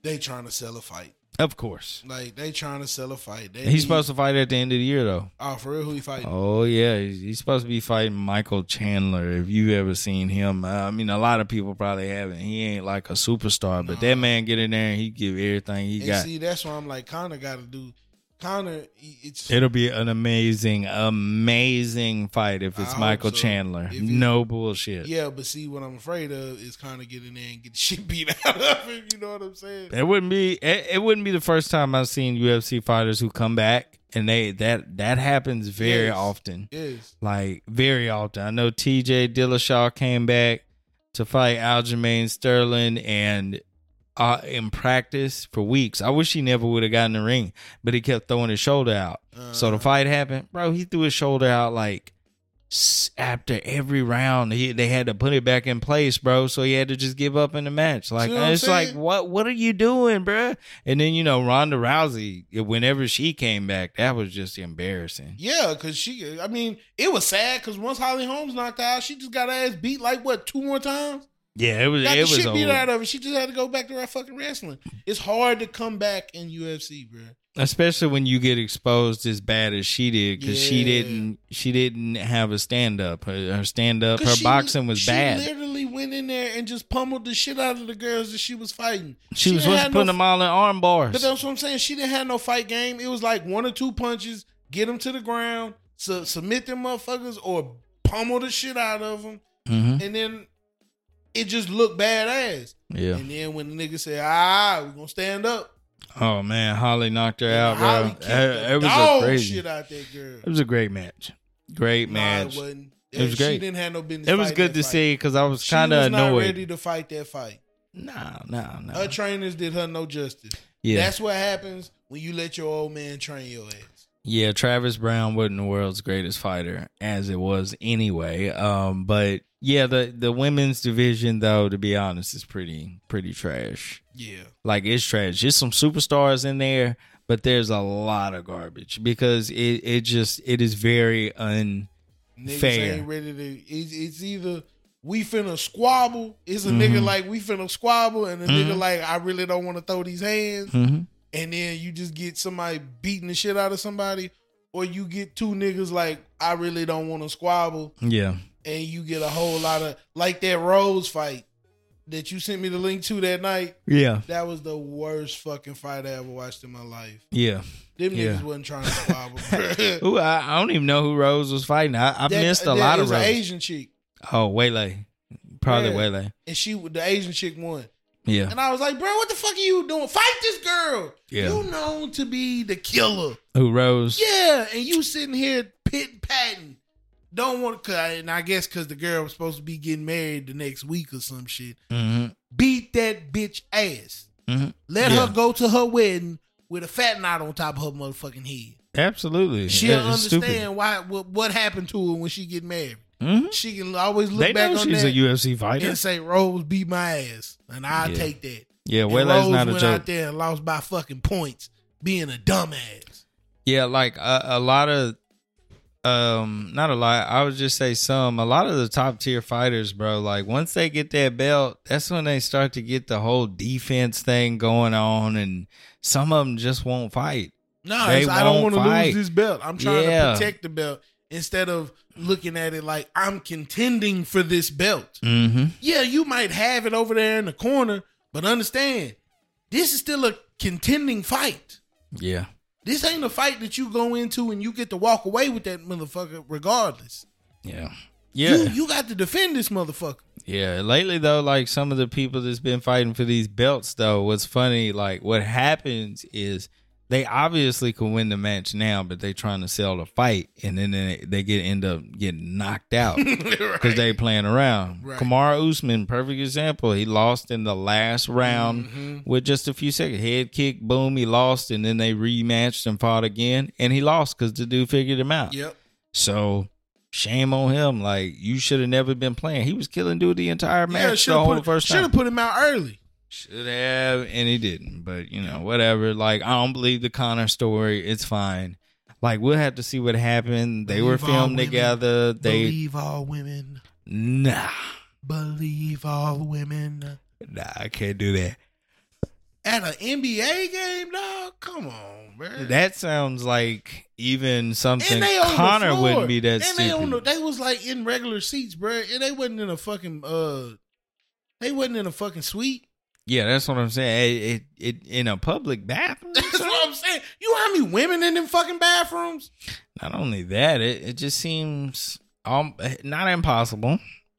they trying to sell a fight. Of course, Like they trying to sell a fight. They he's supposed to fight at the end of the year though. Oh, for real? Who he fighting? Oh yeah, he's, he's supposed to be fighting Michael Chandler. If you ever seen him, uh, I mean, a lot of people probably haven't. He ain't like a superstar, but Nah. that man get in there and he give everything he and got. see, that's why I'm like, Connor got to do. Connor, he- it's It'll be an amazing, amazing fight if I it's hope Michael so. Chandler. If he- no bullshit. yeah, but see, what I'm afraid of is Connor getting there and get the shit beat out of him. You know what I'm saying? It wouldn't be. It, it wouldn't be the first time I've seen UFC fighters who come back, and they that that happens very Yes. often. Yes. Like very often. I know T.J. Dillashaw came back to fight Aljamain Sterling, and uh, in practice for weeks. I wish he never would have gotten in the ring, but he kept throwing his shoulder out. So the Uh, fight happened, bro. He threw his shoulder out like s- after every round. He, they had to put it back in place, bro. So he had to just give up in the match. Like See what I'm it's like, saying? what what are you doing, bro? And then you know Ronda Rousey, whenever she came back, that was just embarrassing. Yeah, because she, I mean, it was sad because once Holly Holmes knocked her out, she just got her ass beat like, what, two more times? Yeah, it was Got it the was shit beat over. out of her. She just had to go back to her fucking wrestling. It's hard to come back in UFC, bro. especially when you get exposed as bad as she did because she Yeah. didn't she didn't have a stand up. Her, her stand up, 'Cause her she- boxing was she bad. literally went in there and just pummeled the shit out of the girls that she was fighting. she, didn't was supposed to have put no them all in arm bars. But that's what I'm saying. She didn't have no fight game. It was like one or two punches, get them to the ground, su- submit them motherfuckers, or pummel the shit out of them, Mhm. and then it just looked badass. Yeah. And then when the nigga said, "Ah, we gonna stand up," Oh man, Holly knocked her and out, Holly bro. kicked That, the that was a dog crazy. shit out that girl. It was a great match. Great match. Nah, it wasn't. It was she great. didn't have no business. it was fighting good that to fight. see because I was She kind of was not annoyed. ready to fight that fight. No, no, Her no. trainers did her no justice. Yeah, That's what happens when you let your old man train your ass. yeah. Travis Brown wasn't the world's greatest fighter as it was anyway. Um, but yeah, the the women's division though, to be honest, is pretty pretty trash. Yeah. Like it's trash. There's some superstars in there, but there's a lot of garbage because it it just it is very un Niggas Fair. ain't ready to. It's, it's either we finna squabble. It's a Mhm. nigga like we finna squabble, and a nigga Mhm. like I really don't want to throw these hands. And then you just get somebody beating the shit out of somebody, or you get two niggas like I really don't want to squabble, yeah and you get a whole lot of like that Rose fight that you sent me the link to that night. yeah That was the worst fucking fight I ever watched in my life. yeah. Them Yeah. niggas wasn't trying to squabble. I Ooh, I, I don't even know who Rose was fighting. I, I missed a lot of an Rose. Asian chick, Oh, Waylay, probably Yeah. Waylay. and she the Asian chick won. Yeah, And I was like, bro, what the fuck are you doing? Fight this girl. Yeah. You known to be the killer. who Rose? Yeah. And you sitting here pit and patting. Don't want to, and I guess because the girl was supposed to be getting married the next week or some shit. Mm-hmm. Beat that bitch ass. Mm-hmm. Let Yeah. her go to her wedding with a fat knot on top of her motherfucking head. Absolutely, She'll It- it's understand why what, what happened to her when she get married. Mhm. She can always look They back know on she's that a UFC fighter. and say, "Rose beat my ass," and I Yeah. take that. Yeah, And Waylay's Rose not a went joke. out there and lost by fucking points, being a dumbass. Yeah, like a, a lot of, um, not a lot. I would just say some. A lot of the top tier fighters, bro. Like once they get that belt, that's when they start to get the whole defense thing going on, and some of them just won't fight. No, They it's, I don't won't want to fight. lose this belt. I'm trying Yeah. to protect the belt instead of looking at it like I'm contending for this belt. Mm-hmm. Yeah, you might have it over there in the corner, but understand, this is still a contending fight. Yeah. This ain't a fight that you go into and you get to walk away with that motherfucker regardless. Yeah. Yeah. You, you got to defend this motherfucker. Yeah, lately though, like some of the people that's been fighting for these belts, though, what's funny, like what happens is they obviously can win the match now, but they trying to sell the fight, and then they, they get end up getting knocked out because they playing around. Right. Kamara Usman, perfect example. He lost in the last round Mhm. with just a few seconds, head kick, boom, he lost, and then they rematched and fought again, and he lost because the dude figured him out. Yep. So shame on him. Like you should have never been playing. He was killing dude the entire match the should've whole put- first should've time. put him out early. Should have, and he didn't. But you know, whatever. Like I don't believe the Connor story. It's fine. Like we'll have to see what happened. They were Believe all filmed women. together. They believe all women. nah, Believe all women. nah, I can't do that. At an NBA game, dog? Come on, man. That sounds like even something and Mm. they on the Connor floor. wouldn't be that and They, on the, stupid. they was like in regular seats, bro. And they wasn't in a fucking uh they wasn't in a fucking suite. Yeah, that's what I'm saying. It, it, it in a public bathroom. That's what I'm saying. You know how many women in them fucking bathrooms? not only that, it, it just seems um not impossible,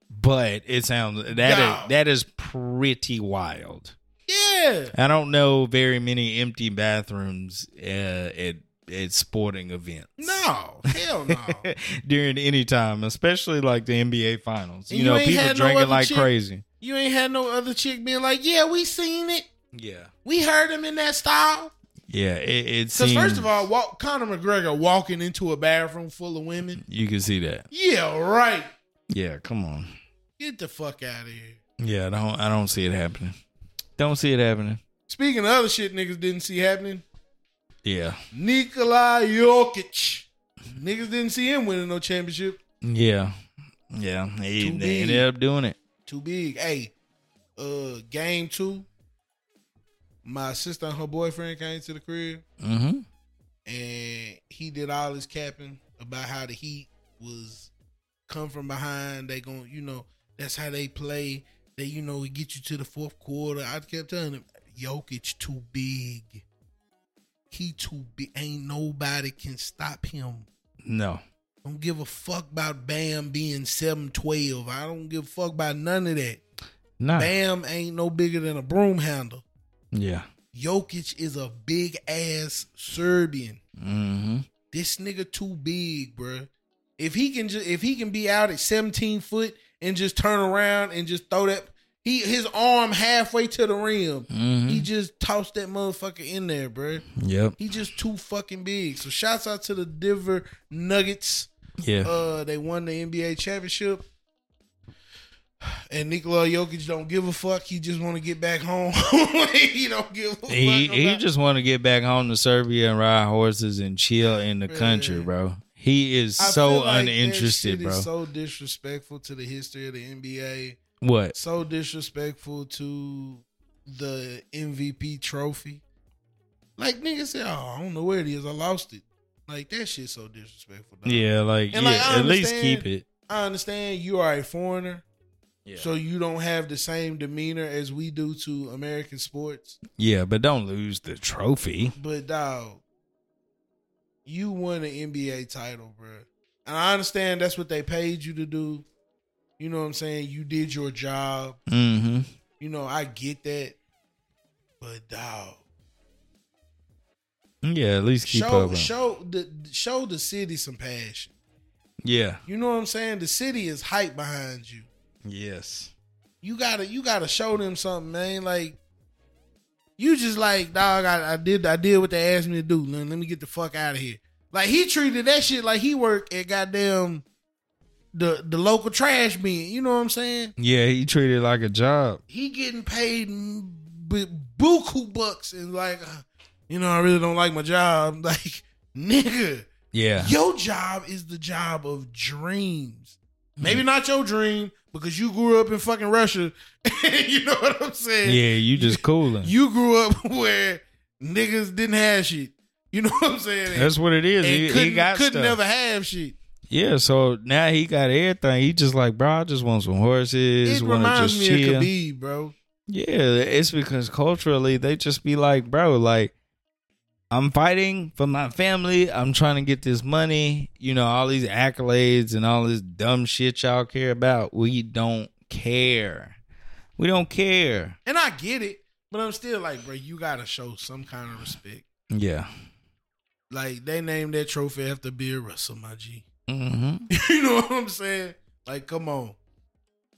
but it sounds that is- No. that is pretty wild. Yeah. I don't know very many empty bathrooms uh, at at sporting events. No. Hell no. And During any time, especially like the NBA finals, And you you know ain't people had no drinking other like chick? crazy. you ain't had no other chick being like, Yeah, we seen it. Yeah, We heard him in that style. yeah. It, it Because seems. first of all, walk, Conor McGregor walking into a bathroom full of women. you can see that. Yeah, right. Yeah, come on. Get the fuck out of here. Yeah, I don't. I don't see it happening. Don't see it happening. Speaking of other shit niggas didn't see happening, Yeah, Nikola Jokic. Niggas didn't see him winning no championship. yeah, yeah. They, Too they big. ended up doing it. Too big. Hey, uh, game two. My sister and her boyfriend came to the crib Mm-hmm. and he did all his capping about how the Heat was come from behind. They gon' you know, that's how they play. They, you know, get you to the fourth quarter. I kept telling him, Jokic too big. He too big. Ain't nobody can stop him. No. Don't give a fuck about Bam being 7'12. I don't give a fuck about none of that. Nah. Bam ain't no bigger than a broom handle. Yeah. Jokic is a big ass Serbian. Mm-hmm. This nigga too big, bruh. If he can just if he can be out at 17 foot and just turn around and just throw that he his arm halfway to the rim. Mm-hmm. He just tossed that motherfucker in there, bruh. Yep. He just too fucking big. So shouts out to the Denver Nuggets. Yeah. Uh, they won the NBA championship. And Nikola Jokic don't give a fuck. He just want to get back home. he don't give a fuck. He he about- just want to get back home to Serbia and ride horses and chill in the country, Man. bro. He is I feel so like that uninterested, shit bro. is so disrespectful to the history of the NBA. what? So disrespectful to the MVP trophy. Like niggas say, oh, I don't know where it is. I lost it. Like that shit so disrespectful. dog. Yeah, like yeah, And, like, I at least understand- keep it. I understand you are a foreigner, Yeah. so you don't have the same demeanor as we do to American sports. yeah, but don't lose the trophy. But dog, you won an NBA title, bro. And I understand that's what they paid you to do. You know what I'm saying? You did your job. Mm-hmm. You know, I get that. But dog, Yeah, at least keep show up. on- show the show the city some passion. Yeah. You know what I'm saying? The city is hype behind you. Yes. you gotta you gotta show them something, man. Like you just like dog. I, I did I did what they asked me to do. Let, let me get the fuck out of here. Like he treated that shit like he worked at goddamn the the local trash bin. You know what I'm saying? Yeah, he treated it like a job. He getting paid m- b- buku bucks and like uh, you know I really don't like my job. Like nigga, Yeah. your job is the job of dreams. Maybe not your dream because you grew up in fucking Russia. you know what I'm saying? Yeah, you just cooling. You grew up where niggas didn't have shit. You know what I'm saying? And- That's what it is. and He, couldn't, he got couldn't stuff. ever have shit. Yeah, so now he got everything. He just like, bro, I just want some horses. It want to reminds just me chill. of Khabib, bro. Yeah, it's because culturally they just be like, bro, like I'm fighting for my family. I'm trying to get this money. You know, all these accolades and all this dumb shit y'all care about. We don't care. We don't care. And I get it, but I'm still like, bro, you gotta show some kind of respect. Yeah. Like they named that trophy after Bill Russell, my G. Mm-hmm. you know what I'm saying? Like, come on,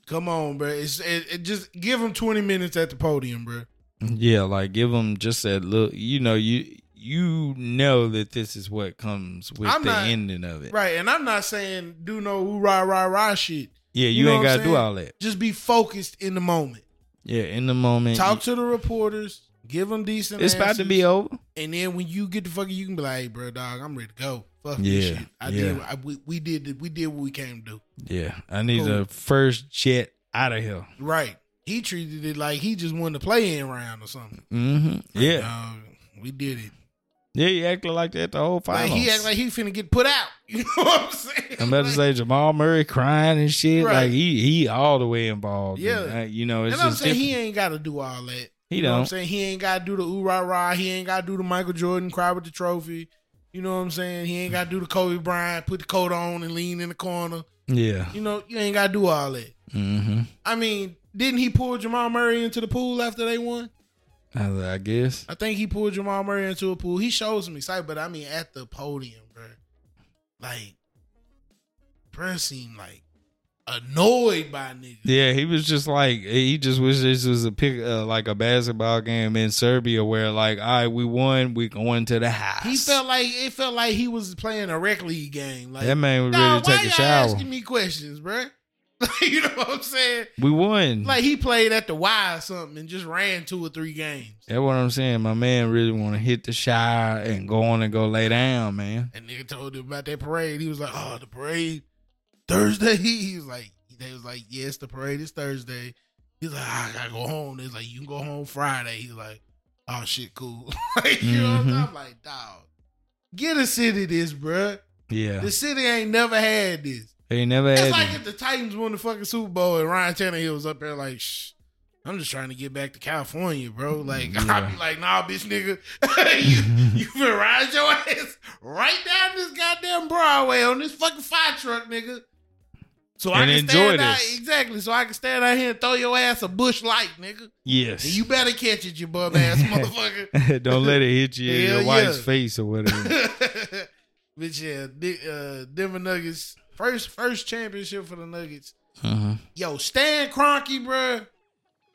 come on, bro. It's it, it just give him 20 minutes at the podium, bro. Yeah, like give them just that look. You know, you you know that this is what comes with I'm the not- ending of it. Right. And I'm not saying do no ooh rah rah rah shit. Yeah, You you, know what ain't I'm gotta do saying? all that. Just be focused in the moment. Yeah, in the moment, Talk to the reporters. Give them decent. it's about to be answers, over. And then when you get the fucking, you can be like, hey, bro, dog, I'm ready to go. Fuck this Yeah, shit. I yeah. did. I, we, we did. the- We did what we came to do. Yeah, I need Cool. a first jet out of here. Right. He treated it like he just won the play in round or something. Mm-hmm. Yeah, Dog, we did it. yeah, he acted like that the whole Like finals. he act like he finna get put out. You know what I'm saying? I'm about to say Jamal Murray crying and shit. Right. Like he he all the way involved. Yeah. And, uh, you know it's and I'm just saying he different. ain't gotta do all that. He You know what I'm don't. saying? He ain't gotta do the ooh rah rah. He ain't gotta do the Michael Jordan cry with the trophy. You know what I'm saying? He ain't gotta do the Kobe Bryant, put the coat on and lean in the corner. Yeah. You know, you ain't gotta do all that. Mm-hmm. I mean, didn't he pull Jamal Murray into the pool after they won? Mm-hmm. I, I guess. I think he pulled Jamal Murray into a pool. He showed some excitement, but I mean at the podium, bro. Like, bro seemed like annoyed by niggas. Yeah, he was just like he just wish this was a pick uh, like a basketball game in Serbia where like all right we won we going to the house. He felt like it felt like he was playing a rec league game. Like, that man was ready dog, to why take a y'all shower. asking me questions, bro? you know what I'm saying? we won. Like he played at the Y or something and just ran two or three games. That's what I'm saying. My man really want to hit the shower and go on and go lay down, man. And nigga told him about that parade. He was like, "Oh, the parade Thursday." He was like, "They was like, yes, the parade is Thursday." He's like, "Ah, "I gotta go home." They was like, "You can go home Friday." He's like, "Oh shit, cool." like, you know what I'm Mm-hmm. saying? I'm like, dog, get a city this, bruh. Yeah, The city ain't never had this. they never It's had. like it. if the Titans won the fucking Super Bowl and Ryan Tannehill was up there like, Shh, I'm just trying to get back to California, bro. Like, I'd Yeah. be like, nah, bitch, nigga. you, you been ride your ass right down this goddamn Broadway on this fucking fire truck, nigga. So I And can enjoy stand out, this. exactly. So I can stand out here and throw your ass a bush light, nigga. yes, And you better catch it, you bum ass motherfucker. don't let it hit you in Hell your wife's yeah. face or whatever. but yeah, Di- uh, Denver Nuggets first first championship for the Nuggets. uh-huh. Yo, Stan Kroenke, bruh.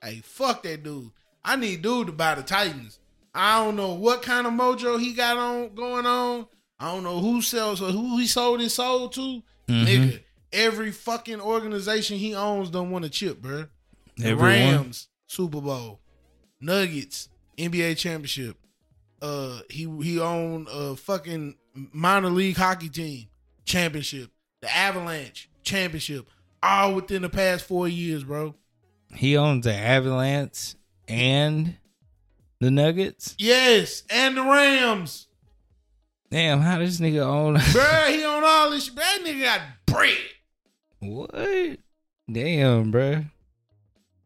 Hey, fuck that dude. I need dude to buy the Titans. I don't know what kind of mojo he got on going on. I don't know who sells or who he sold his soul to. Mhm. Nigga, Every fucking organization he owns don't want a chip, bro. The Everyone. Rams Super Bowl, Nuggets NBA championship. Uh, he he owned a fucking minor league hockey team championship. The Avalanche championship. All within the past four years, bro. He owns the Avalanche and the Nuggets. Yes, and the Rams, Damn, how this nigga own? Bruh, He on all this. shit. That nigga got bread. what? Damn, bro.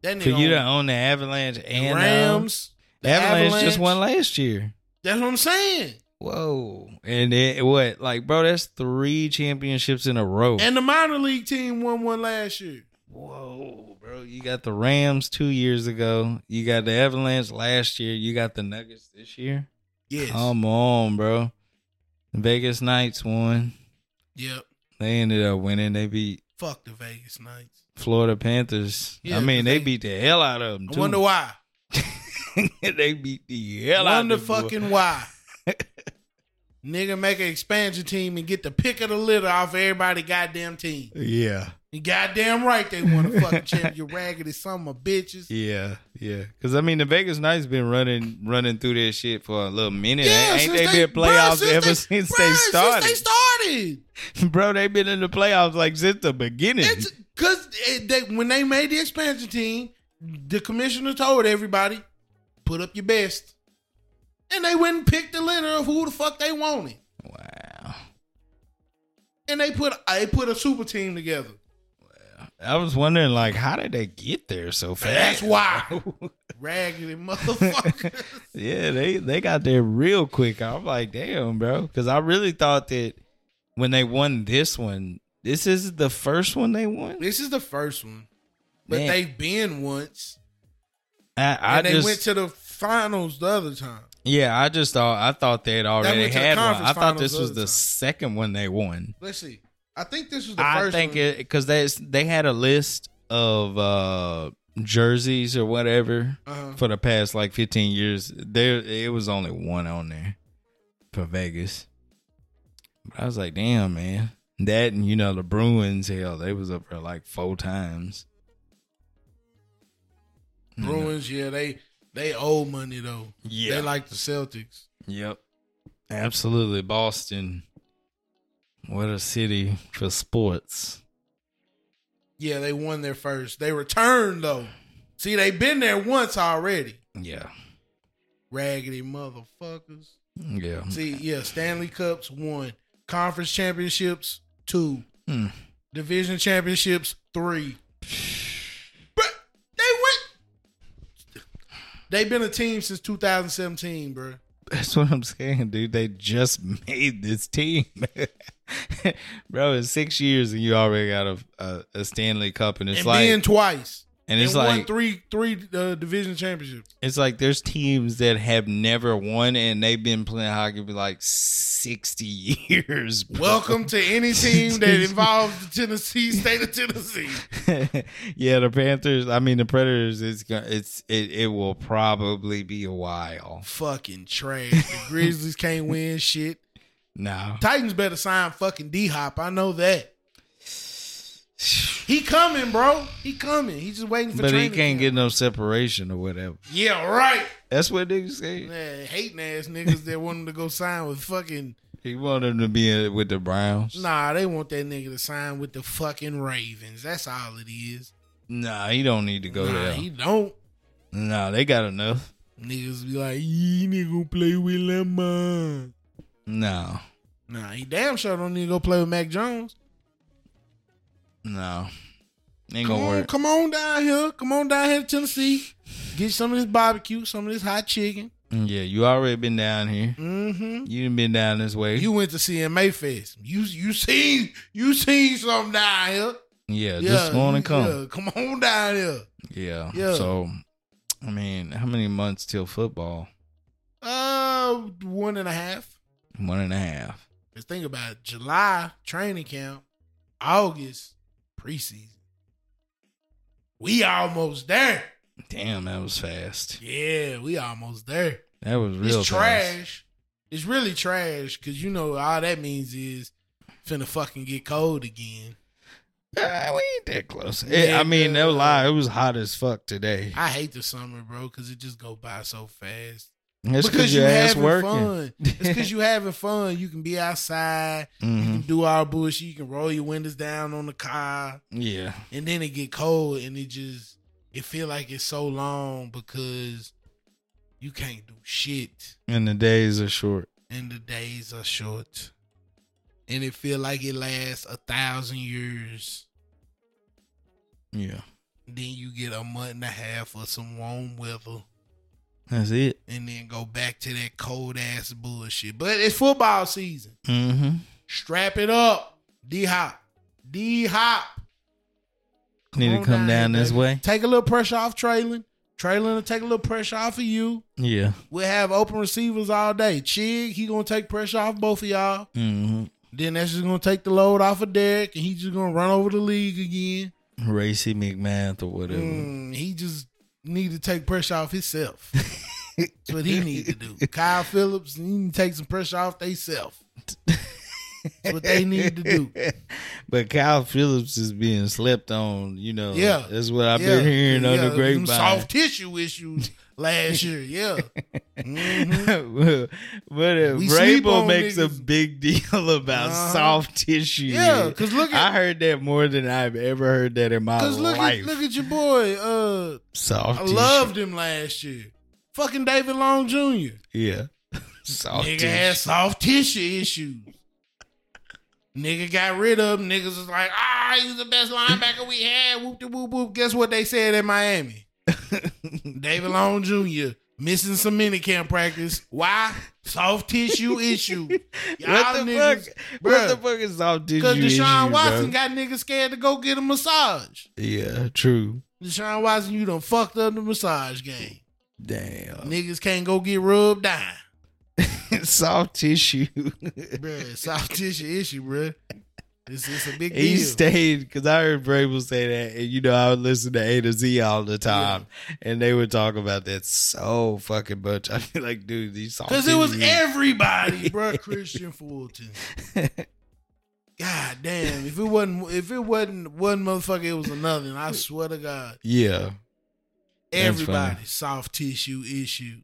That nigga For you on to own the Avalanche the and Rams, Rams. the Avalanche, Avalanche. just won last year. That's what I'm saying. Whoa! And then what? Like, bro, that's three championships in a row. And the minor league team won one last year. Whoa, bro. You got the Rams two years ago. You got the Avalanche last year. You got the Nuggets this year. Yes. Come on, bro. The Vegas Knights won. yep. They ended up winning. They beat Fuck the Vegas Knights. Florida Panthers. Yeah, I mean, they, they- beat the hell out of them, I too. wonder why. they beat the hell out wonder of them. boy. fucking why. Nigga make an expansion team and get the pick of the litter off everybody goddamn team. Yeah. You goddamn right they won a fucking champ. You raggedy son of a bitches. Yeah, yeah. Because I mean, the Vegas Knights been running, running through that shit for a little minute. Ain't since they, been bruh, playoffs since ever they- since bruh, they started? Since they started. bro, they been in the playoffs like since the beginning. It's because they, when they made the expansion team, the commissioner told everybody, put up your best. And they went and picked the litter of who the fuck they wanted. wow. And they put they put a super team together. I was wondering, like, how did they get there so That's fast? why. Raggedy motherfucker. yeah, they they got there real quick. I'm like, damn, bro, because I really thought that when they won this one, this is the first one they won. this is the first one. But Man. they've been once. I, I and they just went to the finals the other time. yeah, I just thought I thought they had already went to the had one. conference I thought finals this the was other the time. second one they won. Let's see. I think this was the I first think one. it because they they had a list of uh jerseys or whatever uh-huh. for the past like 15 years there it was only one on there for vegas but i was like damn man that and you know the bruins hell they was up there like four times Bruins, yeah, they they owe money though. yeah They like the Celtics. yep absolutely boston what a city for sports Yeah, they won their first. They returned though. See, they been there once already. yeah Raggedy motherfuckers. yeah See, yeah, Stanley Cups one, conference championships two, Hmm. division championships three. Bruh, they went. They've been a team since 2017, bruh. That's what I'm saying, dude. They just made this team, bro. It's six years and you already got a a, a Stanley Cup, and it's And like, been twice. and it's and won like, three three uh, division championships. it's like there's teams that have never won, and they've been playing hockey for like sixty years. bro. Welcome to any team that involves the Tennessee state of Tennessee. yeah, the Panthers. I mean, the Predators. It's go- it's it, it will probably be a while. fucking trash. The Grizzlies can't win shit. No, Titans better sign fucking D Hop. I know that. He coming, bro. He coming. He just waiting for. but he training can't get camp. no separation or whatever. Yeah, right. That's what niggas say. Man, hating ass niggas that want him to go sign with fucking. He wanted him to be in- with the Browns. Nah, they want that nigga to sign with the fucking Ravens. That's all it is. Nah, he don't need to go nah, there. he don't. nah, they got enough. Niggas be like, he nigga gonna play with Lemon. No, Nah, he damn sure don't need to go play with Mac Jones. no, ain't Come gonna on, work. come on down here. Come on down here to Tennessee. Get some of this barbecue, some of this hot chicken. Yeah, you already been down here. Mm-hmm. You done been down this way. You went to CMA Fest. You you seen you seen something down here. yeah, just want to you- come. yeah, come on down here. Yeah. Yeah. So, I mean, how many months till football? Uh, one and a half. One and a half. Just think about it. July training camp, August preseason. We almost there. Damn, that was fast. Yeah, we almost there. That was real it's fast. trash. It's really trash because you know all that means is finna fucking get cold again. Uh, we ain't that close. It- I mean, no lie, it was hot as fuck today. I hate the summer, bro, because it just go by so fast. That's because your ass working. fun. It's because you having fun. You can be outside. You hmm can do all bullshit. You can roll your windows down on the car, Yeah. and then it get cold, and it just it feel like it's so long because you can't do shit, And the days are short. and the days are short, and it feel like it lasts a thousand years. Yeah. Then you get a month and a half of some warm weather. That's it. and then go back to that cold ass bullshit. But it's football season. Mm-hmm. Strap it up. D hop. D hop. Need to come down this way. Take a little pressure off trailing. Trailing will take a little pressure off of you. Yeah. We'll have open receivers all day. Chig, he gonna take pressure off both of y'all. hmm Then that's just gonna take the load off of Derek and he just gonna run over the league again. Racy McMath or whatever. Mm, he just need to take pressure off himself. That's what he need to do. Kyle Phillips, he need to take some pressure off theyself. That's what they need to do. But Kyle Phillips is being slept on, you know. Yeah. That's what I've been hearing on the them grapevine. soft tissue issues last year. Yeah, Mhm. but uh, We sleep Vrabel on makes a niggas. big deal about Uh-huh. soft tissue. yeah. Cause look I at, heard that more than I've ever heard that in my cause look life. at, look at your boy. Uh, soft I tissue. loved him last year. Fucking David Long Jr. Yeah. soft Nigga tissue. had soft tissue issues. Nigga got rid of him. Niggas was like, ah, he's the best linebacker we had. Whoop de whoop whoop. Guess what they said in Miami? David Long Jr. missing some minicamp practice. Why? Soft tissue issue. Y'all What the niggas, fuck? What the bruh. fuck is soft tissue? Because Deshaun issue, Watson bro? got niggas scared to go get a massage. Yeah, true. Deshaun Watson, you done fucked up the massage game. Damn. Niggas can't go get rubbed down. soft tissue. Bruh, soft tissue issue, bruh. It's, it's a big deal. He stayed because I heard Brable say that, and you know I would listen to A to Z all the time, and they would talk about that so fucking much. I'd be like, dude, these songs. Because it was everybody, bro. Christian Fulton. God damn! If it wasn't, if it wasn't one motherfucker, it was another. And I swear to God, yeah, That's everybody funny. soft tissue issue,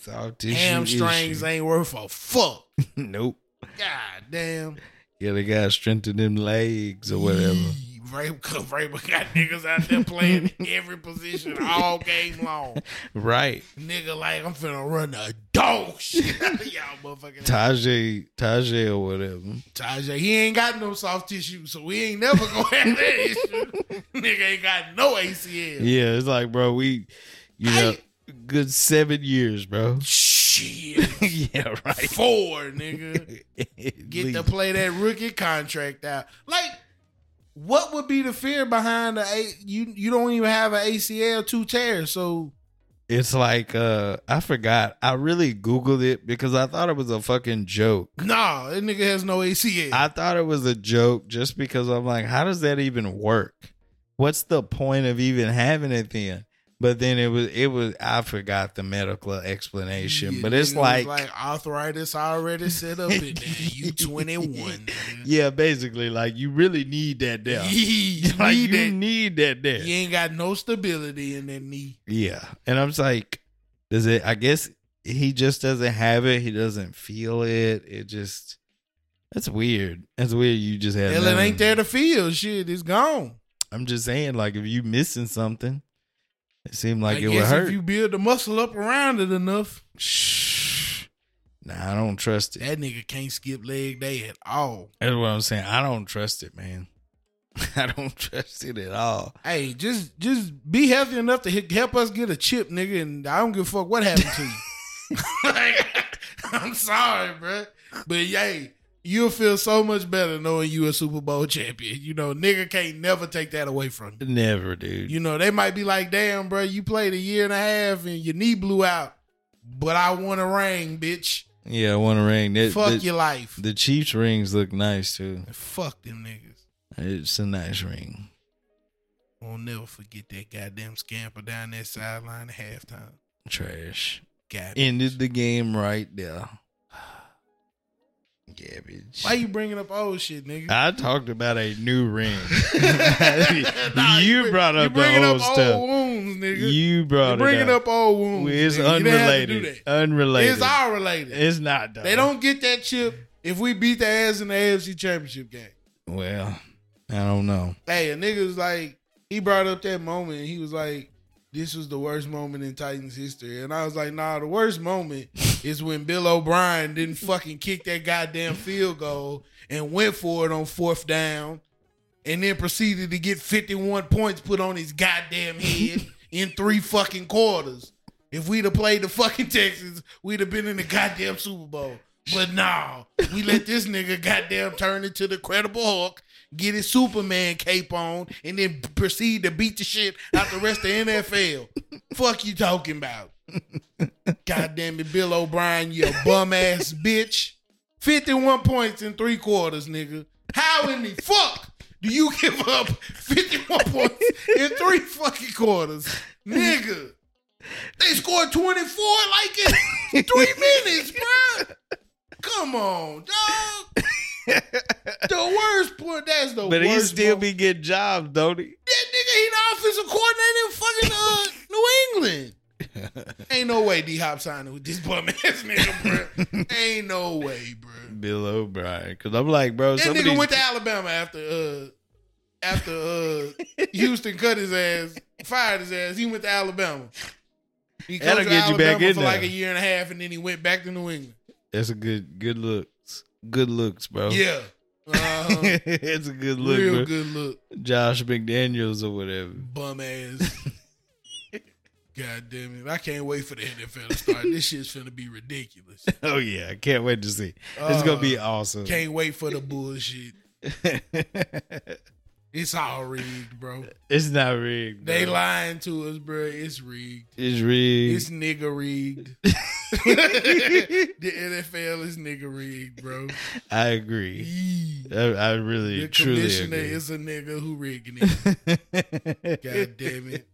soft tissue hamstrings issue. ain't worth a fuck. nope. God damn! Yeah, they got strength in them legs or whatever. Yee. Ray, cause Ray got niggas out there playing every position all game long. right. Nigga, like I'm finna run a dog shit out of y'all motherfucking. Tajay, Tajay or whatever. Tajay, he ain't got no soft tissue, so we ain't never gonna have that issue. Nigga ain't got no ACL. Yeah, it's like, bro, we, you know, good seven years, bro. Shit. yeah, right. Four, nigga. Get to Least. play that rookie contract out. Like, what would be the fear behind the A you you don't even have an ACL two tear, so It's like uh I forgot. I really googled it because I thought it was a fucking joke. nah, that nigga has no ACL. I thought it was a joke just because I'm like, how does that even work? What's the point of even having it then? But then it was it was I forgot the medical explanation. Yeah, but it's nigga was like, like arthritis already set up in there. You twenty one. yeah, basically like you really need that there. you like need you that. need that there. You ain't got no stability in that knee. Yeah. And I'm just like, does it I guess he just doesn't have it. He doesn't feel it. It just that's weird. That's weird you just have Hell, it nothing. ain't there to feel. Shit, it's gone. I'm just saying, like if you missing something, it seemed like I it would guess hurt. if you build the muscle up around it enough, Shh. Nah, I don't trust it. that nigga can't skip leg day at all. That's what I'm saying. I don't trust it, man. I don't trust it at all. Hey, just just be healthy enough to he- help us get a chip, nigga. And I don't give a fuck what happened to you. Like, I'm sorry, bruh. but yay, you'll feel so much better knowing you a Super Bowl champion. You know, nigga can't never take that away from you. Never, dude. You know, they might be like, damn, bruh, you played a year and a half and your knee blew out, but I want a ring, bitch. yeah, I want a ring. That, Fuck the, your life. the Chiefs rings look nice too. Fuck them niggas. It's a nice ring. We'll never forget that goddamn scamper down that sideline at halftime. Trash. God. ended the game right there. Yeah, bitch. Why you bringing up old shit, nigga? I talked about a new ring. Nah, you bring- brought you up bringing the old up stuff. old wounds, nigga. you brought You're it bringing up. up old wounds. it's nigga. You didn't have to do unrelated. that. Unrelated. It's all related. It's not. Though. they don't get that chip if we beat their ass in the AFC Championship game. Well, I don't know. Hey, a nigga was like, he brought up that moment. And he was like, this was the worst moment in Titans history. And I was like, nah, the worst moment is when Bill O'Brien didn't fucking kick that goddamn field goal and went for it on fourth down and then proceeded to get 51 points put on his goddamn head in three fucking quarters. If we'd have played the fucking Texans, we'd have been in the goddamn Super Bowl. But nah, we let this nigga goddamn turn into the credible Hulk, get his Superman cape on, and then proceed to beat the shit out the rest of NFL. Fuck you talking about? Goddamn it, Bill O'Brien, you bum ass bitch. 51 points in three quarters, nigga. How in the fuck do you give up 51 points in three fucking quarters? Nigga. They scored 24 like in three minutes, bro. Come on, dog. The worst point, that's the But worst. he still point. be getting jobs, don't he? That nigga, he the offensive coordinator in fucking uh, New uh, England. Ain't no way D Hop signing with this bum ass nigga, bro. Ain't no way, bro. Bill O'Brien. Because I'm like, bro, That some of nigga these- went to Alabama after uh after uh Houston cut his ass, fired his ass. He went to Alabama. He That'll coached get you back Alabama in for there. like a year and a half, and then he went back to New England. that's a good, good looks. Good looks, bro. Yeah, uh-huh. it's a good Oh. look, real bro. good look, Josh McDaniels or whatever. bum ass. God damn it! I can't wait for the NFL to start. this shit's finna be ridiculous. Oh yeah, I can't wait to see. Uh, it's gonna be awesome. Can't wait for the bullshit. It's all rigged, bro. it's not rigged. They bro. lying to us, bro. It's rigged. It's rigged. It's nigga rigged. the NFL is nigga rigged, bro. I agree. I, The I really, truly commissioner agree. is a nigga who rigging it. God damn it.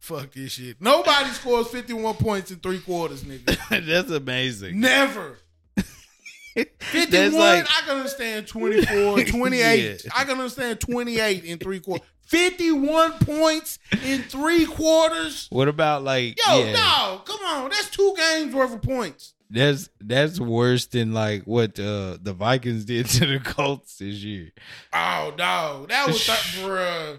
Fuck this shit. Nobody scores 51 points in three quarters, nigga. That's amazing. Never. 51, like- I can understand 24, 28. Yeah. I can understand 28 in three quarters. 51 points in three quarters? What about like Yo, yeah, no, come on. That's two games worth of points. That's that's worse than like what uh, the Vikings did to the Colts this year. Oh no, that was th- bruh.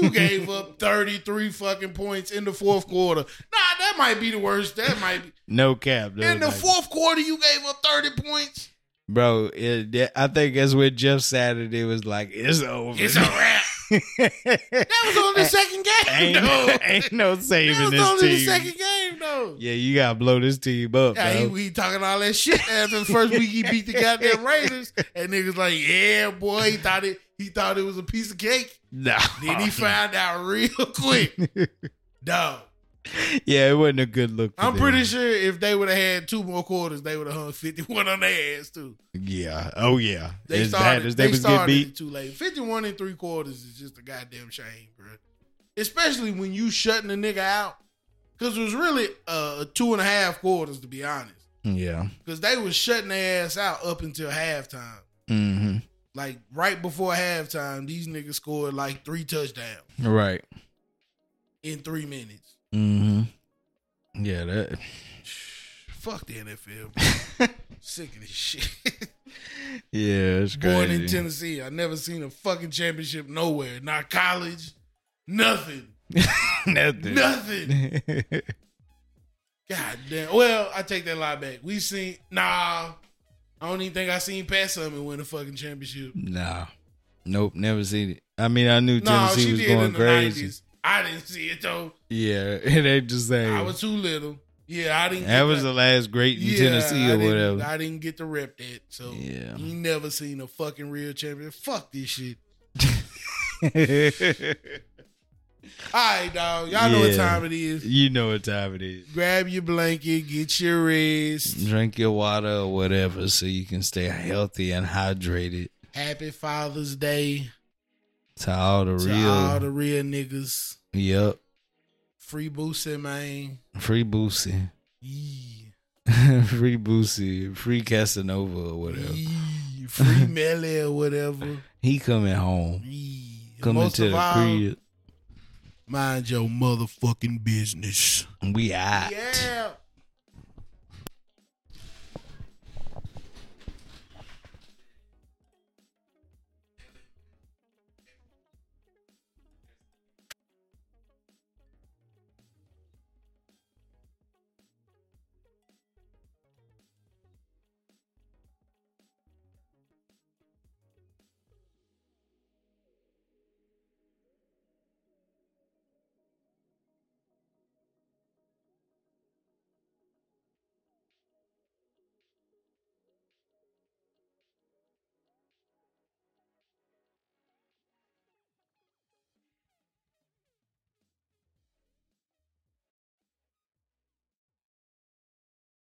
You gave up thirty three fucking points in the fourth quarter. Nah, that might be the worst. That might be No cap. though, in the like, fourth quarter. You gave up thirty points. bro. It, that- I think that's where Jeff Saturday was like, "It's over." It's a wrap. That was on the second game. ain't, though. ain't no that saving was on the this second team. game though. Yeah, you gotta blow this team up, Yeah, bro. he, he talking all that shit after the first week he beat the goddamn Raiders, and niggas like, yeah, boy, he thought it. He thought it was a piece of cake. no. Then he found out real quick, dog. yeah, it wasn't a good look. for I'm them. pretty sure if they would have had two more quarters, they would have hung 51 on their ass too. Yeah. Oh yeah. They As bad started. as they was getting started beat. it too late. 51 and three quarters is just a goddamn shame, bro. Especially when you shutting the nigga out, because it was really uh, two and a half quarters to be honest. Yeah. Because they was shutting their ass out up until halftime. hmm Like right before halftime, these niggas scored like three touchdowns Right. in three minutes. hmm Yeah. That. Fuck the NFL. bro. Sick of this shit. Yeah. It's crazy. Born in Tennessee. I never seen a fucking championship nowhere. Not college. Nothing. Nothing. Nothing. God damn. Well, I take that lie back. We seen nah. I don't even think I seen Pat Summit win a fucking championship. nah. Nope. Never seen it. I mean, I knew nah, Tennessee she was did in going the crazy. 90s. I didn't see it though. Yeah. It ain't just saying. I was too little. Yeah, I didn't that get was the last great in Yeah, Tennessee I or didn't- whatever. I didn't get to rep that. So Yeah. you never seen a fucking real champion. Fuck this shit. All right, dog. Y'all know what Yeah. time it is. you know what time it is. Grab your blanket, get your rest. Drink your water or whatever so you can stay healthy and hydrated. Happy Father's Day To all the to real. all the real niggas. yep. Free Boosie, man. Free Boosie. Yeah. free Boosie, free Casanova or whatever. Yee, Free melee or whatever. He coming home, Yee. coming Most to of the all, crib. Mind your motherfucking business. We out. Yeah.